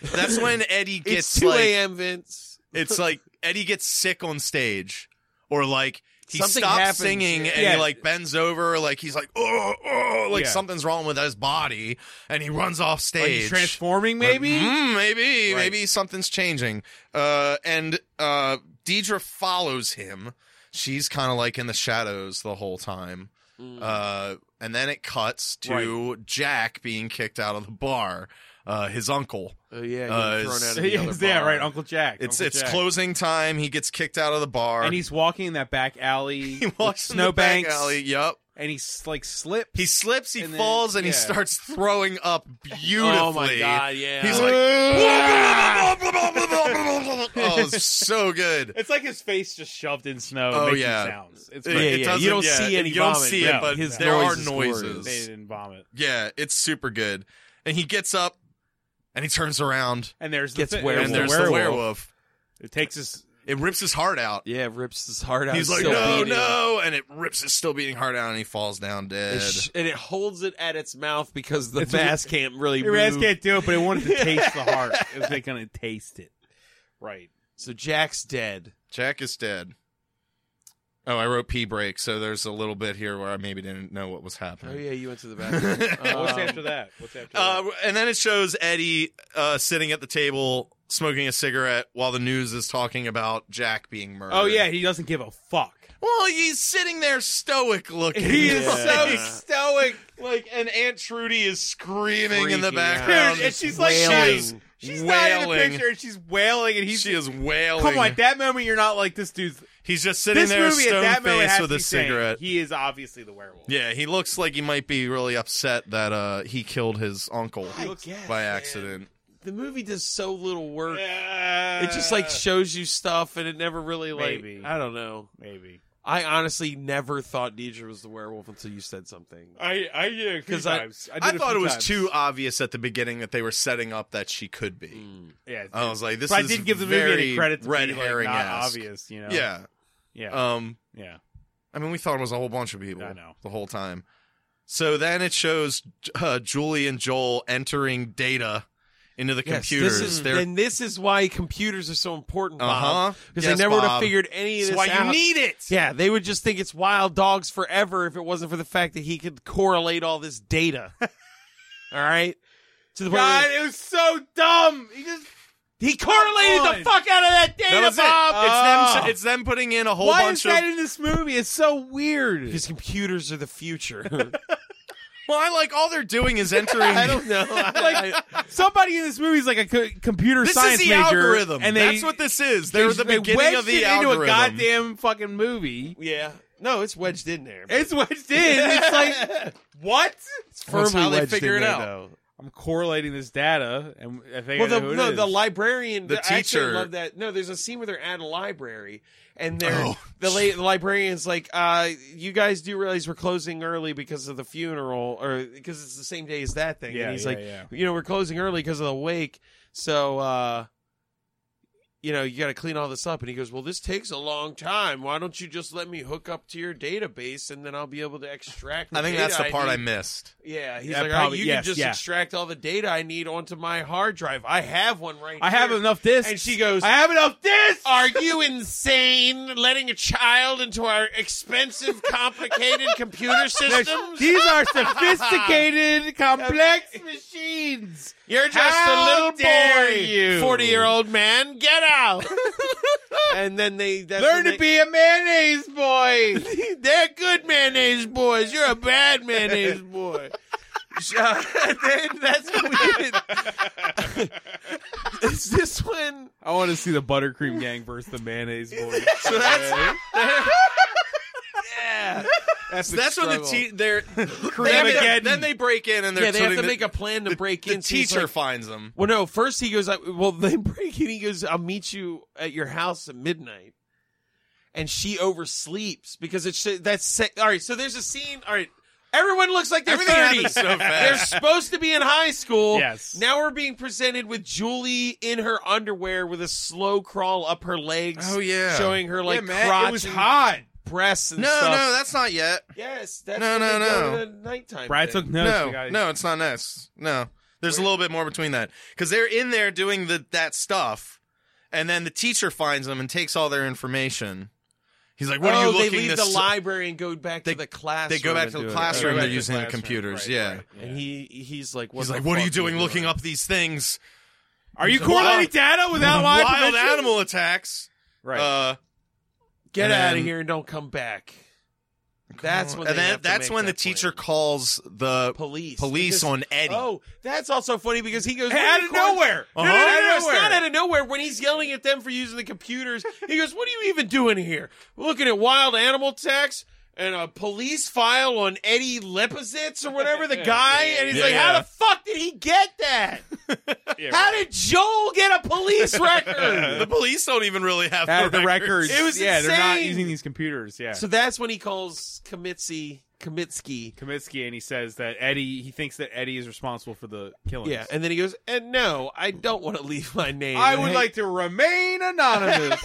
[SPEAKER 2] that's when Eddie
[SPEAKER 12] it's
[SPEAKER 2] gets
[SPEAKER 12] two
[SPEAKER 2] like
[SPEAKER 12] a.m. Vince.
[SPEAKER 2] it's like Eddie gets sick on stage, or like he
[SPEAKER 12] Something
[SPEAKER 2] stops
[SPEAKER 12] happens,
[SPEAKER 2] singing
[SPEAKER 12] yeah.
[SPEAKER 2] and
[SPEAKER 8] Yeah.
[SPEAKER 2] he like bends over, like he's like, "Oh, oh," like
[SPEAKER 8] Yeah.
[SPEAKER 2] something's wrong with his body, and he runs off
[SPEAKER 8] Like he's
[SPEAKER 2] stage.
[SPEAKER 8] transforming, maybe.
[SPEAKER 2] Mm, maybe,
[SPEAKER 8] Right.
[SPEAKER 2] maybe something's changing. Uh, and uh, Deidre follows him. She's kind of like in the shadows the whole time.
[SPEAKER 12] Mm.
[SPEAKER 2] Uh, and then it cuts to Jack being kicked out of the bar. Uh, his uncle.
[SPEAKER 12] Oh
[SPEAKER 2] Uh,
[SPEAKER 12] yeah, getting
[SPEAKER 2] it's-
[SPEAKER 12] thrown out of the
[SPEAKER 8] yeah,
[SPEAKER 12] other
[SPEAKER 8] yeah,
[SPEAKER 12] bar.
[SPEAKER 8] right. Uncle Jack.
[SPEAKER 2] It's
[SPEAKER 8] Uncle
[SPEAKER 2] it's
[SPEAKER 8] Jack.
[SPEAKER 2] closing time. He gets kicked out of the bar.
[SPEAKER 8] And he's walking in that back alley.
[SPEAKER 2] he walks in the back
[SPEAKER 8] snowbanks.
[SPEAKER 2] alley. Yep.
[SPEAKER 8] And he's like slips.
[SPEAKER 2] He slips. He
[SPEAKER 8] And then-
[SPEAKER 2] falls, and he
[SPEAKER 8] yeah.
[SPEAKER 2] starts throwing up beautifully.
[SPEAKER 12] Oh my god, yeah.
[SPEAKER 2] He's like. oh, it's so good.
[SPEAKER 8] It's like his face just shoved in snow.
[SPEAKER 2] Oh,
[SPEAKER 8] Oh making
[SPEAKER 2] yeah.
[SPEAKER 8] sounds. It's
[SPEAKER 2] It-
[SPEAKER 8] great.
[SPEAKER 2] it
[SPEAKER 12] yeah, you
[SPEAKER 2] doesn't-
[SPEAKER 12] don't see any
[SPEAKER 2] You don't
[SPEAKER 12] vomit,
[SPEAKER 2] see
[SPEAKER 8] yeah.
[SPEAKER 2] it, but
[SPEAKER 12] His
[SPEAKER 2] there are
[SPEAKER 12] noise is glorious.
[SPEAKER 2] noises.
[SPEAKER 8] They didn't vomit.
[SPEAKER 2] Yeah, it's super good. And he gets up and he turns around
[SPEAKER 8] And there's the
[SPEAKER 12] Gets
[SPEAKER 8] thi-
[SPEAKER 12] werewolf.
[SPEAKER 2] and there's
[SPEAKER 8] the werewolf.
[SPEAKER 2] the werewolf.
[SPEAKER 8] It takes his
[SPEAKER 2] It rips his heart out.
[SPEAKER 12] Yeah, it rips his heart out.
[SPEAKER 2] He's like,
[SPEAKER 12] still
[SPEAKER 2] no,
[SPEAKER 12] beating.
[SPEAKER 2] no, and it rips his still beating heart out, and he falls down
[SPEAKER 12] It
[SPEAKER 2] dead.
[SPEAKER 12] sh- and it holds it at its mouth because the
[SPEAKER 8] It's a-
[SPEAKER 12] mask can't really.
[SPEAKER 8] Your ass
[SPEAKER 12] move.
[SPEAKER 8] can't do it, but it wanted to taste the heart. It was like gonna taste it. Right.
[SPEAKER 12] So Jack's dead.
[SPEAKER 2] Jack is dead. Oh, I wrote pee break, so there's a little bit here where I maybe didn't know what was
[SPEAKER 12] Oh
[SPEAKER 2] happening.
[SPEAKER 12] yeah, you went to the bathroom.
[SPEAKER 8] What's
[SPEAKER 12] Um,
[SPEAKER 8] after that? What's after
[SPEAKER 2] Uh, and then it shows Eddie uh, sitting at the table smoking a cigarette while the news is talking about Jack being
[SPEAKER 8] that?
[SPEAKER 2] murdered.
[SPEAKER 8] Oh yeah, he doesn't give a fuck.
[SPEAKER 2] Well, he's sitting there stoic looking.
[SPEAKER 8] He is
[SPEAKER 2] Like,
[SPEAKER 8] so stoic.
[SPEAKER 2] like, and Aunt Trudy is screaming in the
[SPEAKER 12] Freaking out.
[SPEAKER 2] background.
[SPEAKER 8] Dude, and she's like,
[SPEAKER 2] Wailing.
[SPEAKER 8] she's, she's not in the
[SPEAKER 2] Wailing.
[SPEAKER 8] picture, and she's wailing, and he's
[SPEAKER 2] she is wailing.
[SPEAKER 8] come on. At that moment, you're not like this dude's.
[SPEAKER 2] he's just sitting
[SPEAKER 8] This
[SPEAKER 2] there,
[SPEAKER 8] movie at
[SPEAKER 2] stone
[SPEAKER 8] that moment
[SPEAKER 2] faced
[SPEAKER 8] has
[SPEAKER 2] with
[SPEAKER 8] to
[SPEAKER 2] a
[SPEAKER 8] be saying,
[SPEAKER 2] cigarette.
[SPEAKER 8] He is obviously the werewolf.
[SPEAKER 2] Yeah, he looks like he might be really upset that uh, he killed his uncle
[SPEAKER 12] I guess,
[SPEAKER 2] by
[SPEAKER 12] man.
[SPEAKER 2] accident.
[SPEAKER 12] The movie does so little work.
[SPEAKER 8] Yeah.
[SPEAKER 12] It just like shows you stuff, and it never really like.
[SPEAKER 8] Maybe.
[SPEAKER 12] I don't know.
[SPEAKER 8] maybe.
[SPEAKER 12] I honestly never thought Deidre was the werewolf until you said something.
[SPEAKER 8] I I yeah, because I,
[SPEAKER 2] I, thought it was too obvious at the beginning that they were setting up that she could be.
[SPEAKER 8] Yeah,
[SPEAKER 2] I was like, Oh, this
[SPEAKER 8] Mm. but I
[SPEAKER 2] is
[SPEAKER 8] didn't give the movie
[SPEAKER 2] very
[SPEAKER 8] any credit to
[SPEAKER 2] red
[SPEAKER 8] be, like,
[SPEAKER 2] herring
[SPEAKER 8] not
[SPEAKER 2] ass.
[SPEAKER 8] obvious. You know.
[SPEAKER 2] Yeah.
[SPEAKER 8] Yeah.
[SPEAKER 2] Um,
[SPEAKER 8] yeah.
[SPEAKER 2] I mean, we thought it was a whole bunch of people.
[SPEAKER 8] I know.
[SPEAKER 2] The whole time. So then it shows uh, Julie and Joel entering data into the
[SPEAKER 12] Yes,
[SPEAKER 2] computers.
[SPEAKER 12] This is,
[SPEAKER 2] They're-
[SPEAKER 12] and this is why computers are so important, Bob.
[SPEAKER 2] Uh-huh.
[SPEAKER 12] Because
[SPEAKER 2] Yes,
[SPEAKER 12] they never would have
[SPEAKER 2] Bob.
[SPEAKER 12] figured any
[SPEAKER 2] That's
[SPEAKER 12] of this
[SPEAKER 2] why you
[SPEAKER 12] out.
[SPEAKER 2] need it.
[SPEAKER 12] Yeah, they would just think it's wild dogs forever if it wasn't for the fact that he could correlate all this data. all right, to the point
[SPEAKER 8] God,
[SPEAKER 12] where
[SPEAKER 8] it was so dumb. He just
[SPEAKER 12] he correlated
[SPEAKER 8] on.
[SPEAKER 12] the fuck out of that data,
[SPEAKER 2] that was it.
[SPEAKER 12] Bob.
[SPEAKER 2] It's, them, it's them putting in a whole
[SPEAKER 8] Ah. why
[SPEAKER 2] bunch
[SPEAKER 8] is
[SPEAKER 2] of.
[SPEAKER 8] that in this movie? It's so weird.
[SPEAKER 12] Because computers are the future.
[SPEAKER 2] well, I like all they're doing is entering.
[SPEAKER 12] I don't know.
[SPEAKER 8] like somebody in this movie is like a co- computer
[SPEAKER 2] this
[SPEAKER 8] science
[SPEAKER 2] is the
[SPEAKER 8] major,
[SPEAKER 2] algorithm.
[SPEAKER 8] and they,
[SPEAKER 2] That's what this is.
[SPEAKER 8] they,
[SPEAKER 2] They're the
[SPEAKER 8] they
[SPEAKER 2] beginning
[SPEAKER 8] wedged
[SPEAKER 2] of the
[SPEAKER 8] it
[SPEAKER 2] algorithm.
[SPEAKER 8] into a goddamn fucking movie.
[SPEAKER 12] yeah, no, it's wedged in there. but
[SPEAKER 8] It's wedged in. It's like what?
[SPEAKER 12] It's firmly
[SPEAKER 8] That's how they
[SPEAKER 12] wedged
[SPEAKER 8] figure
[SPEAKER 12] in
[SPEAKER 8] it
[SPEAKER 12] there,
[SPEAKER 8] out.
[SPEAKER 12] Though.
[SPEAKER 8] I'm correlating this data, and I think
[SPEAKER 12] Well, the,
[SPEAKER 8] I know who it
[SPEAKER 12] no,
[SPEAKER 8] is.
[SPEAKER 12] the librarian,
[SPEAKER 2] The
[SPEAKER 12] I actually
[SPEAKER 2] teacher.
[SPEAKER 12] love that. No, there's a scene where they're at a library, and they're
[SPEAKER 2] Oh.
[SPEAKER 12] the, la- the librarian's like, uh, "You guys do realize we're closing early because of the funeral, or because it's the same day as that thing."
[SPEAKER 8] Yeah,
[SPEAKER 12] and he's
[SPEAKER 8] yeah,
[SPEAKER 12] like,
[SPEAKER 8] yeah.
[SPEAKER 12] "You know, we're closing early because of the wake, so uh, you know, you got to clean all this up." And he goes, "Well, this takes a long time. Why don't you just let me hook up to your database, and then I'll be able to extract." The
[SPEAKER 2] I think
[SPEAKER 12] data
[SPEAKER 2] that's the part
[SPEAKER 12] need."
[SPEAKER 2] I missed.
[SPEAKER 12] Yeah, he's
[SPEAKER 8] Yeah,
[SPEAKER 12] like,
[SPEAKER 8] probably-
[SPEAKER 12] oh, you
[SPEAKER 8] yes,
[SPEAKER 12] can just
[SPEAKER 8] yeah.
[SPEAKER 12] extract all the data I need onto my hard drive. I have one right
[SPEAKER 8] I have
[SPEAKER 12] here."
[SPEAKER 8] enough this,
[SPEAKER 12] And she goes,
[SPEAKER 8] I have enough this.
[SPEAKER 12] Are you insane letting a child into our expensive, complicated computer systems?
[SPEAKER 8] These are sophisticated, complex machines.
[SPEAKER 12] You're just
[SPEAKER 8] How
[SPEAKER 12] a little
[SPEAKER 8] dare
[SPEAKER 12] boy,
[SPEAKER 8] you."
[SPEAKER 12] 40 year old man. Get out. and then they that's when
[SPEAKER 8] Learn to
[SPEAKER 12] they-
[SPEAKER 8] be a mayonnaise boy.
[SPEAKER 12] They're good mayonnaise boys. You're a bad mayonnaise boy. Uh, and then that's when we Is this when?
[SPEAKER 8] I want to see the buttercream gang versus the mayonnaise boy.
[SPEAKER 12] So that's yeah.
[SPEAKER 2] So that's when the te- they're
[SPEAKER 8] Cremageddon.
[SPEAKER 2] then, then they break in and they're
[SPEAKER 12] yeah, they have
[SPEAKER 2] putting
[SPEAKER 12] to
[SPEAKER 2] the-
[SPEAKER 12] make a plan to break
[SPEAKER 2] the
[SPEAKER 12] in. so he's
[SPEAKER 2] teacher
[SPEAKER 12] like-
[SPEAKER 2] finds them.
[SPEAKER 12] well, no. First he goes. like, Well, they break in. He goes. I'll meet you at your house at midnight. And she oversleeps because it's that's se- all right. So there's a scene. All right, everyone looks like they're
[SPEAKER 2] Everything
[SPEAKER 12] thirty.
[SPEAKER 2] happens so
[SPEAKER 12] They're
[SPEAKER 2] fast.
[SPEAKER 12] supposed to be in high school.
[SPEAKER 8] Yes.
[SPEAKER 12] Now we're being presented with Julie in her underwear with a slow crawl up her legs.
[SPEAKER 2] Oh, yeah.
[SPEAKER 12] showing her like
[SPEAKER 8] man,
[SPEAKER 12] crotch
[SPEAKER 8] it was
[SPEAKER 12] and
[SPEAKER 8] hot.
[SPEAKER 12] breasts and
[SPEAKER 2] No,
[SPEAKER 12] stuff.
[SPEAKER 2] no, that's not yet.
[SPEAKER 12] Yes, that's
[SPEAKER 2] No,
[SPEAKER 12] when
[SPEAKER 2] no,
[SPEAKER 12] they go
[SPEAKER 2] no.
[SPEAKER 12] to the nighttime.
[SPEAKER 8] Brad
[SPEAKER 12] thing.
[SPEAKER 8] took notes. we
[SPEAKER 2] No,
[SPEAKER 8] gotta-
[SPEAKER 2] no, it's not next. No, there's a little bit more between that because they're in there doing the that stuff, and then the teacher finds them and takes all their information. He's like, "What
[SPEAKER 12] oh,
[SPEAKER 2] are you
[SPEAKER 12] they
[SPEAKER 2] looking
[SPEAKER 12] leave
[SPEAKER 2] this?"
[SPEAKER 12] the library and go back
[SPEAKER 2] They-
[SPEAKER 12] to the
[SPEAKER 2] they
[SPEAKER 12] classroom.
[SPEAKER 2] go back
[SPEAKER 12] and
[SPEAKER 2] to
[SPEAKER 12] do
[SPEAKER 2] the
[SPEAKER 12] it.
[SPEAKER 2] classroom.
[SPEAKER 8] Right,
[SPEAKER 2] They're
[SPEAKER 8] right,
[SPEAKER 2] using the
[SPEAKER 8] classroom,
[SPEAKER 2] computers.
[SPEAKER 8] right,
[SPEAKER 2] yeah,
[SPEAKER 8] right.
[SPEAKER 12] And he he's like, what
[SPEAKER 2] he's
[SPEAKER 12] the
[SPEAKER 2] like, "What are
[SPEAKER 12] fuck
[SPEAKER 2] you doing, looking up these things?"
[SPEAKER 8] Are you
[SPEAKER 12] Wild-
[SPEAKER 8] correlating data without my
[SPEAKER 2] Wild
[SPEAKER 8] permission?
[SPEAKER 2] animal attacks.
[SPEAKER 8] Right.
[SPEAKER 2] Uh,
[SPEAKER 12] Get
[SPEAKER 2] And
[SPEAKER 12] out of
[SPEAKER 2] then-
[SPEAKER 12] here and don't come back. That's when
[SPEAKER 2] and
[SPEAKER 12] they
[SPEAKER 2] then
[SPEAKER 12] have to
[SPEAKER 2] that's
[SPEAKER 12] make
[SPEAKER 2] when
[SPEAKER 12] that
[SPEAKER 2] the teacher
[SPEAKER 12] plan.
[SPEAKER 2] calls the
[SPEAKER 12] police
[SPEAKER 2] police
[SPEAKER 12] because-
[SPEAKER 2] on Eddie.
[SPEAKER 12] Oh, that's also funny because he goes
[SPEAKER 8] Hey,
[SPEAKER 12] "What are
[SPEAKER 8] out
[SPEAKER 12] you
[SPEAKER 8] of
[SPEAKER 12] calling-"
[SPEAKER 8] nowhere.
[SPEAKER 12] No, no,
[SPEAKER 2] Uh-huh.
[SPEAKER 12] no, no,
[SPEAKER 8] Out of
[SPEAKER 12] it's
[SPEAKER 8] nowhere.
[SPEAKER 12] not out of nowhere. When he's yelling at them for using the computers, he goes, "What are you even doing here? Looking at wild animal text and a police file on Eddie Lepozitz or whatever the guy." And he's
[SPEAKER 2] Yeah,
[SPEAKER 12] like, "How
[SPEAKER 2] yeah.
[SPEAKER 12] the fuck did he get that? How did Joel get a police record?"
[SPEAKER 2] the police don't even really have
[SPEAKER 8] Out
[SPEAKER 2] the,
[SPEAKER 8] of the records.
[SPEAKER 12] It was
[SPEAKER 8] yeah. They're not
[SPEAKER 12] insane.
[SPEAKER 8] using these computers. Yeah.
[SPEAKER 12] So that's when he calls Kamitsky. Kamitsky.
[SPEAKER 8] Kaminsky and he says that Eddie. He thinks that Eddie is responsible for the killings.
[SPEAKER 12] Yeah, and then he goes, and no, I don't want to leave my name.
[SPEAKER 8] I would like to remain anonymous.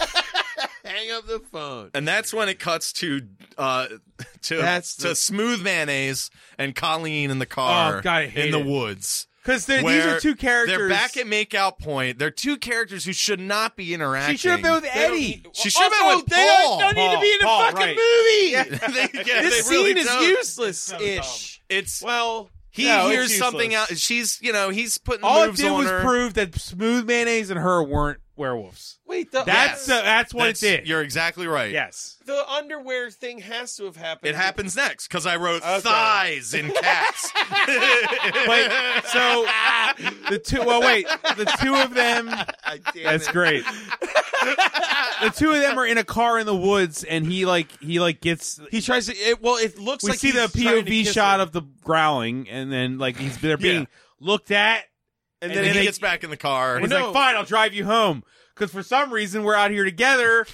[SPEAKER 12] hang up the phone.
[SPEAKER 2] And that's when it cuts to uh to
[SPEAKER 12] That's
[SPEAKER 2] to
[SPEAKER 12] the-
[SPEAKER 2] smooth mayonnaise and Colleen in the car
[SPEAKER 8] Oh, God, I hate
[SPEAKER 2] in the
[SPEAKER 8] it.
[SPEAKER 2] woods.
[SPEAKER 8] 'Cause they're- these
[SPEAKER 2] where
[SPEAKER 8] are two
[SPEAKER 2] They're
[SPEAKER 8] characters-
[SPEAKER 2] back at makeout point. They're two characters who should not be interacting.
[SPEAKER 8] She should have been with Eddie.
[SPEAKER 2] She should have been with
[SPEAKER 12] they
[SPEAKER 2] Paul.
[SPEAKER 12] don't, don't need to be in a
[SPEAKER 8] Paul,
[SPEAKER 12] fucking
[SPEAKER 8] right.
[SPEAKER 12] movie.
[SPEAKER 2] They- yeah,
[SPEAKER 12] this
[SPEAKER 2] they really
[SPEAKER 12] scene
[SPEAKER 2] don't.
[SPEAKER 12] is useless ish.
[SPEAKER 2] It's
[SPEAKER 12] Well,
[SPEAKER 2] he
[SPEAKER 8] no, it's
[SPEAKER 2] hears something
[SPEAKER 8] useless.
[SPEAKER 2] out. She's you know he's putting
[SPEAKER 8] All it
[SPEAKER 2] moves
[SPEAKER 8] did
[SPEAKER 2] on
[SPEAKER 8] was
[SPEAKER 2] her.
[SPEAKER 8] prove that Smooth Mayonnaise and her weren't werewolves.
[SPEAKER 12] wait, the,
[SPEAKER 8] That's
[SPEAKER 2] Yes.
[SPEAKER 8] the, that's what
[SPEAKER 2] That's-
[SPEAKER 8] it did.
[SPEAKER 2] You're exactly right.
[SPEAKER 8] Yes.
[SPEAKER 12] the underwear thing has to have happened.
[SPEAKER 2] It happens next because I wrote
[SPEAKER 12] Okay.
[SPEAKER 2] thighs in cats.
[SPEAKER 8] But so the two well wait, the two of them
[SPEAKER 12] I damn
[SPEAKER 8] That's
[SPEAKER 12] it.
[SPEAKER 8] great. the two of them are in a car in the woods and he like he like gets
[SPEAKER 12] He tries to. It, well, it looks
[SPEAKER 8] we
[SPEAKER 12] like
[SPEAKER 8] see the
[SPEAKER 12] he's trying to
[SPEAKER 8] POV
[SPEAKER 12] kiss
[SPEAKER 8] shot
[SPEAKER 12] her.
[SPEAKER 8] of the growling, and then like he's they're being
[SPEAKER 2] Yeah.
[SPEAKER 8] looked at,
[SPEAKER 2] and then he gets back in the car.
[SPEAKER 8] and he's
[SPEAKER 12] Well, no.
[SPEAKER 8] like, "Fine, I'll drive you home." Because for some reason we're out here together,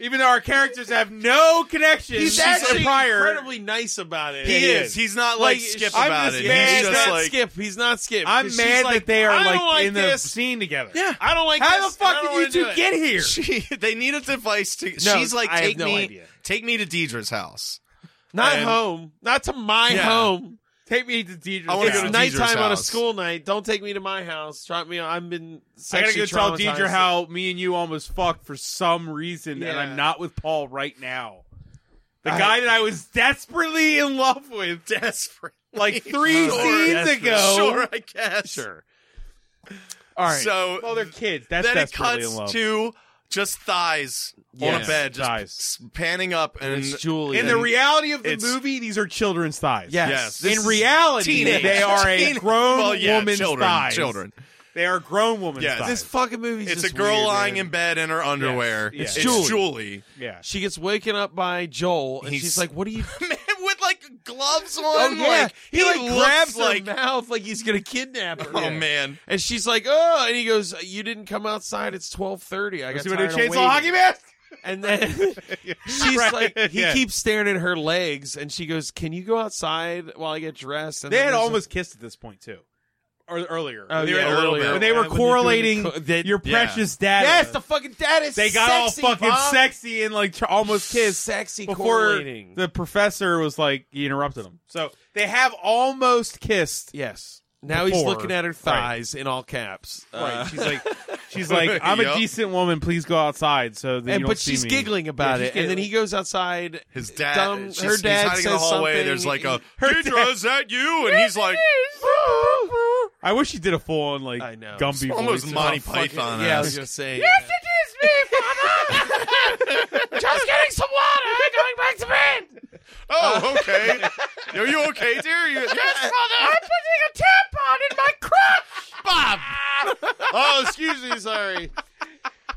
[SPEAKER 8] even though our characters have no connection.
[SPEAKER 12] He's
[SPEAKER 8] to
[SPEAKER 12] actually
[SPEAKER 8] prior.
[SPEAKER 12] incredibly nice about it.
[SPEAKER 2] he is. He's not like, skip
[SPEAKER 12] I'm
[SPEAKER 2] about
[SPEAKER 12] just
[SPEAKER 2] it.
[SPEAKER 12] Mad
[SPEAKER 2] He's just
[SPEAKER 12] not
[SPEAKER 2] like
[SPEAKER 12] skip. He's not skip.
[SPEAKER 8] I'm
[SPEAKER 12] 'Cause she's
[SPEAKER 8] mad
[SPEAKER 12] like,
[SPEAKER 8] that they are
[SPEAKER 12] I don't
[SPEAKER 8] like,
[SPEAKER 12] like
[SPEAKER 8] in
[SPEAKER 12] this.
[SPEAKER 8] the scene together.
[SPEAKER 12] Yeah, I don't like.
[SPEAKER 8] How
[SPEAKER 12] this,
[SPEAKER 8] the fuck
[SPEAKER 12] and I don't
[SPEAKER 8] did
[SPEAKER 12] wanna
[SPEAKER 8] you two
[SPEAKER 12] do it.
[SPEAKER 8] get here?
[SPEAKER 2] She, they need a device to.
[SPEAKER 12] No,
[SPEAKER 2] she's like,
[SPEAKER 12] I have
[SPEAKER 2] take
[SPEAKER 12] no
[SPEAKER 2] me,
[SPEAKER 12] idea.
[SPEAKER 2] take me to Deidre's house.
[SPEAKER 12] Not
[SPEAKER 2] And-
[SPEAKER 12] home. Not to my
[SPEAKER 2] Yeah.
[SPEAKER 12] home.
[SPEAKER 8] Take me to Deidre's.
[SPEAKER 2] I wanna
[SPEAKER 12] It's
[SPEAKER 2] go to
[SPEAKER 8] house.
[SPEAKER 2] Deidre's
[SPEAKER 12] nighttime on a
[SPEAKER 2] house.
[SPEAKER 12] school night. Don't take me to my house. Drop me. I've been.
[SPEAKER 8] I gotta go
[SPEAKER 12] sexually
[SPEAKER 8] tell Deidre
[SPEAKER 12] traumatized.
[SPEAKER 8] how me and you almost fucked for some reason, and
[SPEAKER 12] Yeah.
[SPEAKER 8] I'm not with Paul right now. The guy that I was desperately in love with,
[SPEAKER 2] Desperate.
[SPEAKER 8] like three
[SPEAKER 2] Sure.
[SPEAKER 8] scenes
[SPEAKER 2] Desperate.
[SPEAKER 8] ago.
[SPEAKER 2] Sure, I guess. Sure.
[SPEAKER 8] All right.
[SPEAKER 2] So
[SPEAKER 8] well, they're kids. That's
[SPEAKER 2] then it
[SPEAKER 8] desperately in
[SPEAKER 2] cuts
[SPEAKER 8] love.
[SPEAKER 2] to just thighs on a
[SPEAKER 12] Yes.
[SPEAKER 2] bed, just
[SPEAKER 8] Thighs.
[SPEAKER 2] s- panning up, and
[SPEAKER 12] It's Julie.
[SPEAKER 8] in the reality of the
[SPEAKER 2] It's-
[SPEAKER 8] movie, these are children's thighs.
[SPEAKER 12] Yes.
[SPEAKER 2] Yes.
[SPEAKER 8] In reality,
[SPEAKER 2] Teenage.
[SPEAKER 8] they are a
[SPEAKER 2] Teen-
[SPEAKER 8] grown
[SPEAKER 2] well, yeah,
[SPEAKER 8] woman's
[SPEAKER 2] children,
[SPEAKER 8] thighs.
[SPEAKER 2] Children.
[SPEAKER 8] They are grown woman's
[SPEAKER 2] Yes.
[SPEAKER 8] thighs.
[SPEAKER 12] this fucking movie.
[SPEAKER 2] It's a girl lying in bed in her underwear.
[SPEAKER 8] Yes.
[SPEAKER 2] It's,
[SPEAKER 8] It's
[SPEAKER 2] Julie.
[SPEAKER 12] Julie.
[SPEAKER 8] yeah.
[SPEAKER 12] She gets waken up by Joel, and
[SPEAKER 2] He's-
[SPEAKER 12] she's like, "What are you?"
[SPEAKER 2] Man, with like gloves on.
[SPEAKER 8] Oh,
[SPEAKER 12] Like,
[SPEAKER 2] like,
[SPEAKER 12] Oh, he, like
[SPEAKER 2] looks
[SPEAKER 12] grabs
[SPEAKER 2] like.
[SPEAKER 12] her mouth like he's gonna kidnap her.
[SPEAKER 2] Oh man.
[SPEAKER 12] And she's like, "Oh," and he goes, "You didn't come outside. It's twelve thirty. I got
[SPEAKER 8] See what
[SPEAKER 12] tired
[SPEAKER 8] a
[SPEAKER 12] of
[SPEAKER 8] chainsaw
[SPEAKER 12] waiting."
[SPEAKER 8] hockey mask.
[SPEAKER 12] And then she's
[SPEAKER 8] Right,
[SPEAKER 12] like, he
[SPEAKER 8] yeah.
[SPEAKER 12] keeps staring at her legs, and she goes, "Can you go outside while I get dressed?" And
[SPEAKER 8] They
[SPEAKER 12] then
[SPEAKER 8] had
[SPEAKER 12] there's a-
[SPEAKER 8] almost kissed at this point too, or earlier.
[SPEAKER 12] Oh,
[SPEAKER 8] They
[SPEAKER 12] yeah,
[SPEAKER 8] were-
[SPEAKER 2] a little bit.
[SPEAKER 8] when they were
[SPEAKER 12] Yeah, when you're
[SPEAKER 8] correlating
[SPEAKER 12] doing the co- that-
[SPEAKER 8] your
[SPEAKER 2] yeah.
[SPEAKER 8] precious data.
[SPEAKER 12] yes, the fucking dad is.
[SPEAKER 8] they got all
[SPEAKER 12] sexy,
[SPEAKER 8] fucking
[SPEAKER 12] Bob.
[SPEAKER 8] sexy and like tr- almost kissed
[SPEAKER 12] sexy
[SPEAKER 8] before
[SPEAKER 12] correlating.
[SPEAKER 8] the professor was like he interrupted them. So they have almost kissed.
[SPEAKER 12] yes. Now he's
[SPEAKER 8] Before.
[SPEAKER 12] looking at her thighs in all caps.
[SPEAKER 8] Right.
[SPEAKER 12] Uh,
[SPEAKER 8] She's like, she's like, I'm
[SPEAKER 2] Yup.
[SPEAKER 8] a decent woman. Please go outside. So that you
[SPEAKER 12] and,
[SPEAKER 8] don't
[SPEAKER 12] but
[SPEAKER 8] see
[SPEAKER 12] she's
[SPEAKER 8] me.
[SPEAKER 12] giggling about
[SPEAKER 8] Yeah,
[SPEAKER 12] it,
[SPEAKER 8] she's
[SPEAKER 12] and then he
[SPEAKER 8] giggling.
[SPEAKER 12] goes outside.
[SPEAKER 2] His dad,
[SPEAKER 12] Dumb-
[SPEAKER 2] she's-
[SPEAKER 12] her
[SPEAKER 2] he's
[SPEAKER 12] dad
[SPEAKER 2] hiding in the
[SPEAKER 12] says
[SPEAKER 2] hallway.
[SPEAKER 12] something.
[SPEAKER 2] There's like a
[SPEAKER 8] Her
[SPEAKER 2] Deidre,
[SPEAKER 8] dad-
[SPEAKER 2] is that you? And he's like
[SPEAKER 8] I wish he did a full on like
[SPEAKER 12] I know.
[SPEAKER 8] Gumby.
[SPEAKER 2] almost
[SPEAKER 8] voice.
[SPEAKER 2] Monty
[SPEAKER 12] Oh, fucking-
[SPEAKER 2] Python.
[SPEAKER 12] Yeah, I was
[SPEAKER 2] esque.
[SPEAKER 12] gonna say. Yes,
[SPEAKER 2] eh? Oh, okay. Are you okay, dear? You- yes, father. I'm putting a tampon in my crotch, Bob.
[SPEAKER 12] oh, excuse me, sorry.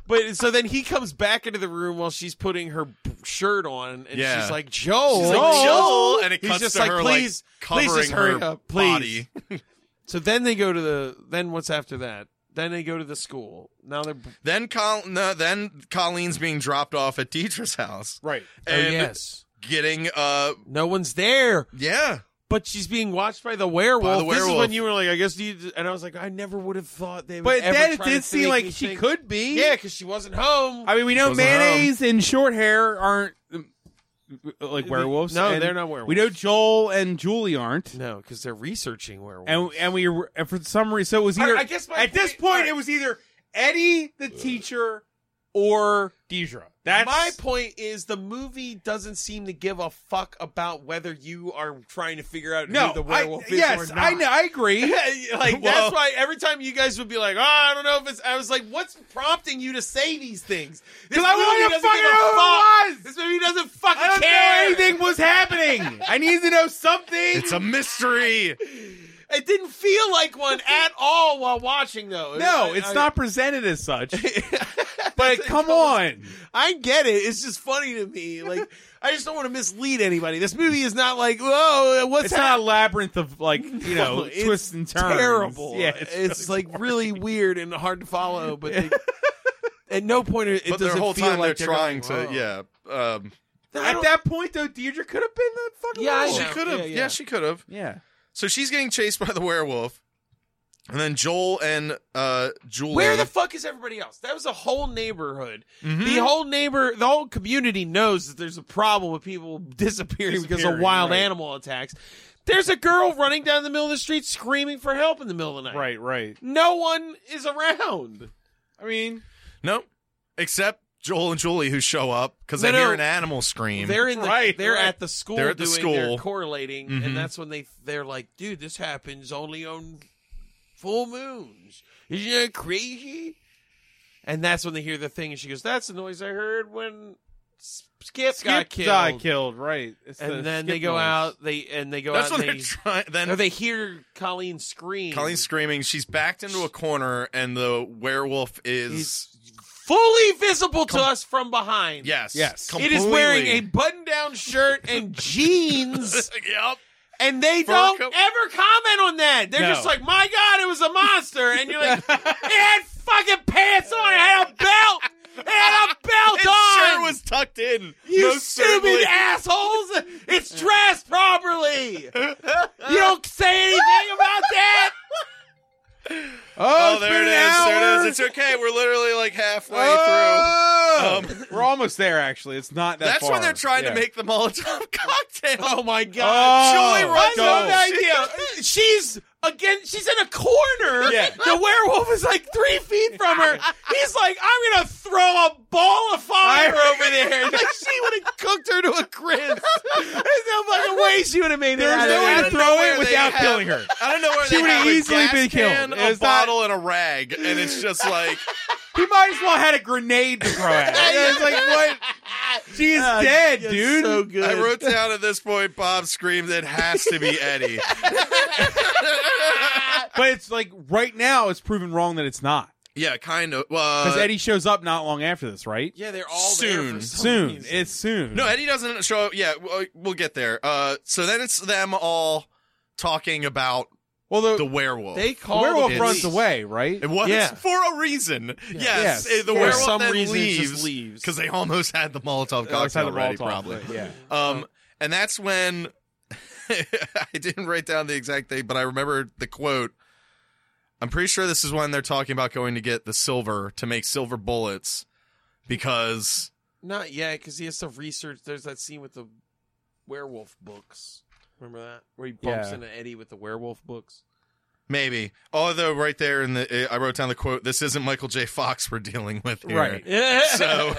[SPEAKER 12] But so then he comes back into the room while she's putting her b- shirt on, and
[SPEAKER 2] Yeah.
[SPEAKER 12] she's like, "Joel,
[SPEAKER 2] She's like, "Joel," and it
[SPEAKER 12] He's
[SPEAKER 2] cuts
[SPEAKER 12] just
[SPEAKER 2] to
[SPEAKER 12] like,
[SPEAKER 2] her, like,
[SPEAKER 12] "Please,
[SPEAKER 2] covering
[SPEAKER 12] please, just
[SPEAKER 2] her
[SPEAKER 12] hurry up, please."
[SPEAKER 2] body.
[SPEAKER 12] So then they go to the. Then what's after that? Then they go to the school. Now they're oh,
[SPEAKER 2] Then Col- no, then Colleen's being dropped off at Deidre's house
[SPEAKER 8] Right.
[SPEAKER 2] and
[SPEAKER 12] oh, yes,
[SPEAKER 2] getting uh
[SPEAKER 12] no one's there,
[SPEAKER 2] yeah
[SPEAKER 12] but she's being watched by the werewolf. This is
[SPEAKER 2] werewolf.
[SPEAKER 12] when you were like, "I guess," you, and I was like, "I never would have thought they." Would
[SPEAKER 8] But
[SPEAKER 12] ever
[SPEAKER 8] then it
[SPEAKER 12] try to
[SPEAKER 8] did seem
[SPEAKER 12] make
[SPEAKER 8] like
[SPEAKER 12] me
[SPEAKER 8] she
[SPEAKER 12] think-
[SPEAKER 8] could be.
[SPEAKER 12] Yeah, because she wasn't home.
[SPEAKER 8] I mean, we know
[SPEAKER 2] Wasn't home.
[SPEAKER 8] mayonnaise and short hair aren't um, like werewolves.
[SPEAKER 12] No,
[SPEAKER 8] and
[SPEAKER 12] they're not werewolves.
[SPEAKER 8] We know Joel and Julie aren't,
[SPEAKER 12] no, because they're researching werewolves.
[SPEAKER 8] and and we were, and for some reason, so it was
[SPEAKER 12] All
[SPEAKER 8] either.
[SPEAKER 12] right, I guess my
[SPEAKER 8] at this
[SPEAKER 12] point-
[SPEAKER 8] point,
[SPEAKER 12] all right.
[SPEAKER 8] it was either Eddie the teacher or Deidre. That's
[SPEAKER 12] My point is the movie doesn't seem to give a fuck about whether you are trying to figure out
[SPEAKER 8] No,
[SPEAKER 12] who the
[SPEAKER 8] I,
[SPEAKER 12] werewolf is
[SPEAKER 8] yes,
[SPEAKER 12] or not.
[SPEAKER 8] I know, I agree.
[SPEAKER 2] Well-
[SPEAKER 12] like that's why every time you guys would be like, "Oh, I don't know if it's," I was like, "What's prompting you to say these things?" Because
[SPEAKER 8] I wanted to fucking know who it was.
[SPEAKER 12] This movie doesn't fucking
[SPEAKER 8] I don't
[SPEAKER 12] care.
[SPEAKER 8] know anything was happening. I needed to know something.
[SPEAKER 2] it's a mystery
[SPEAKER 12] It didn't feel like one at all while watching, though.
[SPEAKER 8] no,
[SPEAKER 12] I-
[SPEAKER 8] it's
[SPEAKER 12] I-
[SPEAKER 8] not presented as such. but come on,
[SPEAKER 12] I get it. It's just funny to me. Like, I just don't want to mislead anybody. This movie is not like, whoa, what's
[SPEAKER 8] it's
[SPEAKER 12] happening?
[SPEAKER 8] not a labyrinth of like you know
[SPEAKER 12] No, it's
[SPEAKER 8] twists and turns.
[SPEAKER 12] Terrible.
[SPEAKER 8] Yeah,
[SPEAKER 12] it's, like really weird and hard to follow. But they, at no point it, it
[SPEAKER 2] but the
[SPEAKER 12] doesn't
[SPEAKER 2] whole
[SPEAKER 12] feel
[SPEAKER 2] time
[SPEAKER 12] like
[SPEAKER 2] they're trying
[SPEAKER 12] going,
[SPEAKER 2] to yeah um
[SPEAKER 12] "Wow." I
[SPEAKER 8] At
[SPEAKER 12] don't-
[SPEAKER 8] that point, though, Deirdre could have been the fucking
[SPEAKER 12] Yeah, I
[SPEAKER 8] werewolf.
[SPEAKER 2] she
[SPEAKER 12] know.
[SPEAKER 2] could have
[SPEAKER 12] Yeah,
[SPEAKER 2] yeah,
[SPEAKER 12] yeah.
[SPEAKER 2] she could have
[SPEAKER 8] Yeah.
[SPEAKER 2] so she's getting chased by the werewolf And then Joel and uh Julie.
[SPEAKER 12] Where the fuck is everybody else? That was a whole neighborhood.
[SPEAKER 8] Mm-hmm.
[SPEAKER 12] The whole neighbor, the whole community knows that there's a problem with people disappearing, because of
[SPEAKER 8] Disappearing,
[SPEAKER 12] wild
[SPEAKER 8] right.
[SPEAKER 12] animal attacks. There's a girl running down the middle of the street screaming for help in the middle of the night.
[SPEAKER 8] Right, right.
[SPEAKER 12] No one is around.
[SPEAKER 8] I mean,
[SPEAKER 2] Nope. Except Joel and Julie who show up because
[SPEAKER 12] No,
[SPEAKER 2] they
[SPEAKER 12] no.
[SPEAKER 2] hear an animal scream.
[SPEAKER 12] They're in the,
[SPEAKER 8] Right,
[SPEAKER 12] they're
[SPEAKER 8] right.
[SPEAKER 12] at the school
[SPEAKER 2] They're at the
[SPEAKER 12] doing
[SPEAKER 2] school.
[SPEAKER 12] their correlating,
[SPEAKER 2] Mhm.
[SPEAKER 12] and that's when they they're like, dude, this happens only on full moons. Isn't that crazy? And that's when they hear the thing, and she goes, "That's the noise I heard when S- Skip, got
[SPEAKER 8] Skip
[SPEAKER 12] killed."
[SPEAKER 8] died killed, right? It's
[SPEAKER 12] and
[SPEAKER 8] the
[SPEAKER 12] then
[SPEAKER 8] Skip
[SPEAKER 12] they go
[SPEAKER 8] noise.
[SPEAKER 12] out. They and they go
[SPEAKER 2] That's
[SPEAKER 12] out.
[SPEAKER 2] when
[SPEAKER 12] and
[SPEAKER 2] they're
[SPEAKER 12] they,
[SPEAKER 2] trying. Then
[SPEAKER 12] or they hear Colleen scream.
[SPEAKER 2] Colleen's screaming. She's backed into a corner, and the werewolf is
[SPEAKER 12] fully visible to us from behind.
[SPEAKER 2] yes,
[SPEAKER 8] Yes.
[SPEAKER 12] It is wearing a
[SPEAKER 2] completely.
[SPEAKER 12] button-down shirt and jeans.
[SPEAKER 2] yep.
[SPEAKER 12] And they
[SPEAKER 2] Fur
[SPEAKER 12] don't
[SPEAKER 2] coat.
[SPEAKER 12] ever comment on that. They're
[SPEAKER 8] No.
[SPEAKER 12] just like, my God, it was a monster. And you're like, it had fucking pants on. It had a belt. It had a belt
[SPEAKER 2] His
[SPEAKER 12] on.
[SPEAKER 2] shirt was tucked in.
[SPEAKER 12] Oh, you
[SPEAKER 2] most
[SPEAKER 12] stupid
[SPEAKER 2] certainly.
[SPEAKER 12] assholes. It's dressed properly. you don't say anything about that.
[SPEAKER 8] Oh,
[SPEAKER 2] Oh, there it is. There it is. It's okay. We're literally like halfway
[SPEAKER 8] Oh!
[SPEAKER 2] through. Um,
[SPEAKER 8] We're almost there. Actually, it's not that.
[SPEAKER 2] that's
[SPEAKER 8] far.
[SPEAKER 2] when they're trying
[SPEAKER 8] Yeah.
[SPEAKER 2] to make the Molotov cocktail.
[SPEAKER 12] Oh my
[SPEAKER 8] God.
[SPEAKER 12] Julie
[SPEAKER 8] Oh,
[SPEAKER 12] runs
[SPEAKER 8] no.
[SPEAKER 12] on the idea. She's again. She's in a corner.
[SPEAKER 8] Yeah.
[SPEAKER 12] The werewolf is like three feet from her. He's like, I'm gonna throw a ball of fire over there. Like she would have cooked her to a crisp. There's no fucking way she would have made it.
[SPEAKER 8] There's
[SPEAKER 12] out
[SPEAKER 8] no
[SPEAKER 12] of
[SPEAKER 8] way
[SPEAKER 12] that.
[SPEAKER 8] to throw it without
[SPEAKER 2] have-
[SPEAKER 8] killing her.
[SPEAKER 2] I don't know where
[SPEAKER 8] She
[SPEAKER 2] they
[SPEAKER 8] would've
[SPEAKER 2] have a
[SPEAKER 8] easily
[SPEAKER 2] gas
[SPEAKER 8] been killed.
[SPEAKER 2] can, a
[SPEAKER 8] It's not-
[SPEAKER 2] bottle, and a rag, and it's just like
[SPEAKER 8] He might as well had a grenade to throw at. Her. Yeah, it's like what? Ah, She is dead, dude.
[SPEAKER 12] So good.
[SPEAKER 2] I wrote down at this point. Bob screams, "It has to be Eddie."
[SPEAKER 8] But it's like right now, it's proven wrong that it's not
[SPEAKER 2] yeah, kind of.
[SPEAKER 8] because
[SPEAKER 2] Well,
[SPEAKER 8] Eddie shows up not long after this, right?
[SPEAKER 12] yeah, they're all There
[SPEAKER 2] Soon.
[SPEAKER 12] for some
[SPEAKER 8] Soon,
[SPEAKER 12] reason.
[SPEAKER 8] it's soon.
[SPEAKER 2] uh, No, Eddie doesn't show up. Yeah, we'll, we'll get there. Uh, so then it's them all talking about
[SPEAKER 8] well, the,
[SPEAKER 2] the werewolf.
[SPEAKER 12] They
[SPEAKER 8] the
[SPEAKER 12] call
[SPEAKER 8] werewolf
[SPEAKER 12] the
[SPEAKER 8] runs
[SPEAKER 12] police.
[SPEAKER 8] away, right?
[SPEAKER 2] it was
[SPEAKER 12] Yeah.
[SPEAKER 2] for a reason. Yes,
[SPEAKER 8] Yes.
[SPEAKER 2] eh, the
[SPEAKER 8] For
[SPEAKER 2] werewolf
[SPEAKER 12] some
[SPEAKER 2] then
[SPEAKER 12] reason, it
[SPEAKER 2] leaves
[SPEAKER 12] just leaves.
[SPEAKER 2] because they almost had the Molotov cocktail
[SPEAKER 8] Outside the
[SPEAKER 2] already,
[SPEAKER 8] Molotov,
[SPEAKER 2] probably.
[SPEAKER 8] but Yeah.
[SPEAKER 2] Um, and that's when I didn't write down the exact thing, but I remember the quote. I'm pretty sure this is when they're talking about going to get the silver to make silver bullets because
[SPEAKER 12] Not yet, because he has to research. There's that scene with the werewolf books. Remember that where he bumps
[SPEAKER 8] Yeah.
[SPEAKER 12] into Eddie with the werewolf books.
[SPEAKER 2] maybe. Although right there in the eh, I wrote down the quote. This isn't Michael J. Fox we're dealing with here.
[SPEAKER 8] Right.
[SPEAKER 12] Yeah.
[SPEAKER 2] So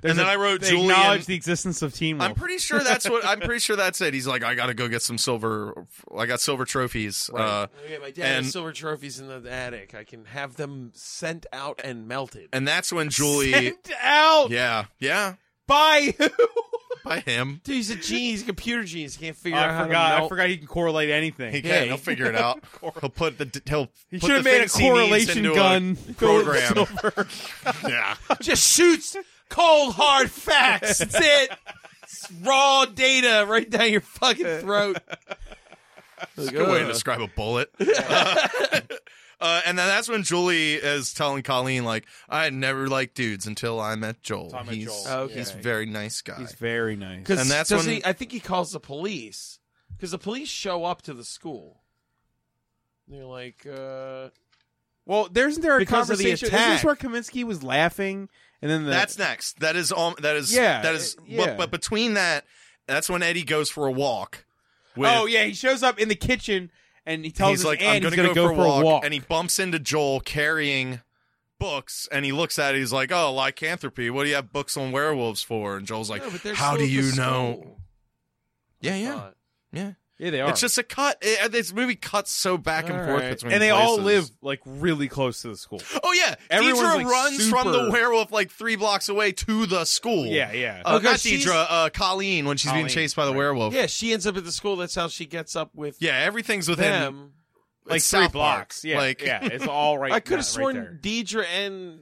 [SPEAKER 8] There's
[SPEAKER 2] then
[SPEAKER 8] a-
[SPEAKER 2] I wrote
[SPEAKER 8] they
[SPEAKER 2] Julian-
[SPEAKER 8] acknowledge the existence of Team Wolf.
[SPEAKER 2] I'm pretty sure that's what I'm pretty sure that's it. He's like, I got to go get some silver. I got silver trophies. Uh,
[SPEAKER 12] yeah, my dad
[SPEAKER 2] and-
[SPEAKER 12] has silver trophies in the attic. I can have them sent out and melted.
[SPEAKER 2] and that's when Julie.
[SPEAKER 8] Sent out
[SPEAKER 2] Yeah, yeah.
[SPEAKER 8] by who?
[SPEAKER 2] By him,
[SPEAKER 12] Dude, he's a genius, computer genius. Can't figure out
[SPEAKER 8] I
[SPEAKER 12] how
[SPEAKER 8] forgot.
[SPEAKER 12] to
[SPEAKER 8] I
[SPEAKER 12] melt.
[SPEAKER 8] forgot he can correlate anything.
[SPEAKER 2] he can. He'll figure it out. He'll put the d- he'll.
[SPEAKER 8] He
[SPEAKER 2] put
[SPEAKER 8] should have
[SPEAKER 2] the
[SPEAKER 8] made a
[SPEAKER 2] things he needs
[SPEAKER 8] correlation
[SPEAKER 2] into a
[SPEAKER 8] gun
[SPEAKER 2] program.
[SPEAKER 8] filled with silver.
[SPEAKER 2] yeah.
[SPEAKER 12] Just shoots cold hard facts. That's it. It's raw data right down your fucking throat. Like,
[SPEAKER 2] Good way to
[SPEAKER 12] ugh.
[SPEAKER 2] describe a bullet. Uh, and then that's when Julie is telling Colleen, like, I never liked dudes until I met Joel.
[SPEAKER 8] I met
[SPEAKER 2] he's
[SPEAKER 8] Joel.
[SPEAKER 12] Okay.
[SPEAKER 2] he's a very nice guy.
[SPEAKER 8] He's very nice.
[SPEAKER 12] Cause,
[SPEAKER 2] And that's
[SPEAKER 12] does
[SPEAKER 2] when-
[SPEAKER 12] he, I think he calls the police because the police show up to the school. They're like, uh,
[SPEAKER 8] Well, there isn't there a
[SPEAKER 12] Because of the
[SPEAKER 8] conversation? Isn't this
[SPEAKER 12] attack.
[SPEAKER 8] where Kaminsky was laughing, and then the,
[SPEAKER 2] that's next. That is all. That is.
[SPEAKER 8] Yeah,
[SPEAKER 2] That is.
[SPEAKER 8] uh,
[SPEAKER 2] but-
[SPEAKER 8] yeah.
[SPEAKER 2] But, between that, that's when Eddie goes for a walk. With,
[SPEAKER 8] oh yeah, he shows up in the kitchen and he tells
[SPEAKER 2] he's
[SPEAKER 8] his
[SPEAKER 2] like,
[SPEAKER 8] aunt
[SPEAKER 2] I'm
[SPEAKER 8] he's
[SPEAKER 2] gonna
[SPEAKER 8] going to go, for a walk,
[SPEAKER 2] and he bumps into Joel carrying books, and he looks at it. He's like, "Oh, lycanthropy. What do you have books on werewolves for?" And Joel's like,
[SPEAKER 12] "No, but they're
[SPEAKER 2] "How
[SPEAKER 12] still
[SPEAKER 2] do
[SPEAKER 12] at the
[SPEAKER 2] you know?"
[SPEAKER 12] school."
[SPEAKER 2] Yeah, yeah,
[SPEAKER 12] Thought.
[SPEAKER 2] yeah.
[SPEAKER 8] yeah, they are.
[SPEAKER 2] It's just a cut. It, uh, this movie cuts so back and
[SPEAKER 12] All
[SPEAKER 2] forth
[SPEAKER 12] right.
[SPEAKER 2] between,
[SPEAKER 8] and they all live
[SPEAKER 2] places.
[SPEAKER 8] like really close to the school.
[SPEAKER 2] Oh yeah,
[SPEAKER 8] Everyone's,
[SPEAKER 2] Deidre
[SPEAKER 8] like,
[SPEAKER 2] runs from the
[SPEAKER 8] super-
[SPEAKER 2] werewolf like three blocks away to the school.
[SPEAKER 8] Yeah, yeah.
[SPEAKER 2] Uh,
[SPEAKER 12] Okay,
[SPEAKER 2] not
[SPEAKER 12] she's-
[SPEAKER 2] Deidre, uh, Colleen when she's
[SPEAKER 8] Colleen,
[SPEAKER 2] being chased by the
[SPEAKER 8] right.
[SPEAKER 2] werewolf.
[SPEAKER 12] Yeah, she ends up at the school. That's how she gets up with
[SPEAKER 2] Yeah, everything's within
[SPEAKER 12] them.
[SPEAKER 2] it's
[SPEAKER 8] like three
[SPEAKER 2] South Park.
[SPEAKER 8] blocks. Yeah,
[SPEAKER 2] like
[SPEAKER 8] yeah. It's all right.
[SPEAKER 12] I could have
[SPEAKER 8] right
[SPEAKER 12] sworn
[SPEAKER 8] there.
[SPEAKER 12] Deidre and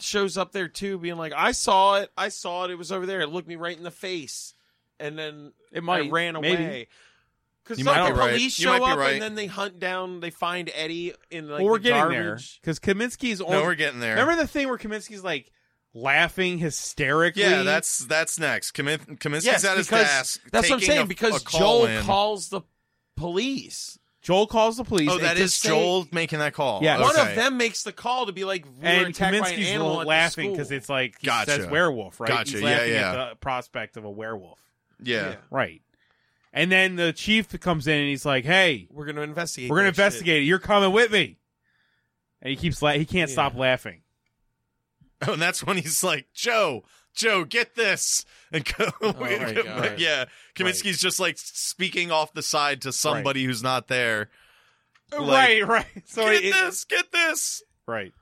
[SPEAKER 12] shows up there too, being like, "I saw it. I saw it. It was over there. It looked me right in the face." And then
[SPEAKER 8] it might
[SPEAKER 12] I ran
[SPEAKER 8] maybe.
[SPEAKER 12] away. Because
[SPEAKER 2] You
[SPEAKER 12] the
[SPEAKER 2] might
[SPEAKER 8] be
[SPEAKER 2] right.
[SPEAKER 12] police
[SPEAKER 2] You might
[SPEAKER 12] show
[SPEAKER 2] be
[SPEAKER 12] up
[SPEAKER 2] right.
[SPEAKER 12] and then they hunt down, they find Eddie in like
[SPEAKER 8] well, we're
[SPEAKER 12] the
[SPEAKER 8] getting
[SPEAKER 12] garbage.
[SPEAKER 8] there because Kaminsky's on.
[SPEAKER 2] No, we're getting there.
[SPEAKER 8] Remember the thing where Kaminsky's like laughing hysterically?
[SPEAKER 2] yeah, that's that's next. Kamin- Kaminsky's
[SPEAKER 12] Yes,
[SPEAKER 2] at his
[SPEAKER 12] because
[SPEAKER 2] desk.
[SPEAKER 12] that's what I'm
[SPEAKER 2] taking
[SPEAKER 12] saying.
[SPEAKER 2] a-
[SPEAKER 12] because
[SPEAKER 2] a call
[SPEAKER 12] Joel
[SPEAKER 2] in.
[SPEAKER 12] calls the police.
[SPEAKER 8] Joel calls the police.
[SPEAKER 2] Oh, that
[SPEAKER 8] It
[SPEAKER 2] is
[SPEAKER 8] just say-
[SPEAKER 2] Joel making that call.
[SPEAKER 8] Yeah.
[SPEAKER 12] One
[SPEAKER 8] Okay.
[SPEAKER 12] of them makes the call to be like, we were
[SPEAKER 8] and
[SPEAKER 12] attacked by an
[SPEAKER 8] Kaminsky's
[SPEAKER 12] animal at the
[SPEAKER 8] laughing
[SPEAKER 12] school.
[SPEAKER 8] because it's like he
[SPEAKER 2] Gotcha.
[SPEAKER 8] says werewolf, right?
[SPEAKER 2] Gotcha,
[SPEAKER 8] He's
[SPEAKER 2] yeah,
[SPEAKER 8] laughing
[SPEAKER 2] yeah.
[SPEAKER 8] at the prospect of a werewolf,
[SPEAKER 2] Yeah.
[SPEAKER 8] right? And then the chief comes in and he's like, "Hey,
[SPEAKER 12] We're gonna investigate.
[SPEAKER 8] we're gonna
[SPEAKER 12] that shit.
[SPEAKER 8] investigate it. You're coming with me." And he keeps la- he can't stop laughing.
[SPEAKER 2] Oh, and that's when he's like, Joe, Joe, get this. And go,
[SPEAKER 12] Oh my God.
[SPEAKER 2] yeah, Kaminsky's just like speaking off the side to somebody who's not there.
[SPEAKER 8] right, right. So
[SPEAKER 2] get
[SPEAKER 8] it-
[SPEAKER 2] this, get this.
[SPEAKER 8] right.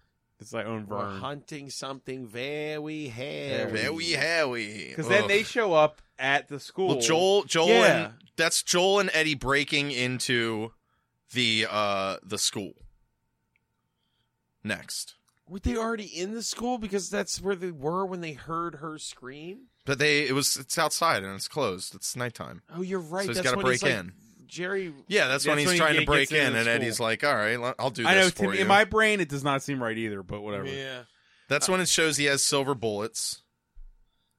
[SPEAKER 8] It's like own
[SPEAKER 12] We're
[SPEAKER 8] Vern.
[SPEAKER 12] hunting something very hairy.
[SPEAKER 2] Very howie.
[SPEAKER 8] Because then they show up at the school.
[SPEAKER 2] Well, Joel, Joel,
[SPEAKER 8] Yeah.
[SPEAKER 2] and that's Joel and Eddie breaking into the uh the school. Next,
[SPEAKER 12] Were they already in the school? Because that's where they were when they heard her scream.
[SPEAKER 2] but they it was it's outside and it's closed. It's nighttime.
[SPEAKER 12] Oh, you're right.
[SPEAKER 2] So he's
[SPEAKER 12] that's
[SPEAKER 2] gotta
[SPEAKER 12] when he's
[SPEAKER 2] break
[SPEAKER 12] like,
[SPEAKER 2] in.
[SPEAKER 12] Jerry.
[SPEAKER 2] Yeah, that's, when
[SPEAKER 8] That's
[SPEAKER 2] he's
[SPEAKER 8] when he
[SPEAKER 2] trying to break
[SPEAKER 8] gets into
[SPEAKER 2] in,
[SPEAKER 8] the
[SPEAKER 2] and
[SPEAKER 8] school.
[SPEAKER 2] Eddie's like, "All right, l- I'll do
[SPEAKER 8] I know.
[SPEAKER 2] this
[SPEAKER 8] To
[SPEAKER 2] for
[SPEAKER 8] me,
[SPEAKER 2] you."
[SPEAKER 8] in my brain, it does not seem right either. But whatever.
[SPEAKER 12] Yeah.
[SPEAKER 2] That's when it shows he has silver bullets.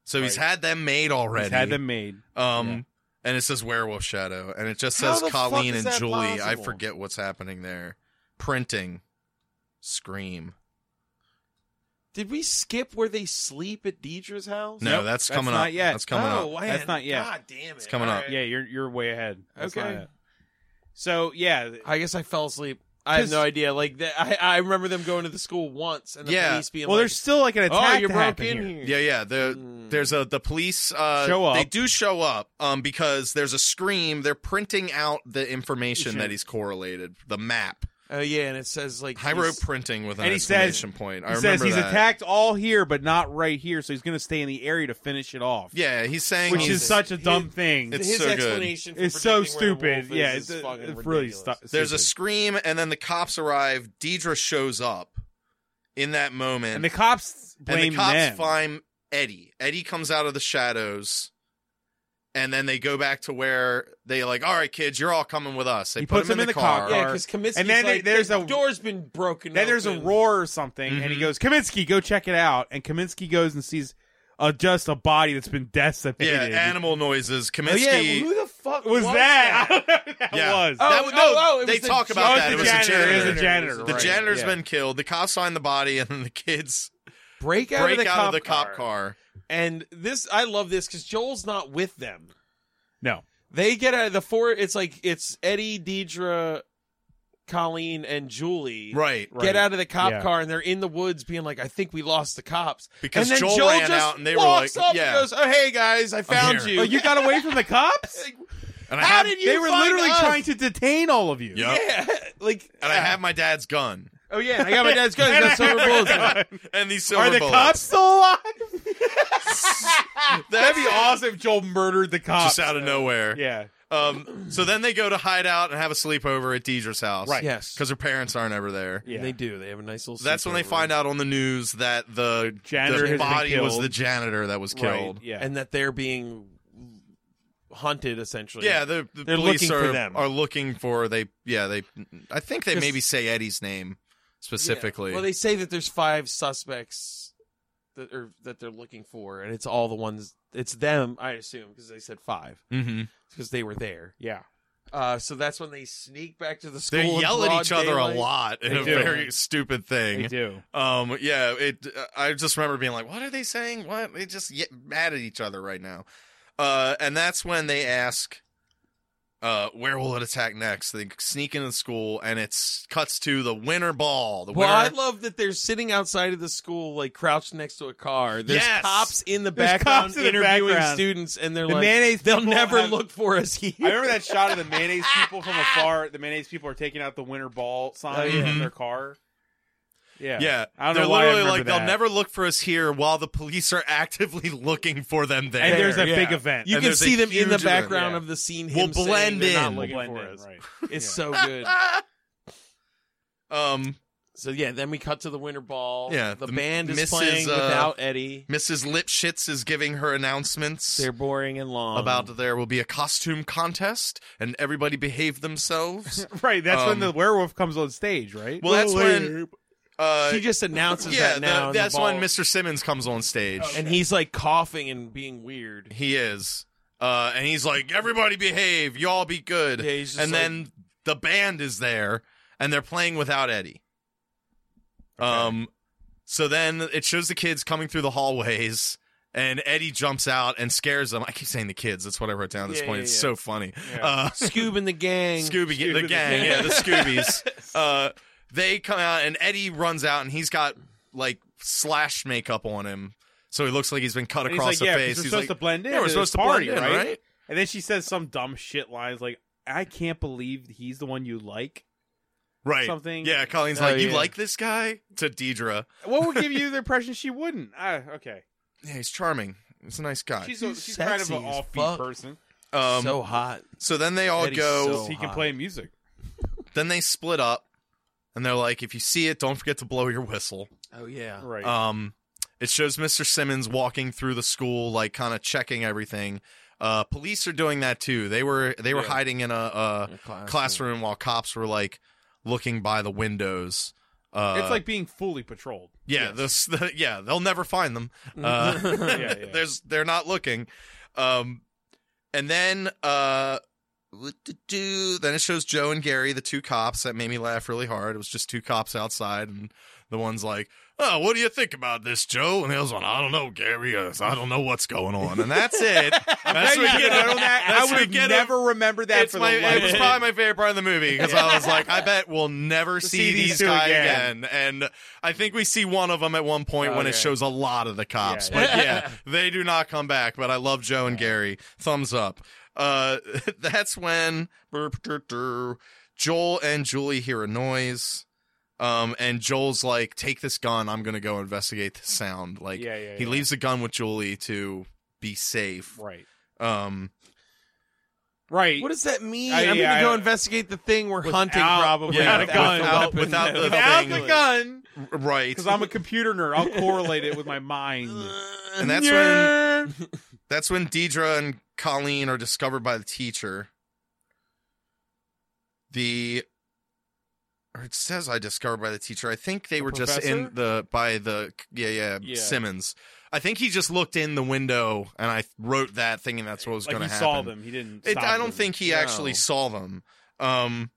[SPEAKER 2] So he's
[SPEAKER 8] Right.
[SPEAKER 2] had them made already.
[SPEAKER 8] He's had them made.
[SPEAKER 2] Um, and it says werewolf shadow, and it just
[SPEAKER 12] How
[SPEAKER 2] says
[SPEAKER 12] the fuck
[SPEAKER 2] Colleen
[SPEAKER 12] is
[SPEAKER 2] and
[SPEAKER 12] that
[SPEAKER 2] Julie. I
[SPEAKER 12] possible?
[SPEAKER 2] forget what's happening there. Printing, scream.
[SPEAKER 12] Did we skip where they sleep at Deidre's house?
[SPEAKER 2] No,
[SPEAKER 8] Nope,
[SPEAKER 2] that's
[SPEAKER 8] that's
[SPEAKER 2] coming
[SPEAKER 8] not
[SPEAKER 2] up.
[SPEAKER 8] yet.
[SPEAKER 2] That's coming
[SPEAKER 12] oh,
[SPEAKER 2] up.
[SPEAKER 12] man.
[SPEAKER 8] That's not yet.
[SPEAKER 12] God damn it. It's
[SPEAKER 2] coming up.
[SPEAKER 8] Yeah, you're you're way ahead. That's
[SPEAKER 12] Okay.
[SPEAKER 8] not it. So yeah, th-
[SPEAKER 12] I guess I fell asleep. I have no idea. Like that, I, I remember them going to the school once, and the
[SPEAKER 2] Yeah.
[SPEAKER 12] police being
[SPEAKER 8] well,
[SPEAKER 12] like, "Hmm."
[SPEAKER 8] there's still like an attack.
[SPEAKER 12] "Oh, you're
[SPEAKER 8] to
[SPEAKER 12] broke
[SPEAKER 8] happen
[SPEAKER 12] in here."
[SPEAKER 8] here.
[SPEAKER 2] Yeah, yeah. The uh, there's a the police uh,
[SPEAKER 8] Hmm. Show up.
[SPEAKER 2] They do show up um, because there's a scream. They're printing out the information that he's correlated. The map.
[SPEAKER 12] Oh yeah, and it says like
[SPEAKER 2] I wrote
[SPEAKER 12] he's-
[SPEAKER 2] printing with an
[SPEAKER 8] And he says-
[SPEAKER 2] exclamation point. I
[SPEAKER 8] He
[SPEAKER 2] remember
[SPEAKER 8] says he's
[SPEAKER 2] that.
[SPEAKER 8] attacked all here, but not right here. So he's going to stay in the area to finish it off.
[SPEAKER 2] Yeah, he's saying
[SPEAKER 8] which
[SPEAKER 2] he's-
[SPEAKER 8] is such a dumb thing.
[SPEAKER 2] it's
[SPEAKER 12] his
[SPEAKER 2] so good.
[SPEAKER 12] explanation. For
[SPEAKER 8] It's so
[SPEAKER 12] predicting where a
[SPEAKER 8] stupid.
[SPEAKER 12] wolf is
[SPEAKER 8] Yeah,
[SPEAKER 12] is
[SPEAKER 8] it's- uh,
[SPEAKER 12] fucking
[SPEAKER 8] it's
[SPEAKER 12] ridiculous.
[SPEAKER 8] really stu-
[SPEAKER 2] There's a
[SPEAKER 8] Stupid.
[SPEAKER 2] scream, and then the cops arrive. Deidre shows up in that moment,
[SPEAKER 8] and the cops
[SPEAKER 2] and
[SPEAKER 8] blame
[SPEAKER 2] the cops
[SPEAKER 8] them.
[SPEAKER 2] find Eddie. Eddie comes out of the shadows, and then they go back to where they like, all right, kids, you're all coming with us. They
[SPEAKER 8] He
[SPEAKER 2] put
[SPEAKER 8] puts
[SPEAKER 2] him in,
[SPEAKER 8] them in
[SPEAKER 2] the
[SPEAKER 8] the
[SPEAKER 2] car.
[SPEAKER 8] car.
[SPEAKER 12] Yeah, because Kaminsky's
[SPEAKER 8] And then
[SPEAKER 12] like,
[SPEAKER 8] there's
[SPEAKER 12] the
[SPEAKER 8] a-
[SPEAKER 12] door's been broken.
[SPEAKER 8] Then there's a
[SPEAKER 12] open.
[SPEAKER 8] roar or something, and he
[SPEAKER 2] Mhm.
[SPEAKER 8] goes, "Kaminsky, go check it out." And Kaminsky goes and sees uh, just a body that's been
[SPEAKER 2] Yeah,
[SPEAKER 8] desiccated.
[SPEAKER 2] animal noises.
[SPEAKER 12] Oh, yeah, well,
[SPEAKER 2] Kaminsky.
[SPEAKER 12] who the fuck
[SPEAKER 8] was that? I don't know who that
[SPEAKER 2] Yeah.
[SPEAKER 8] was.
[SPEAKER 12] Oh,
[SPEAKER 2] That
[SPEAKER 12] oh,
[SPEAKER 2] was-
[SPEAKER 12] oh,
[SPEAKER 2] no,
[SPEAKER 12] it
[SPEAKER 2] they
[SPEAKER 12] was the
[SPEAKER 2] talk about
[SPEAKER 8] Oh,
[SPEAKER 2] that. It
[SPEAKER 8] it's
[SPEAKER 2] was
[SPEAKER 8] the
[SPEAKER 2] a
[SPEAKER 8] janitor, it
[SPEAKER 2] janitor.
[SPEAKER 8] was the janitor,
[SPEAKER 2] The
[SPEAKER 8] right,
[SPEAKER 2] janitor's
[SPEAKER 8] yeah.
[SPEAKER 2] been killed. The cops find the body, and then the kids
[SPEAKER 12] Break out
[SPEAKER 2] break
[SPEAKER 12] of the
[SPEAKER 2] out
[SPEAKER 12] cop
[SPEAKER 2] of the cop car.
[SPEAKER 12] And this, I love this because Joel's not with them.
[SPEAKER 8] No,
[SPEAKER 12] They get out of the four. It's like it's Eddie, Deidre, Colleen, and Julie.
[SPEAKER 2] Right.
[SPEAKER 12] Get out of the cop
[SPEAKER 8] Yeah.
[SPEAKER 12] car, and they're in the woods, being like, "I think we lost the cops."
[SPEAKER 2] Because
[SPEAKER 12] and then
[SPEAKER 2] Joel
[SPEAKER 12] Joel,
[SPEAKER 2] ran
[SPEAKER 12] just
[SPEAKER 2] out and they were
[SPEAKER 12] walks
[SPEAKER 2] like,
[SPEAKER 12] up
[SPEAKER 2] yeah.
[SPEAKER 12] and goes, "Oh hey guys, I found
[SPEAKER 2] here."
[SPEAKER 12] you."
[SPEAKER 8] oh, you got away from the cops.
[SPEAKER 2] And I
[SPEAKER 12] How
[SPEAKER 2] have,
[SPEAKER 12] did you?
[SPEAKER 8] they were
[SPEAKER 12] find
[SPEAKER 8] literally
[SPEAKER 12] us?
[SPEAKER 8] trying to detain all of you.
[SPEAKER 2] Yep.
[SPEAKER 12] Yeah, like,
[SPEAKER 2] And I have my dad's gun.
[SPEAKER 12] oh yeah, I got my dad's gun. He's got silver
[SPEAKER 8] Oh
[SPEAKER 12] bullets. in it.
[SPEAKER 2] and these silver
[SPEAKER 8] Are the
[SPEAKER 2] bullets.
[SPEAKER 8] cops still alive?
[SPEAKER 2] That'd
[SPEAKER 8] That'd be awesome if Joel murdered the cops.
[SPEAKER 2] Just out of nowhere.
[SPEAKER 8] yeah.
[SPEAKER 2] Um, so then they go to hide out and have a sleepover at Deidre's house.
[SPEAKER 8] Right.
[SPEAKER 12] Yes.
[SPEAKER 2] Because her parents aren't ever there.
[SPEAKER 8] Yeah.
[SPEAKER 12] They do. They have a nice little.
[SPEAKER 2] That's when they find out on the news that the,
[SPEAKER 8] Janitor has
[SPEAKER 2] the
[SPEAKER 8] been
[SPEAKER 2] body was
[SPEAKER 8] killed.
[SPEAKER 2] the janitor that was killed.
[SPEAKER 8] Right. Yeah.
[SPEAKER 12] and that they're being hunted essentially.
[SPEAKER 2] Yeah, the, the
[SPEAKER 12] They're
[SPEAKER 2] police
[SPEAKER 12] looking
[SPEAKER 2] are
[SPEAKER 12] for them.
[SPEAKER 2] are looking for they. Yeah, they. I think they
[SPEAKER 12] 'Cause-
[SPEAKER 2] maybe say Eddie's name specifically.
[SPEAKER 12] Well, they say that there's five suspects that are that they're looking for, and it's all the ones. It's them, I assume, because they said five
[SPEAKER 2] hmm
[SPEAKER 12] because they were there.
[SPEAKER 8] yeah.
[SPEAKER 12] Uh, so that's when they sneak back to the school.
[SPEAKER 2] they
[SPEAKER 12] in
[SPEAKER 2] yell at
[SPEAKER 12] broad
[SPEAKER 2] each other a
[SPEAKER 12] daylight.
[SPEAKER 2] lot in
[SPEAKER 8] They
[SPEAKER 2] a
[SPEAKER 8] do.
[SPEAKER 2] very stupid thing.
[SPEAKER 8] They do.
[SPEAKER 2] Um, yeah, it. I just remember being like, "What are they saying? What they just get mad at each other right now?" Uh, and that's when they ask, "Uh, where will it attack next?" They sneak into the school, and it's cuts to the winter ball. The
[SPEAKER 12] Well, I
[SPEAKER 2] winter.
[SPEAKER 12] love that they're sitting outside of the school, like crouched next to a car. There's
[SPEAKER 2] Yes!
[SPEAKER 12] cops in the
[SPEAKER 8] There's
[SPEAKER 12] background
[SPEAKER 8] cops in the
[SPEAKER 12] interviewing
[SPEAKER 8] background.
[SPEAKER 12] students, and they're
[SPEAKER 8] The
[SPEAKER 12] like,
[SPEAKER 8] mayonnaise
[SPEAKER 12] "They'll
[SPEAKER 8] people
[SPEAKER 12] never
[SPEAKER 8] have-
[SPEAKER 12] look for us here."
[SPEAKER 8] I remember that shot of the mayonnaise people from afar. The mayonnaise people are taking out the winter ball sign
[SPEAKER 12] Oh, yeah.
[SPEAKER 8] from their car. Yeah.
[SPEAKER 2] yeah,
[SPEAKER 8] I don't
[SPEAKER 2] they're
[SPEAKER 8] know why I
[SPEAKER 2] literally
[SPEAKER 8] remember
[SPEAKER 2] like
[SPEAKER 8] that.
[SPEAKER 2] they'll never look for us here, while the police are actively looking for them there.
[SPEAKER 8] And there's a
[SPEAKER 12] Yeah.
[SPEAKER 8] big event.
[SPEAKER 12] You
[SPEAKER 2] And
[SPEAKER 12] can
[SPEAKER 2] there's a
[SPEAKER 12] see them in the
[SPEAKER 2] huge-
[SPEAKER 12] background
[SPEAKER 8] yeah.
[SPEAKER 12] of the scene.
[SPEAKER 2] We'll
[SPEAKER 12] him saying
[SPEAKER 2] blend
[SPEAKER 12] they're not
[SPEAKER 2] in.
[SPEAKER 12] looking
[SPEAKER 8] Blend
[SPEAKER 12] for
[SPEAKER 8] in,
[SPEAKER 12] us.
[SPEAKER 8] right.
[SPEAKER 12] It's so
[SPEAKER 8] Yeah.
[SPEAKER 12] good.
[SPEAKER 2] um,
[SPEAKER 12] So yeah, then we cut to the winter ball.
[SPEAKER 2] Yeah,
[SPEAKER 12] the,
[SPEAKER 2] the
[SPEAKER 12] band is
[SPEAKER 2] Mrs.,
[SPEAKER 12] playing
[SPEAKER 2] uh,
[SPEAKER 12] without Eddie.
[SPEAKER 2] Mrs. Lipschitz is giving her announcements.
[SPEAKER 12] They're boring and long.
[SPEAKER 2] about there will be a costume contest and everybody behave themselves.
[SPEAKER 8] Right. That's
[SPEAKER 2] Um,
[SPEAKER 8] when the werewolf comes on stage, right?
[SPEAKER 2] Well, that's when uh,
[SPEAKER 12] she just announces
[SPEAKER 2] yeah,
[SPEAKER 12] that now.
[SPEAKER 2] the-
[SPEAKER 12] in the
[SPEAKER 2] that's when
[SPEAKER 12] ball.
[SPEAKER 2] Mr. Simmons comes on stage.
[SPEAKER 12] and he's like coughing and being weird.
[SPEAKER 2] He is, uh, and he's like, "Everybody behave, y'all be good."
[SPEAKER 12] Yeah, he's just
[SPEAKER 2] and
[SPEAKER 12] like-
[SPEAKER 2] then the band is there and they're playing without Eddie. Um so then it shows the kids coming through the hallways and Eddie jumps out and scares them. I keep saying the kids, that's what I wrote down at this
[SPEAKER 12] Yeah,
[SPEAKER 2] point.
[SPEAKER 12] yeah,
[SPEAKER 2] it's
[SPEAKER 12] yeah.
[SPEAKER 2] so funny.
[SPEAKER 12] Yeah.
[SPEAKER 2] Uh,
[SPEAKER 12] Scoob and the gang.
[SPEAKER 2] Scooby,
[SPEAKER 12] Scoob
[SPEAKER 2] the
[SPEAKER 12] and
[SPEAKER 2] gang, yeah, the Scoobies. Uh, they come out and Eddie runs out and he's got like slash makeup on him, so he looks like he's been cut
[SPEAKER 8] And he's
[SPEAKER 2] across
[SPEAKER 8] like,
[SPEAKER 2] the
[SPEAKER 8] yeah, 'cause
[SPEAKER 2] face.
[SPEAKER 8] We're
[SPEAKER 2] He's
[SPEAKER 8] supposed
[SPEAKER 2] like,
[SPEAKER 8] to blend in.
[SPEAKER 2] Yeah, we're
[SPEAKER 8] this
[SPEAKER 2] supposed to
[SPEAKER 8] party,
[SPEAKER 2] blend in,
[SPEAKER 8] right?
[SPEAKER 2] right?
[SPEAKER 8] And then she says some dumb shit lines like, "I can't believe he's the one you like."
[SPEAKER 2] Right.
[SPEAKER 8] Something.
[SPEAKER 2] Yeah, Colleen's
[SPEAKER 8] Oh,
[SPEAKER 2] like, you
[SPEAKER 8] yeah.
[SPEAKER 2] like this guy? To Deidre.
[SPEAKER 8] What would give you the impression she wouldn't? Ah, okay.
[SPEAKER 2] Yeah, he's charming. He's a nice guy.
[SPEAKER 8] She's, a, she's kind of an
[SPEAKER 12] sexy as
[SPEAKER 8] offbeat
[SPEAKER 12] fuck.
[SPEAKER 8] person.
[SPEAKER 2] Um,
[SPEAKER 12] so hot.
[SPEAKER 2] So then they all
[SPEAKER 12] Eddie's
[SPEAKER 2] go.
[SPEAKER 12] so
[SPEAKER 8] He can
[SPEAKER 12] hot.
[SPEAKER 8] play music.
[SPEAKER 2] Then they split up, and they're like, if you see it, don't forget to blow your whistle.
[SPEAKER 12] Oh yeah.
[SPEAKER 8] Right.
[SPEAKER 2] Um, it shows Mr. Simmons walking through the school, like kind of checking everything. Uh, police are doing that too. They were they were
[SPEAKER 12] Yeah.
[SPEAKER 2] hiding in a, a
[SPEAKER 12] A classroom.
[SPEAKER 2] classroom. while cops were like looking by the windows. Uh,
[SPEAKER 8] it's like being fully patrolled.
[SPEAKER 2] yeah, this the, yeah they'll never find them. Uh,
[SPEAKER 8] Yeah, yeah.
[SPEAKER 2] There's they're not looking. Um, and then uh, what to do? Then it shows Joe and Gary, the two cops that made me laugh really hard. It was just two cops outside, and the one's like, "Oh, what do you think about this, Joe?" And the other one, "I don't know, Gary. Uh, I don't know what's going on." And that's it. that's
[SPEAKER 8] That's
[SPEAKER 2] what
[SPEAKER 8] you
[SPEAKER 2] you
[SPEAKER 8] get out on that.
[SPEAKER 2] That's
[SPEAKER 8] I would
[SPEAKER 2] what
[SPEAKER 8] have
[SPEAKER 2] you get
[SPEAKER 8] never remembered that
[SPEAKER 2] It's
[SPEAKER 8] for
[SPEAKER 2] my,
[SPEAKER 8] the life
[SPEAKER 2] it was
[SPEAKER 8] of me.
[SPEAKER 2] probably my favorite part of the movie because I was like, I bet we'll never see,
[SPEAKER 8] these
[SPEAKER 2] these
[SPEAKER 8] two
[SPEAKER 2] guys
[SPEAKER 8] again.
[SPEAKER 2] again. And I think we see one of them at one point when it
[SPEAKER 8] Okay.
[SPEAKER 2] shows a lot of the cops.
[SPEAKER 8] Yeah,
[SPEAKER 2] But yeah, they do not come back. But I love Joe and Gary. Thumbs up. Uh, that's when Joel and Julie hear a noise. Um, and Joel's like, take this gun. I'm going to go investigate the sound. Like,
[SPEAKER 8] Yeah, yeah,
[SPEAKER 2] he
[SPEAKER 8] yeah.
[SPEAKER 2] leaves the gun with Julie to be safe.
[SPEAKER 8] Right.
[SPEAKER 2] Um,
[SPEAKER 8] Right.
[SPEAKER 12] What does that mean?
[SPEAKER 8] I-
[SPEAKER 12] I'm
[SPEAKER 8] yeah,
[SPEAKER 12] gonna go
[SPEAKER 8] I-
[SPEAKER 12] investigate the thing we're hunting,
[SPEAKER 8] Without-
[SPEAKER 12] probably.
[SPEAKER 8] Without a
[SPEAKER 2] Yeah,
[SPEAKER 8] gun.
[SPEAKER 2] without- without the
[SPEAKER 8] Without
[SPEAKER 2] thing.
[SPEAKER 8] the gun.
[SPEAKER 2] right.
[SPEAKER 8] Because I'm a computer nerd. I'll correlate it with my mind.
[SPEAKER 2] And that's when that's when Deidre and Colleen are discovered by the teacher. The or it says I discovered by the teacher. I think they were just
[SPEAKER 8] professor?
[SPEAKER 2] in the by the yeah, yeah
[SPEAKER 8] Yeah.
[SPEAKER 2] Simmons. I think he just looked in the window and I wrote that thinking that's what was
[SPEAKER 8] Like
[SPEAKER 2] going
[SPEAKER 8] he
[SPEAKER 2] to happen.
[SPEAKER 8] saw them. He didn't.
[SPEAKER 2] It,
[SPEAKER 8] stop
[SPEAKER 2] I don't
[SPEAKER 8] them.
[SPEAKER 2] think he
[SPEAKER 12] No.
[SPEAKER 2] actually saw them. Um,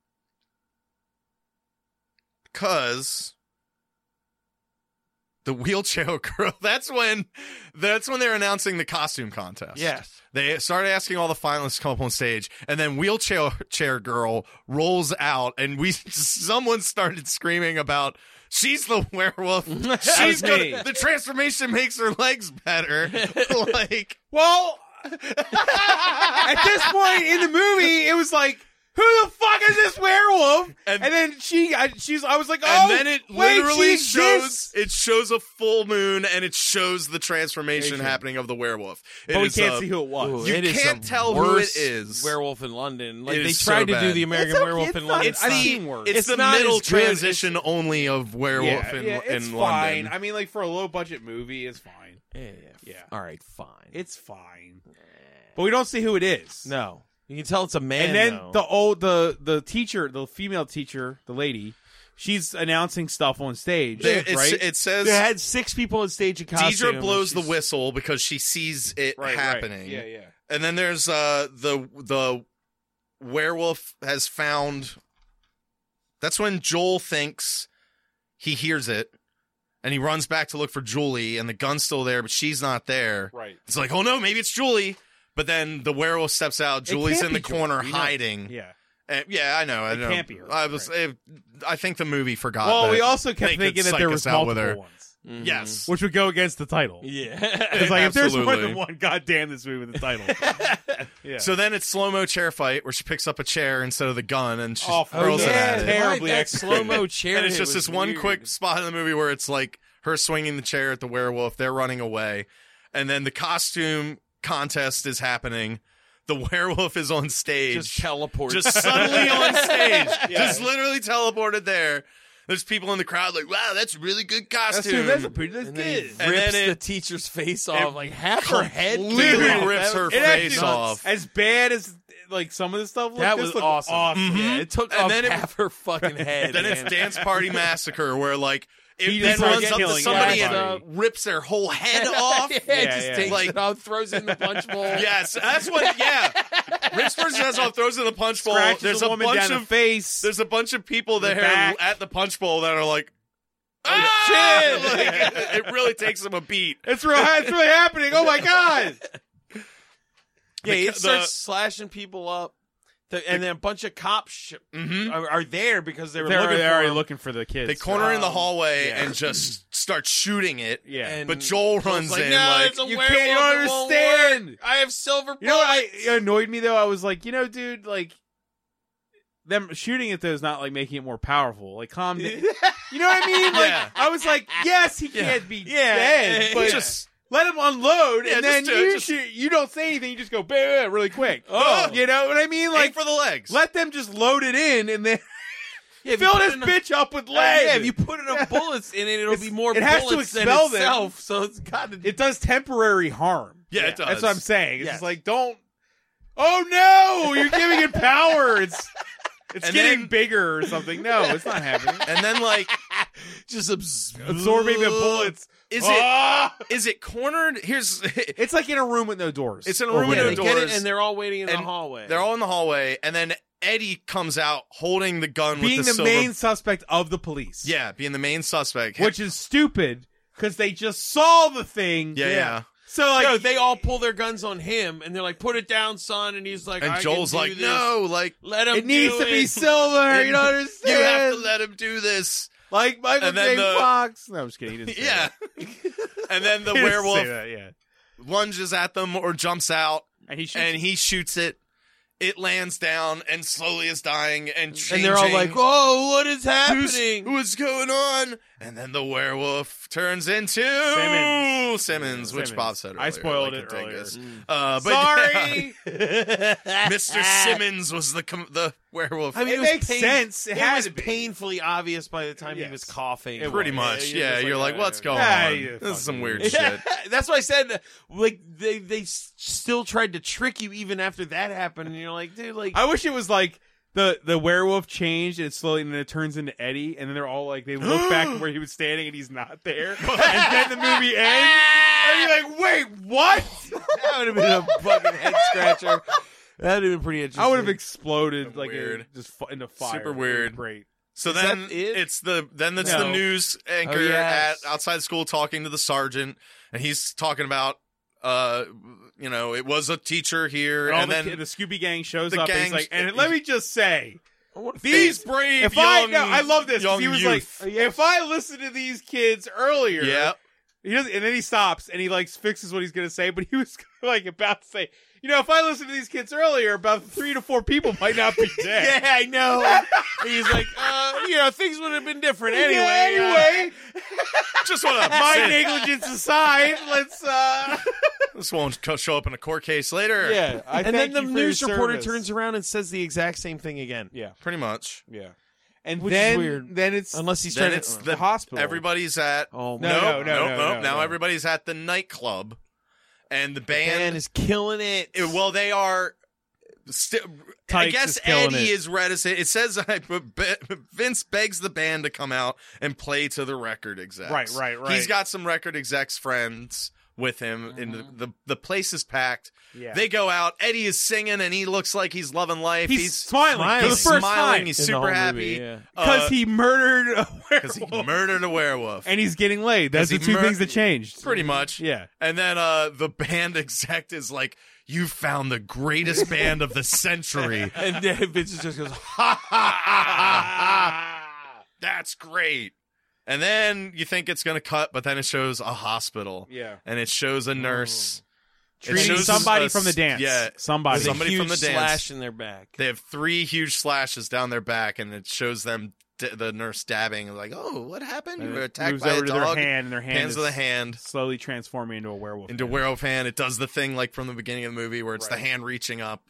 [SPEAKER 2] cause the wheelchair girl. That's when. That's when they're announcing the costume contest.
[SPEAKER 12] Yes.
[SPEAKER 2] They started asking all the finalists to come up on stage, and then wheelchair chair girl rolls out, and we someone started screaming about she's the werewolf. She's
[SPEAKER 8] me.
[SPEAKER 2] gonna, the transformation makes her legs better. like
[SPEAKER 8] Well, at this point in the movie, it was like, who the fuck is this werewolf? And,
[SPEAKER 2] And-
[SPEAKER 8] then she, I, she's, I was like, oh,
[SPEAKER 2] and then it
[SPEAKER 8] wait,
[SPEAKER 2] literally
[SPEAKER 8] she
[SPEAKER 2] shows
[SPEAKER 8] exists?
[SPEAKER 2] it shows a full moon and it shows the transformation happening of the werewolf. It
[SPEAKER 8] But we
[SPEAKER 2] is,
[SPEAKER 8] can't
[SPEAKER 2] uh,
[SPEAKER 8] see who it was.
[SPEAKER 2] You
[SPEAKER 12] It is
[SPEAKER 2] can't
[SPEAKER 12] the
[SPEAKER 2] tell who it
[SPEAKER 12] worst
[SPEAKER 2] is.
[SPEAKER 12] Werewolf in London. Like
[SPEAKER 2] It
[SPEAKER 12] they
[SPEAKER 2] is so
[SPEAKER 12] tried to do
[SPEAKER 2] bad.
[SPEAKER 12] the American
[SPEAKER 8] It's okay,
[SPEAKER 12] Werewolf
[SPEAKER 8] it's
[SPEAKER 12] in
[SPEAKER 8] not-
[SPEAKER 12] London.
[SPEAKER 2] It's
[SPEAKER 8] I've
[SPEAKER 2] the,
[SPEAKER 8] seen worse.
[SPEAKER 2] it's
[SPEAKER 12] It's
[SPEAKER 2] the
[SPEAKER 12] not as
[SPEAKER 2] middle
[SPEAKER 12] good. It's-
[SPEAKER 2] transition only of werewolf
[SPEAKER 8] yeah,
[SPEAKER 2] in,
[SPEAKER 8] yeah,
[SPEAKER 2] in
[SPEAKER 8] it's
[SPEAKER 2] London.
[SPEAKER 8] fine. I mean, like for a low budget movie, it's fine.
[SPEAKER 12] Yeah.
[SPEAKER 8] Yeah.
[SPEAKER 12] All right. Fine.
[SPEAKER 8] It's fine. But we don't see who it is.
[SPEAKER 12] no. You can tell it's a man.
[SPEAKER 8] And then
[SPEAKER 12] though.
[SPEAKER 8] the old the the teacher, the female teacher, the lady, she's announcing stuff on stage,
[SPEAKER 2] They- it's-
[SPEAKER 8] right?
[SPEAKER 2] It says
[SPEAKER 12] they had six people on stage in costume.
[SPEAKER 2] Deidre
[SPEAKER 12] and
[SPEAKER 2] blows the
[SPEAKER 12] she's-
[SPEAKER 2] whistle because she sees it
[SPEAKER 8] right,
[SPEAKER 2] happening.
[SPEAKER 8] Right. Yeah, yeah.
[SPEAKER 2] And then there's uh the the werewolf has found That's when Joel thinks he hears it and he runs back to look for Julie and the gun's still there but she's not there.
[SPEAKER 8] Right.
[SPEAKER 2] It's like, "Oh no, maybe it's Julie." But then the werewolf steps out. Julie's
[SPEAKER 8] can't
[SPEAKER 2] in the
[SPEAKER 8] be Julie,
[SPEAKER 2] corner
[SPEAKER 8] you know.
[SPEAKER 2] hiding.
[SPEAKER 8] Yeah.
[SPEAKER 2] And- yeah, I know. I
[SPEAKER 8] It
[SPEAKER 2] know.
[SPEAKER 8] can't be her,
[SPEAKER 2] I was. I, I think the movie forgot.
[SPEAKER 8] Well,
[SPEAKER 2] that
[SPEAKER 8] we also
[SPEAKER 2] they
[SPEAKER 8] kept
[SPEAKER 2] could
[SPEAKER 8] thinking that
[SPEAKER 2] psych
[SPEAKER 8] there
[SPEAKER 2] us
[SPEAKER 8] was
[SPEAKER 2] out with her. Mm-hmm.
[SPEAKER 8] multiple ones,
[SPEAKER 12] Mhm.
[SPEAKER 2] Yes.
[SPEAKER 8] which would go against the title.
[SPEAKER 12] Yeah.
[SPEAKER 8] It's like if there's more than
[SPEAKER 2] Absolutely.
[SPEAKER 8] one, goddamn this movie with the title. yeah.
[SPEAKER 2] So then it's slow mo chair fight where she picks up a chair instead of the gun and she
[SPEAKER 8] Oh, for
[SPEAKER 2] throws
[SPEAKER 8] yeah.
[SPEAKER 2] it at it.
[SPEAKER 8] Terribly
[SPEAKER 12] Terribly that
[SPEAKER 8] executed.
[SPEAKER 12] slow mo chair.
[SPEAKER 2] And it's
[SPEAKER 12] hit
[SPEAKER 2] just
[SPEAKER 12] was
[SPEAKER 2] this one
[SPEAKER 12] weird.
[SPEAKER 2] quick spot in the movie where it's like her swinging the chair at the werewolf, they're running away, and then the costume contest is happening. The werewolf is on stage,
[SPEAKER 12] just teleport.
[SPEAKER 2] Just suddenly on stage, just literally teleported there. There's people in the crowd like, "Wow, that's a really good
[SPEAKER 8] that's,
[SPEAKER 2] costume."
[SPEAKER 8] dude, that's a pretty that's
[SPEAKER 12] and then he
[SPEAKER 8] good.
[SPEAKER 12] rips
[SPEAKER 2] And then
[SPEAKER 12] the
[SPEAKER 2] it-
[SPEAKER 12] teacher's face off. Like half her head
[SPEAKER 2] completely
[SPEAKER 12] came off.
[SPEAKER 2] rips her
[SPEAKER 12] That-
[SPEAKER 2] face
[SPEAKER 12] it actually-
[SPEAKER 2] off.
[SPEAKER 8] As bad as like some of the stuff looked,
[SPEAKER 12] That
[SPEAKER 8] this
[SPEAKER 12] was
[SPEAKER 8] looked
[SPEAKER 12] awesome.
[SPEAKER 2] Mhm.
[SPEAKER 12] Yeah, it took
[SPEAKER 2] And
[SPEAKER 12] off
[SPEAKER 2] then it-
[SPEAKER 12] half her fucking head.
[SPEAKER 2] Then it's
[SPEAKER 12] man.
[SPEAKER 2] Dance Party Massacre, where like
[SPEAKER 8] He
[SPEAKER 2] it then
[SPEAKER 8] just
[SPEAKER 2] runs
[SPEAKER 8] starts
[SPEAKER 2] up to
[SPEAKER 8] killing
[SPEAKER 2] somebody and
[SPEAKER 8] everybody.
[SPEAKER 2] rips their whole head off.
[SPEAKER 12] yeah, it just
[SPEAKER 8] yeah.
[SPEAKER 12] takes
[SPEAKER 2] Like-
[SPEAKER 12] it off, throws it in the punch bowl.
[SPEAKER 2] Yes, that's what. Yeah, Rich Person has all throws in the punch bowl.
[SPEAKER 8] Scratches
[SPEAKER 2] there's
[SPEAKER 8] a
[SPEAKER 2] a,
[SPEAKER 8] woman
[SPEAKER 2] bunch
[SPEAKER 8] down the
[SPEAKER 2] of face. There's a bunch of people
[SPEAKER 8] the
[SPEAKER 2] that
[SPEAKER 8] back. Oh,
[SPEAKER 2] are at the punch bowl that are like, ah! Like, it really takes them a beat.
[SPEAKER 8] It's real. It's really happening. Oh my god!
[SPEAKER 12] Yeah,
[SPEAKER 2] The-
[SPEAKER 12] it starts
[SPEAKER 2] the-
[SPEAKER 12] slashing people up, The- and then a bunch of cops sh-
[SPEAKER 2] Mhm.
[SPEAKER 12] are, are there because they were
[SPEAKER 8] They're,
[SPEAKER 12] looking
[SPEAKER 8] they're
[SPEAKER 12] for
[SPEAKER 8] already
[SPEAKER 12] him.
[SPEAKER 8] looking for the kids.
[SPEAKER 2] They corner in the
[SPEAKER 12] Um,
[SPEAKER 2] hallway
[SPEAKER 12] yeah.
[SPEAKER 2] and just start shooting it.
[SPEAKER 8] Yeah.
[SPEAKER 12] And
[SPEAKER 2] But Joel runs
[SPEAKER 12] like,
[SPEAKER 2] in
[SPEAKER 12] "No,
[SPEAKER 2] like,
[SPEAKER 12] it's a
[SPEAKER 8] you
[SPEAKER 12] werewolf,
[SPEAKER 8] can't. You don't
[SPEAKER 12] it won't
[SPEAKER 8] understand.
[SPEAKER 12] work. I have silver
[SPEAKER 8] You know what I,
[SPEAKER 12] bullets."
[SPEAKER 8] it annoyed me though? I was like, you know, dude, like them shooting at though is not like making it more powerful. Like calm down. you know what I mean? Like
[SPEAKER 2] Yeah.
[SPEAKER 8] I was like, yes, he can't be
[SPEAKER 12] Yeah.
[SPEAKER 8] dead, but
[SPEAKER 2] just
[SPEAKER 8] let him unload
[SPEAKER 2] Yeah,
[SPEAKER 8] and then
[SPEAKER 2] just do it,
[SPEAKER 8] you
[SPEAKER 2] just-
[SPEAKER 8] shoot, you don't say anything, you just go bah, bah, bah, really quick.
[SPEAKER 2] Oh.
[SPEAKER 8] You know what I mean?
[SPEAKER 2] aim
[SPEAKER 8] Like
[SPEAKER 2] for the legs.
[SPEAKER 8] let them just load it in and then
[SPEAKER 12] Yeah, if you
[SPEAKER 8] fill
[SPEAKER 12] put
[SPEAKER 8] this
[SPEAKER 12] in a-
[SPEAKER 8] bitch up with lead.
[SPEAKER 12] Yeah, if you put enough bullets in it, it'll
[SPEAKER 8] It's-
[SPEAKER 12] be more
[SPEAKER 8] it has to
[SPEAKER 12] bullets
[SPEAKER 8] expel them.
[SPEAKER 12] than itself. So it's got to.
[SPEAKER 8] it does temporary harm.
[SPEAKER 2] yeah, it does.
[SPEAKER 8] That's what I'm saying. It's
[SPEAKER 12] Yes.
[SPEAKER 8] just like don't. Oh no! You're giving it power. It's it's
[SPEAKER 2] And
[SPEAKER 8] getting
[SPEAKER 2] then-
[SPEAKER 8] bigger or something. No, it's not happening.
[SPEAKER 2] And then like,
[SPEAKER 12] just absorb-
[SPEAKER 8] Absorbing the bullets.
[SPEAKER 2] is it
[SPEAKER 8] Ah!
[SPEAKER 2] is it cornered? Here's
[SPEAKER 8] It's like in a room with no doors.
[SPEAKER 2] It's in a
[SPEAKER 8] Or
[SPEAKER 2] room with no
[SPEAKER 12] They
[SPEAKER 8] windows.
[SPEAKER 12] get it,
[SPEAKER 2] doors.
[SPEAKER 12] and they're all waiting in the
[SPEAKER 2] And
[SPEAKER 12] hallway.
[SPEAKER 2] they're all in the hallway, and then Eddie comes out holding the gun
[SPEAKER 8] Being
[SPEAKER 2] with
[SPEAKER 8] the,
[SPEAKER 2] silver-
[SPEAKER 8] main suspect of the police.
[SPEAKER 2] Yeah, being the main suspect.
[SPEAKER 8] Which is stupid because they just saw the thing.
[SPEAKER 2] yeah, yeah.
[SPEAKER 8] So like
[SPEAKER 12] no, they all pull their guns on him, and they're like, "Put it down, son." And he's like, "I
[SPEAKER 2] And
[SPEAKER 12] can
[SPEAKER 2] Joel's
[SPEAKER 12] do
[SPEAKER 2] like,
[SPEAKER 12] this.
[SPEAKER 2] no, like
[SPEAKER 12] let him."
[SPEAKER 8] it needs
[SPEAKER 12] do
[SPEAKER 8] to be
[SPEAKER 12] it."
[SPEAKER 8] silver. you don't
[SPEAKER 2] you
[SPEAKER 8] understand.
[SPEAKER 2] have to let him do this.
[SPEAKER 8] like Michael
[SPEAKER 2] And then
[SPEAKER 8] J.
[SPEAKER 2] the-
[SPEAKER 8] Fox. No, I'm just kidding. He didn't say
[SPEAKER 2] Yeah.
[SPEAKER 8] that.
[SPEAKER 2] and then the
[SPEAKER 8] He didn't say
[SPEAKER 2] werewolf
[SPEAKER 8] that, yeah.
[SPEAKER 2] lunges at them or jumps out,
[SPEAKER 8] And he shoots.
[SPEAKER 2] and he shoots it. It lands down and slowly is dying and
[SPEAKER 12] And
[SPEAKER 2] changing.
[SPEAKER 12] they're all like, "Oh, what is
[SPEAKER 2] Who's-
[SPEAKER 12] happening?"
[SPEAKER 2] what's going on? And then the werewolf turns into
[SPEAKER 8] Simmons.
[SPEAKER 2] Simmons, which
[SPEAKER 8] Simmons.
[SPEAKER 2] Bob said earlier.
[SPEAKER 8] I spoiled
[SPEAKER 2] like
[SPEAKER 8] it
[SPEAKER 2] to take
[SPEAKER 8] earlier. Mm.
[SPEAKER 2] us. Uh, but yeah,
[SPEAKER 8] Sorry.
[SPEAKER 2] Mr. Simmons was the com- the werewolf.
[SPEAKER 12] I mean,
[SPEAKER 8] It
[SPEAKER 12] was
[SPEAKER 8] makes
[SPEAKER 12] pain-
[SPEAKER 8] sense. It
[SPEAKER 12] It,
[SPEAKER 8] had
[SPEAKER 12] was
[SPEAKER 8] to be.
[SPEAKER 12] painfully obvious by the time
[SPEAKER 8] Yes.
[SPEAKER 12] he was coughing.
[SPEAKER 8] It
[SPEAKER 2] Pretty
[SPEAKER 8] was.
[SPEAKER 2] much,
[SPEAKER 8] Yeah, you're
[SPEAKER 2] yeah.
[SPEAKER 8] just
[SPEAKER 2] You're
[SPEAKER 8] like,
[SPEAKER 2] like,
[SPEAKER 8] ah,
[SPEAKER 2] what's
[SPEAKER 8] yeah.
[SPEAKER 2] going
[SPEAKER 8] Ah,
[SPEAKER 2] on?
[SPEAKER 8] you
[SPEAKER 2] This is some
[SPEAKER 8] fucking
[SPEAKER 2] weird
[SPEAKER 8] idiot.
[SPEAKER 2] shit.
[SPEAKER 12] That's why I said, like, they they s- still tried to trick you even after that happened, and you're like, dude, like,
[SPEAKER 8] I wish it was like the the werewolf changed and it slowly and then it turns into Eddie and then they're all like they look back to where he was standing and he's not there and then the movie ends and you're like wait what
[SPEAKER 12] that would have been a fucking head scratcher. That would have been pretty interesting.
[SPEAKER 8] I would have exploded like
[SPEAKER 2] Weird.
[SPEAKER 8] in- just fu- into fire
[SPEAKER 2] Super
[SPEAKER 8] It was
[SPEAKER 2] weird.
[SPEAKER 8] great
[SPEAKER 2] So
[SPEAKER 12] that
[SPEAKER 2] then
[SPEAKER 12] it?
[SPEAKER 2] it's the then it's
[SPEAKER 8] No.
[SPEAKER 2] the news anchor
[SPEAKER 12] Oh, yes.
[SPEAKER 2] at outside school talking to the sergeant, and he's talking about, uh, you know, it was a teacher here,
[SPEAKER 8] and, all
[SPEAKER 2] and
[SPEAKER 8] the,
[SPEAKER 2] then
[SPEAKER 8] ki- the Scooby Gang shows
[SPEAKER 2] the
[SPEAKER 8] up and he's
[SPEAKER 2] gangs-
[SPEAKER 8] like and let me just say
[SPEAKER 2] these
[SPEAKER 8] these
[SPEAKER 2] brave
[SPEAKER 8] if
[SPEAKER 2] young,
[SPEAKER 8] I no I love this 'cause
[SPEAKER 2] young
[SPEAKER 8] he was
[SPEAKER 2] youth.
[SPEAKER 12] Oh,
[SPEAKER 8] like if I listened to these kids earlier
[SPEAKER 2] yeah,
[SPEAKER 8] He does, and then he stops and he like fixes what he's gonna say, but he was like about to say, you know, if I listen to these kids earlier, about three to four people might not be
[SPEAKER 12] Yeah,
[SPEAKER 8] dead.
[SPEAKER 12] I know. He's like, uh, you know, things would have been different anyway.
[SPEAKER 8] Yeah,
[SPEAKER 12] uh,
[SPEAKER 8] anyway,
[SPEAKER 2] just want to
[SPEAKER 8] my negligence aside, let's. uh
[SPEAKER 2] This won't co- show up in a court case later.
[SPEAKER 8] Yeah, Uh, I
[SPEAKER 12] and then the news reporter turns around and says the exact same thing again.
[SPEAKER 8] Yeah,
[SPEAKER 2] pretty much.
[SPEAKER 8] yeah, and
[SPEAKER 12] Which is
[SPEAKER 8] then
[SPEAKER 12] weird.
[SPEAKER 8] then it's
[SPEAKER 12] Unless he's
[SPEAKER 2] Then
[SPEAKER 12] trying
[SPEAKER 2] it's
[SPEAKER 12] to. uh,
[SPEAKER 2] the
[SPEAKER 8] hospital.
[SPEAKER 2] Everybody's at
[SPEAKER 12] oh, my
[SPEAKER 8] No,
[SPEAKER 2] nope,
[SPEAKER 8] no, no,
[SPEAKER 2] nope,
[SPEAKER 8] no,
[SPEAKER 2] nope.
[SPEAKER 8] no,
[SPEAKER 2] Now
[SPEAKER 8] no.
[SPEAKER 2] everybody's at the nightclub, and the band.
[SPEAKER 12] man is killing it.
[SPEAKER 2] it- Eh, well, they are. Sti- I
[SPEAKER 8] Tykes
[SPEAKER 2] guess
[SPEAKER 8] is killing
[SPEAKER 2] Eddie
[SPEAKER 8] it.
[SPEAKER 2] is reticent. It says I, but Be- Vince begs the band to come out and play to the record execs.
[SPEAKER 8] Right, right, right.
[SPEAKER 2] He's got some record execs friends with him, and the, the the place is packed.
[SPEAKER 8] yeah.
[SPEAKER 2] They go out. Eddie is singing, and he looks like he's loving life.
[SPEAKER 8] he's, smiling, for the
[SPEAKER 2] he's
[SPEAKER 8] first
[SPEAKER 2] smiling.
[SPEAKER 8] time
[SPEAKER 2] He's
[SPEAKER 12] In the whole
[SPEAKER 2] super
[SPEAKER 12] movie,
[SPEAKER 2] happy
[SPEAKER 12] yeah.
[SPEAKER 8] because
[SPEAKER 2] uh,
[SPEAKER 8] he murdered a werewolf
[SPEAKER 2] because he murdered a werewolf.
[SPEAKER 8] and he's getting laid. That's
[SPEAKER 2] 'Cause he
[SPEAKER 8] the two
[SPEAKER 2] mur-
[SPEAKER 8] things that changed.
[SPEAKER 2] Pretty much.
[SPEAKER 8] Yeah.
[SPEAKER 2] And then uh the band exec is like, You found the greatest band of the century.
[SPEAKER 12] and then Vince just goes,
[SPEAKER 2] That's great. And then you think it's gonna cut, but then it shows a hospital.
[SPEAKER 8] Yeah.
[SPEAKER 2] And it shows a nurse. It
[SPEAKER 8] Oh. Treating
[SPEAKER 2] shows
[SPEAKER 8] somebody
[SPEAKER 2] us-
[SPEAKER 8] from the dance.
[SPEAKER 2] Yeah.
[SPEAKER 8] Somebody.
[SPEAKER 2] Somebody-
[SPEAKER 12] huge
[SPEAKER 2] from the dance.
[SPEAKER 12] slash in their back.
[SPEAKER 2] They have three huge slashes down their back, and it shows them d- the nurse dabbing. Like, oh, what happened? You
[SPEAKER 8] And
[SPEAKER 2] were
[SPEAKER 8] it
[SPEAKER 2] attacked
[SPEAKER 8] moves
[SPEAKER 2] by
[SPEAKER 8] over
[SPEAKER 2] a
[SPEAKER 8] to
[SPEAKER 2] dog.
[SPEAKER 8] their hand, and their hand
[SPEAKER 2] Hands
[SPEAKER 8] is
[SPEAKER 2] of the hand
[SPEAKER 8] slowly transforming into a werewolf.
[SPEAKER 2] into werewolf hand. It does the thing like from the beginning of the movie where it's the
[SPEAKER 8] Right. Ah.
[SPEAKER 2] hand reaching up,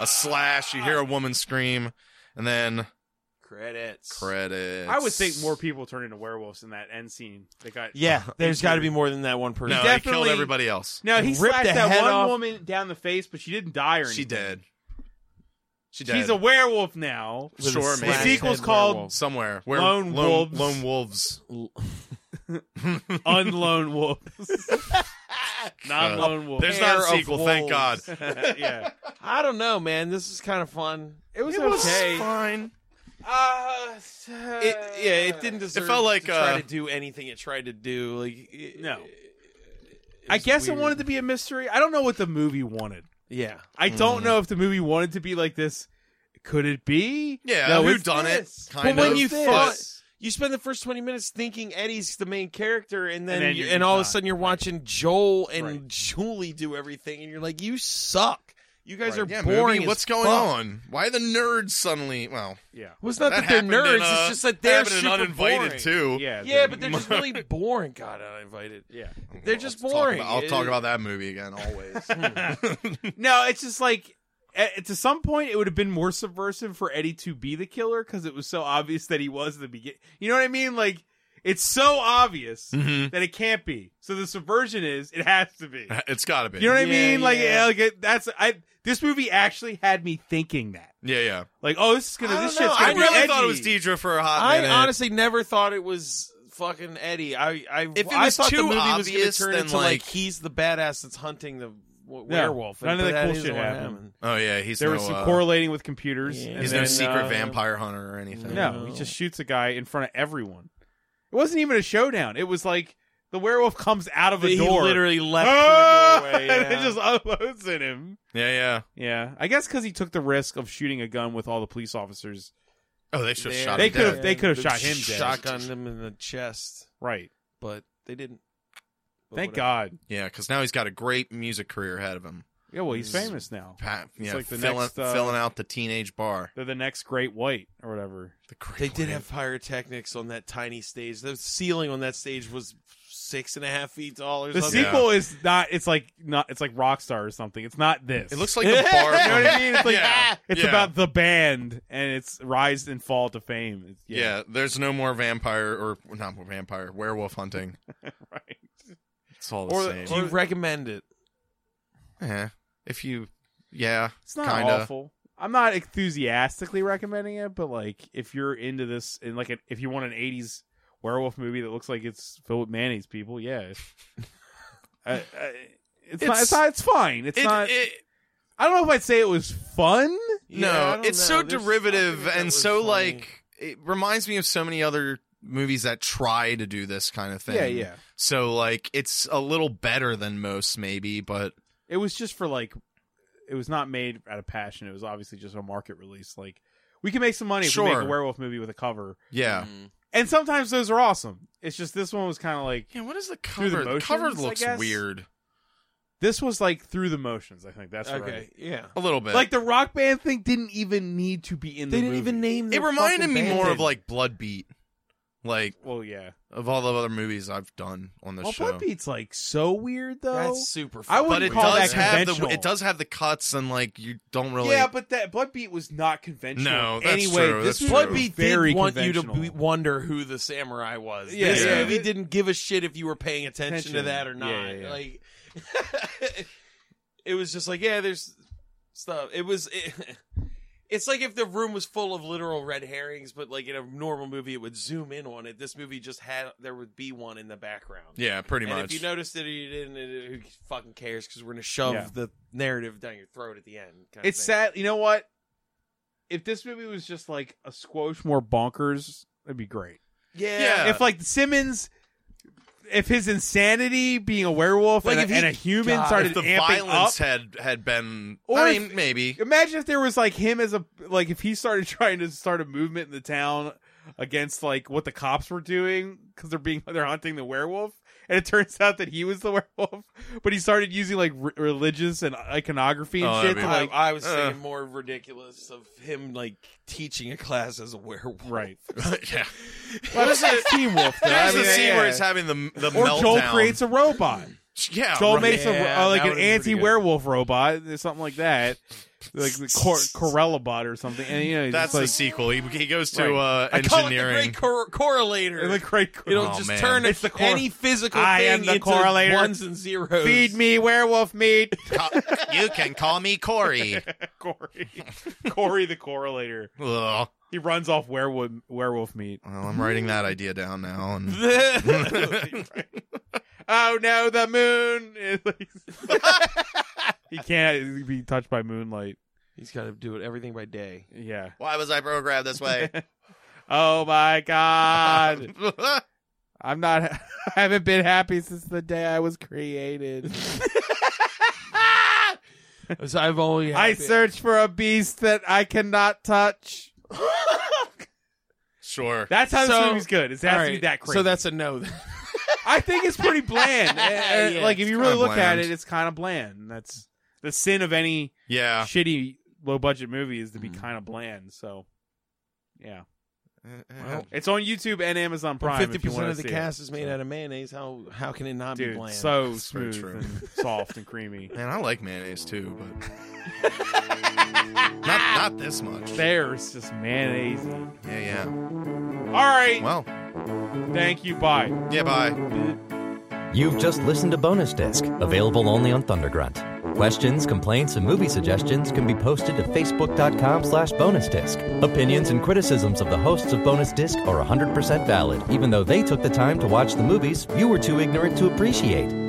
[SPEAKER 2] a slash. You hear a woman scream, and then
[SPEAKER 12] Credits.
[SPEAKER 2] credits.
[SPEAKER 8] I would think more people turn into werewolves in that end scene. They got
[SPEAKER 12] Yeah, there's got to be more than that one person.
[SPEAKER 2] No,
[SPEAKER 8] He
[SPEAKER 2] he killed
[SPEAKER 8] definitely-
[SPEAKER 2] everybody else.
[SPEAKER 8] Now he
[SPEAKER 12] Ripped
[SPEAKER 8] slashed
[SPEAKER 12] the
[SPEAKER 8] that
[SPEAKER 12] head
[SPEAKER 8] one
[SPEAKER 12] off.
[SPEAKER 8] woman down the face, but she didn't die or anything.
[SPEAKER 2] She dead. She dead.
[SPEAKER 8] She's a werewolf now.
[SPEAKER 12] With a
[SPEAKER 2] Sure,
[SPEAKER 8] The
[SPEAKER 2] man.
[SPEAKER 12] slash
[SPEAKER 8] sequel's
[SPEAKER 12] head
[SPEAKER 8] called
[SPEAKER 12] werewolf.
[SPEAKER 2] somewhere. Where
[SPEAKER 8] Lone wolves.
[SPEAKER 2] Lone wolves.
[SPEAKER 8] Unlone Wolves. Not
[SPEAKER 2] Uh,
[SPEAKER 8] Lone Wolf.
[SPEAKER 2] there's not a sequel, thank God.
[SPEAKER 8] yeah.
[SPEAKER 12] I don't know, man. This is kind of fun. It was
[SPEAKER 8] It
[SPEAKER 12] okay.
[SPEAKER 8] was
[SPEAKER 2] fine.
[SPEAKER 12] Uh, it, yeah, it didn't deserve.
[SPEAKER 2] felt like,
[SPEAKER 12] to try
[SPEAKER 2] uh,
[SPEAKER 12] to do anything it tried to do. Like it-
[SPEAKER 8] No.
[SPEAKER 12] it
[SPEAKER 8] I
[SPEAKER 12] was
[SPEAKER 8] guess
[SPEAKER 12] weird.
[SPEAKER 8] it wanted to be a mystery. I don't know what the movie wanted.
[SPEAKER 12] Yeah,
[SPEAKER 8] I
[SPEAKER 12] Mm-hmm.
[SPEAKER 8] don't know if the movie wanted to be like this. Could it be?
[SPEAKER 2] Yeah,
[SPEAKER 8] No,
[SPEAKER 2] who
[SPEAKER 8] it's
[SPEAKER 2] done it?
[SPEAKER 12] this.
[SPEAKER 2] Kind
[SPEAKER 12] but
[SPEAKER 2] of.
[SPEAKER 12] when you
[SPEAKER 2] but-
[SPEAKER 12] thought you spend the first twenty minutes thinking Eddie's the main character, and then
[SPEAKER 8] And
[SPEAKER 12] and,
[SPEAKER 8] then
[SPEAKER 12] you,
[SPEAKER 8] you're
[SPEAKER 12] and all of a
[SPEAKER 8] not.
[SPEAKER 12] sudden you're watching Joel and
[SPEAKER 8] Right.
[SPEAKER 12] Julie do everything, and you're like, you suck. You guys are
[SPEAKER 2] yeah, movie,
[SPEAKER 12] boring. as
[SPEAKER 2] what's going
[SPEAKER 12] fuck."
[SPEAKER 2] on? Why the nerds suddenly? Well,
[SPEAKER 8] Yeah.
[SPEAKER 12] Well, it's not that,
[SPEAKER 2] that
[SPEAKER 12] they're
[SPEAKER 2] happened in,
[SPEAKER 12] nerds.
[SPEAKER 2] uh,
[SPEAKER 12] it's just that
[SPEAKER 2] that
[SPEAKER 12] they're
[SPEAKER 2] happened in
[SPEAKER 12] super
[SPEAKER 2] uninvited
[SPEAKER 12] boring.
[SPEAKER 2] too.
[SPEAKER 8] Yeah.
[SPEAKER 12] Yeah, but they're just really boring. God, I invited.
[SPEAKER 8] Yeah.
[SPEAKER 12] They're just
[SPEAKER 2] I'll
[SPEAKER 12] boring.
[SPEAKER 2] Talk about, I'll talk
[SPEAKER 12] It-
[SPEAKER 2] about that movie again. Always.
[SPEAKER 8] No, it's just like at, to some point it would have been more subversive for Eddie to be the killer because it was so obvious that he was the beginning. You know what I mean? Like it's so obvious that it can't be. So the subversion is it has to be.
[SPEAKER 2] it's got to be.
[SPEAKER 8] You know what I
[SPEAKER 12] Yeah,
[SPEAKER 8] mean? Like,
[SPEAKER 12] yeah.
[SPEAKER 8] yeah, like it, that's I. This movie actually had me thinking that.
[SPEAKER 2] yeah, yeah.
[SPEAKER 8] Like, oh, this is gonna.
[SPEAKER 12] I
[SPEAKER 8] This
[SPEAKER 12] don't know.
[SPEAKER 8] shit's gonna
[SPEAKER 12] I
[SPEAKER 8] be
[SPEAKER 12] really
[SPEAKER 8] edgy.
[SPEAKER 2] thought it was Deidre for a hot
[SPEAKER 12] I
[SPEAKER 2] minute.
[SPEAKER 12] honestly never thought it was fucking Eddie. I, I,
[SPEAKER 2] If it
[SPEAKER 12] I
[SPEAKER 2] was
[SPEAKER 12] thought the
[SPEAKER 2] too
[SPEAKER 12] movie
[SPEAKER 2] obvious,
[SPEAKER 12] was going to
[SPEAKER 2] then,
[SPEAKER 12] turn into like,
[SPEAKER 2] like-
[SPEAKER 12] he's the badass that's hunting the w- werewolf. and-
[SPEAKER 8] none of
[SPEAKER 12] but
[SPEAKER 8] that cool
[SPEAKER 12] isn't
[SPEAKER 8] shit
[SPEAKER 12] what
[SPEAKER 8] happened.
[SPEAKER 2] oh yeah, he's
[SPEAKER 8] There
[SPEAKER 2] no,
[SPEAKER 8] was some
[SPEAKER 2] uh,
[SPEAKER 8] correlating with computers.
[SPEAKER 12] Yeah.
[SPEAKER 8] and
[SPEAKER 2] He's
[SPEAKER 8] then,
[SPEAKER 2] no secret
[SPEAKER 8] uh,
[SPEAKER 2] vampire hunter or anything.
[SPEAKER 8] No, he just shoots a guy in front of everyone. It wasn't even a showdown. It was like the werewolf comes out of a
[SPEAKER 12] He
[SPEAKER 8] door.
[SPEAKER 12] literally left
[SPEAKER 8] Ah!
[SPEAKER 12] through the doorway.
[SPEAKER 8] and it
[SPEAKER 12] yeah.
[SPEAKER 8] just unloads at him.
[SPEAKER 2] Yeah, yeah.
[SPEAKER 8] Yeah, I guess because he took the risk of shooting a gun with all the police officers.
[SPEAKER 2] Oh, they should have
[SPEAKER 12] Yeah.
[SPEAKER 2] shot
[SPEAKER 8] They
[SPEAKER 2] him
[SPEAKER 8] could have.
[SPEAKER 2] dead.
[SPEAKER 8] They could have
[SPEAKER 12] They
[SPEAKER 8] shot him dead.
[SPEAKER 12] Shotgunned him in the chest,
[SPEAKER 8] Right.
[SPEAKER 12] but they didn't. But
[SPEAKER 8] Thank
[SPEAKER 12] whatever.
[SPEAKER 8] God.
[SPEAKER 2] Yeah, because now he's got a great music career ahead of him.
[SPEAKER 8] Yeah. Well, he's
[SPEAKER 2] It's-
[SPEAKER 8] famous now.
[SPEAKER 2] Pat,
[SPEAKER 8] It's
[SPEAKER 2] yeah,
[SPEAKER 8] like the
[SPEAKER 2] filling,
[SPEAKER 8] next, uh,
[SPEAKER 2] filling out the teenage bar.
[SPEAKER 8] They're the next great white or whatever.
[SPEAKER 2] The great
[SPEAKER 12] They did
[SPEAKER 2] white.
[SPEAKER 12] have pyrotechnics on that tiny stage. The ceiling on that stage was six and a half feet tall or
[SPEAKER 8] The
[SPEAKER 12] something.
[SPEAKER 8] sequel is not. It's like not. It's like Rockstar or something. It's not this.
[SPEAKER 2] It looks like a bar.
[SPEAKER 8] You know what I mean? It's like
[SPEAKER 2] Yeah.
[SPEAKER 8] it's
[SPEAKER 2] Yeah.
[SPEAKER 8] about the band and its rise and fall to fame. It's-
[SPEAKER 2] Yeah. there's no more vampire or not more vampire werewolf hunting.
[SPEAKER 8] Right.
[SPEAKER 2] It's all the
[SPEAKER 12] Or,
[SPEAKER 2] same.
[SPEAKER 12] do you recommend it?
[SPEAKER 2] Eh, if you, yeah,
[SPEAKER 8] It's not
[SPEAKER 2] kinda.
[SPEAKER 8] awful. I'm not enthusiastically recommending it, but like if you're into this and like if you want an 80s werewolf movie that looks like it's filled with mayonnaise people, yeah. I, I, it's, not,
[SPEAKER 2] It's-
[SPEAKER 8] it's not. It's fine. It's
[SPEAKER 2] It,
[SPEAKER 8] not.
[SPEAKER 2] it,
[SPEAKER 8] I don't know if I'd say it was fun.
[SPEAKER 12] Yeah, I
[SPEAKER 2] no,
[SPEAKER 12] don't
[SPEAKER 2] it's
[SPEAKER 12] know.
[SPEAKER 2] so
[SPEAKER 12] There's
[SPEAKER 2] derivative
[SPEAKER 12] nothing that
[SPEAKER 2] and
[SPEAKER 12] was
[SPEAKER 2] so
[SPEAKER 12] funny.
[SPEAKER 2] like it reminds me of so many other movies that try to do this kind of thing.
[SPEAKER 8] Yeah, yeah.
[SPEAKER 2] So like it's a little better than most maybe, but
[SPEAKER 8] It was just for like. It was not made out of passion. It was obviously just a market release. Like we can make some money if we
[SPEAKER 2] Sure.
[SPEAKER 8] make a werewolf movie with a cover.
[SPEAKER 2] yeah.
[SPEAKER 8] And sometimes those are awesome. It's just this one was kind of like
[SPEAKER 2] Yeah, what is the
[SPEAKER 8] Through the
[SPEAKER 2] cover? the cover
[SPEAKER 8] motions, I
[SPEAKER 2] looks
[SPEAKER 8] guess?
[SPEAKER 2] weird.
[SPEAKER 8] this was like through the motions. I think that's
[SPEAKER 12] okay,
[SPEAKER 8] right.
[SPEAKER 12] yeah.
[SPEAKER 2] A little bit.
[SPEAKER 8] Like the rock band thing didn't even need to be in.
[SPEAKER 12] They
[SPEAKER 8] the
[SPEAKER 12] didn't
[SPEAKER 8] movie.
[SPEAKER 12] even name.
[SPEAKER 2] it
[SPEAKER 12] their
[SPEAKER 2] reminded
[SPEAKER 12] fucking
[SPEAKER 2] me
[SPEAKER 12] band.
[SPEAKER 2] more of like Bloodbeat. Like
[SPEAKER 8] Well, yeah.
[SPEAKER 2] of all the other movies I've done on the
[SPEAKER 8] Well,
[SPEAKER 2] show.
[SPEAKER 8] Bloodbeat's like so weird though.
[SPEAKER 12] That's super.
[SPEAKER 8] I
[SPEAKER 12] fucking
[SPEAKER 2] but
[SPEAKER 8] wouldn't
[SPEAKER 2] it
[SPEAKER 12] weird.
[SPEAKER 8] call
[SPEAKER 2] does
[SPEAKER 8] that
[SPEAKER 2] have the
[SPEAKER 8] conventional.
[SPEAKER 2] it does have the cuts and like you don't really
[SPEAKER 8] Yeah, but that Bloodbeat was not conventional.
[SPEAKER 2] No,
[SPEAKER 8] in
[SPEAKER 2] that's
[SPEAKER 8] any way.
[SPEAKER 2] true,
[SPEAKER 8] This
[SPEAKER 2] that's
[SPEAKER 8] was
[SPEAKER 2] true.
[SPEAKER 12] Bloodbeat
[SPEAKER 8] very
[SPEAKER 12] did want you to
[SPEAKER 8] conventional.
[SPEAKER 12] be- wonder who the samurai was.
[SPEAKER 8] Yeah,
[SPEAKER 12] this
[SPEAKER 2] yeah.
[SPEAKER 12] movie didn't give a shit if you were paying attention, to
[SPEAKER 8] Attention.
[SPEAKER 12] that or not.
[SPEAKER 8] Yeah, yeah, yeah.
[SPEAKER 12] Like, it was just like, yeah, there's stuff. It was. It, it's like if the room was full of literal red herrings, but like in a normal movie, it would zoom in on it. This movie just had there would be one in the background.
[SPEAKER 2] yeah, pretty
[SPEAKER 12] and
[SPEAKER 2] much.
[SPEAKER 12] if you noticed it or you didn't, it, it- who fucking cares? Because we're gonna shove
[SPEAKER 8] Yeah.
[SPEAKER 12] the narrative down your throat at the end. kinda
[SPEAKER 8] It's
[SPEAKER 12] thing.
[SPEAKER 8] sad. You know what? If this movie was just like a squash more bonkers, that'd be great.
[SPEAKER 12] Yeah.
[SPEAKER 2] Yeah.
[SPEAKER 8] If like Simmons. If his insanity being a werewolf
[SPEAKER 12] Like,
[SPEAKER 8] and,
[SPEAKER 12] if
[SPEAKER 8] a,
[SPEAKER 12] he-
[SPEAKER 8] and a human
[SPEAKER 12] God,
[SPEAKER 8] started
[SPEAKER 2] if the
[SPEAKER 8] amping
[SPEAKER 2] violence
[SPEAKER 8] up,
[SPEAKER 2] had had been
[SPEAKER 8] Or
[SPEAKER 2] I
[SPEAKER 8] if-
[SPEAKER 2] mean maybe
[SPEAKER 8] Imagine if there was like him as a like if he started trying to start a movement in the town against like what the cops were doing because they're being they're hunting the werewolf, and it turns out that he was the werewolf, but he started using like re- religious and iconography and
[SPEAKER 2] Oh, that'd
[SPEAKER 8] shit.
[SPEAKER 2] be
[SPEAKER 8] To,
[SPEAKER 12] I,
[SPEAKER 8] like,
[SPEAKER 12] I was
[SPEAKER 2] uh.
[SPEAKER 12] thinking more ridiculous of him like teaching a class as a werewolf.
[SPEAKER 8] right?
[SPEAKER 2] yeah.
[SPEAKER 8] Well, this is a team wolf. Though. I
[SPEAKER 2] There's
[SPEAKER 8] mean,
[SPEAKER 2] the scene
[SPEAKER 8] yeah.
[SPEAKER 2] where he's having the the
[SPEAKER 8] or
[SPEAKER 2] meltdown.
[SPEAKER 8] Joel creates a robot.
[SPEAKER 2] yeah,
[SPEAKER 8] Joel
[SPEAKER 2] right.
[SPEAKER 8] makes
[SPEAKER 12] Yeah,
[SPEAKER 8] a, uh,
[SPEAKER 12] that would've been
[SPEAKER 8] like an
[SPEAKER 12] pretty good.
[SPEAKER 8] anti-werewolf robot, or something like that, like the Cor- Corellabot or something. And you know, he's
[SPEAKER 2] That's
[SPEAKER 8] just,
[SPEAKER 2] the
[SPEAKER 8] like,
[SPEAKER 2] sequel. He, he goes to uh,
[SPEAKER 12] I call it the
[SPEAKER 2] engineering.
[SPEAKER 12] great cor- correlator.
[SPEAKER 8] and the great.
[SPEAKER 12] you don't
[SPEAKER 2] Oh,
[SPEAKER 12] just
[SPEAKER 2] man.
[SPEAKER 12] turn
[SPEAKER 8] It's the cor-
[SPEAKER 12] any physical
[SPEAKER 8] I
[SPEAKER 12] thing
[SPEAKER 8] am the
[SPEAKER 12] into
[SPEAKER 8] correlator.
[SPEAKER 12] ones and zeros.
[SPEAKER 8] Feed me werewolf meat.
[SPEAKER 2] Ca- you can call me Corey.
[SPEAKER 8] Corey. Corey the correlator.
[SPEAKER 2] Ugh.
[SPEAKER 8] He runs off werewolf werewolf meat.
[SPEAKER 2] Well, I'm writing that idea down now. And
[SPEAKER 8] I oh no, the moon. he can't be touched by moonlight.
[SPEAKER 12] He's got to do it everything by day.
[SPEAKER 8] Yeah.
[SPEAKER 2] Why was I programmed this way?
[SPEAKER 8] Oh my god. I'm not. I haven't been happy since the day I was created.
[SPEAKER 12] So I've only had
[SPEAKER 8] I
[SPEAKER 12] been-
[SPEAKER 8] search for a beast that I cannot touch.
[SPEAKER 2] sure.
[SPEAKER 8] That's how
[SPEAKER 12] So-
[SPEAKER 8] this movie's good. It has to be
[SPEAKER 12] Alright,
[SPEAKER 8] that crazy.
[SPEAKER 12] So that's a no. then.
[SPEAKER 8] I think it's pretty bland. Eh, eh,
[SPEAKER 12] Yeah,
[SPEAKER 8] like if
[SPEAKER 12] it's
[SPEAKER 8] you really
[SPEAKER 2] kinda
[SPEAKER 8] look
[SPEAKER 2] bland.
[SPEAKER 8] at it, it's kind of bland. That's the sin of any
[SPEAKER 2] Yeah.
[SPEAKER 8] shitty low budget movie is to be kind of bland. So, yeah,
[SPEAKER 12] Well,
[SPEAKER 8] it's on YouTube and Amazon
[SPEAKER 12] When
[SPEAKER 8] Prime.
[SPEAKER 12] Fifty
[SPEAKER 8] if you
[SPEAKER 12] percent
[SPEAKER 8] wanna
[SPEAKER 12] of the
[SPEAKER 8] see it.
[SPEAKER 12] cast is made
[SPEAKER 8] So-
[SPEAKER 12] out of mayonnaise. How how can it not be
[SPEAKER 8] Dude,
[SPEAKER 12] bland?
[SPEAKER 8] so
[SPEAKER 2] That's very
[SPEAKER 8] smooth
[SPEAKER 2] true.
[SPEAKER 8] and soft and creamy.
[SPEAKER 2] Man, I like mayonnaise too, but not not this much.
[SPEAKER 8] There's just mayonnaise.
[SPEAKER 2] Yeah, yeah.
[SPEAKER 8] All right,
[SPEAKER 2] Well,
[SPEAKER 8] thank you. Bye.
[SPEAKER 2] yeah. Bye.
[SPEAKER 11] You've just listened to Bonus Disc, available only on Thundergrunt. Questions, complaints, and movie suggestions can be posted to facebook.com slash bonus disc. Opinions and criticisms of the hosts of Bonus Disc are 100% valid, even though they took the time to watch the movies you were too ignorant to appreciate.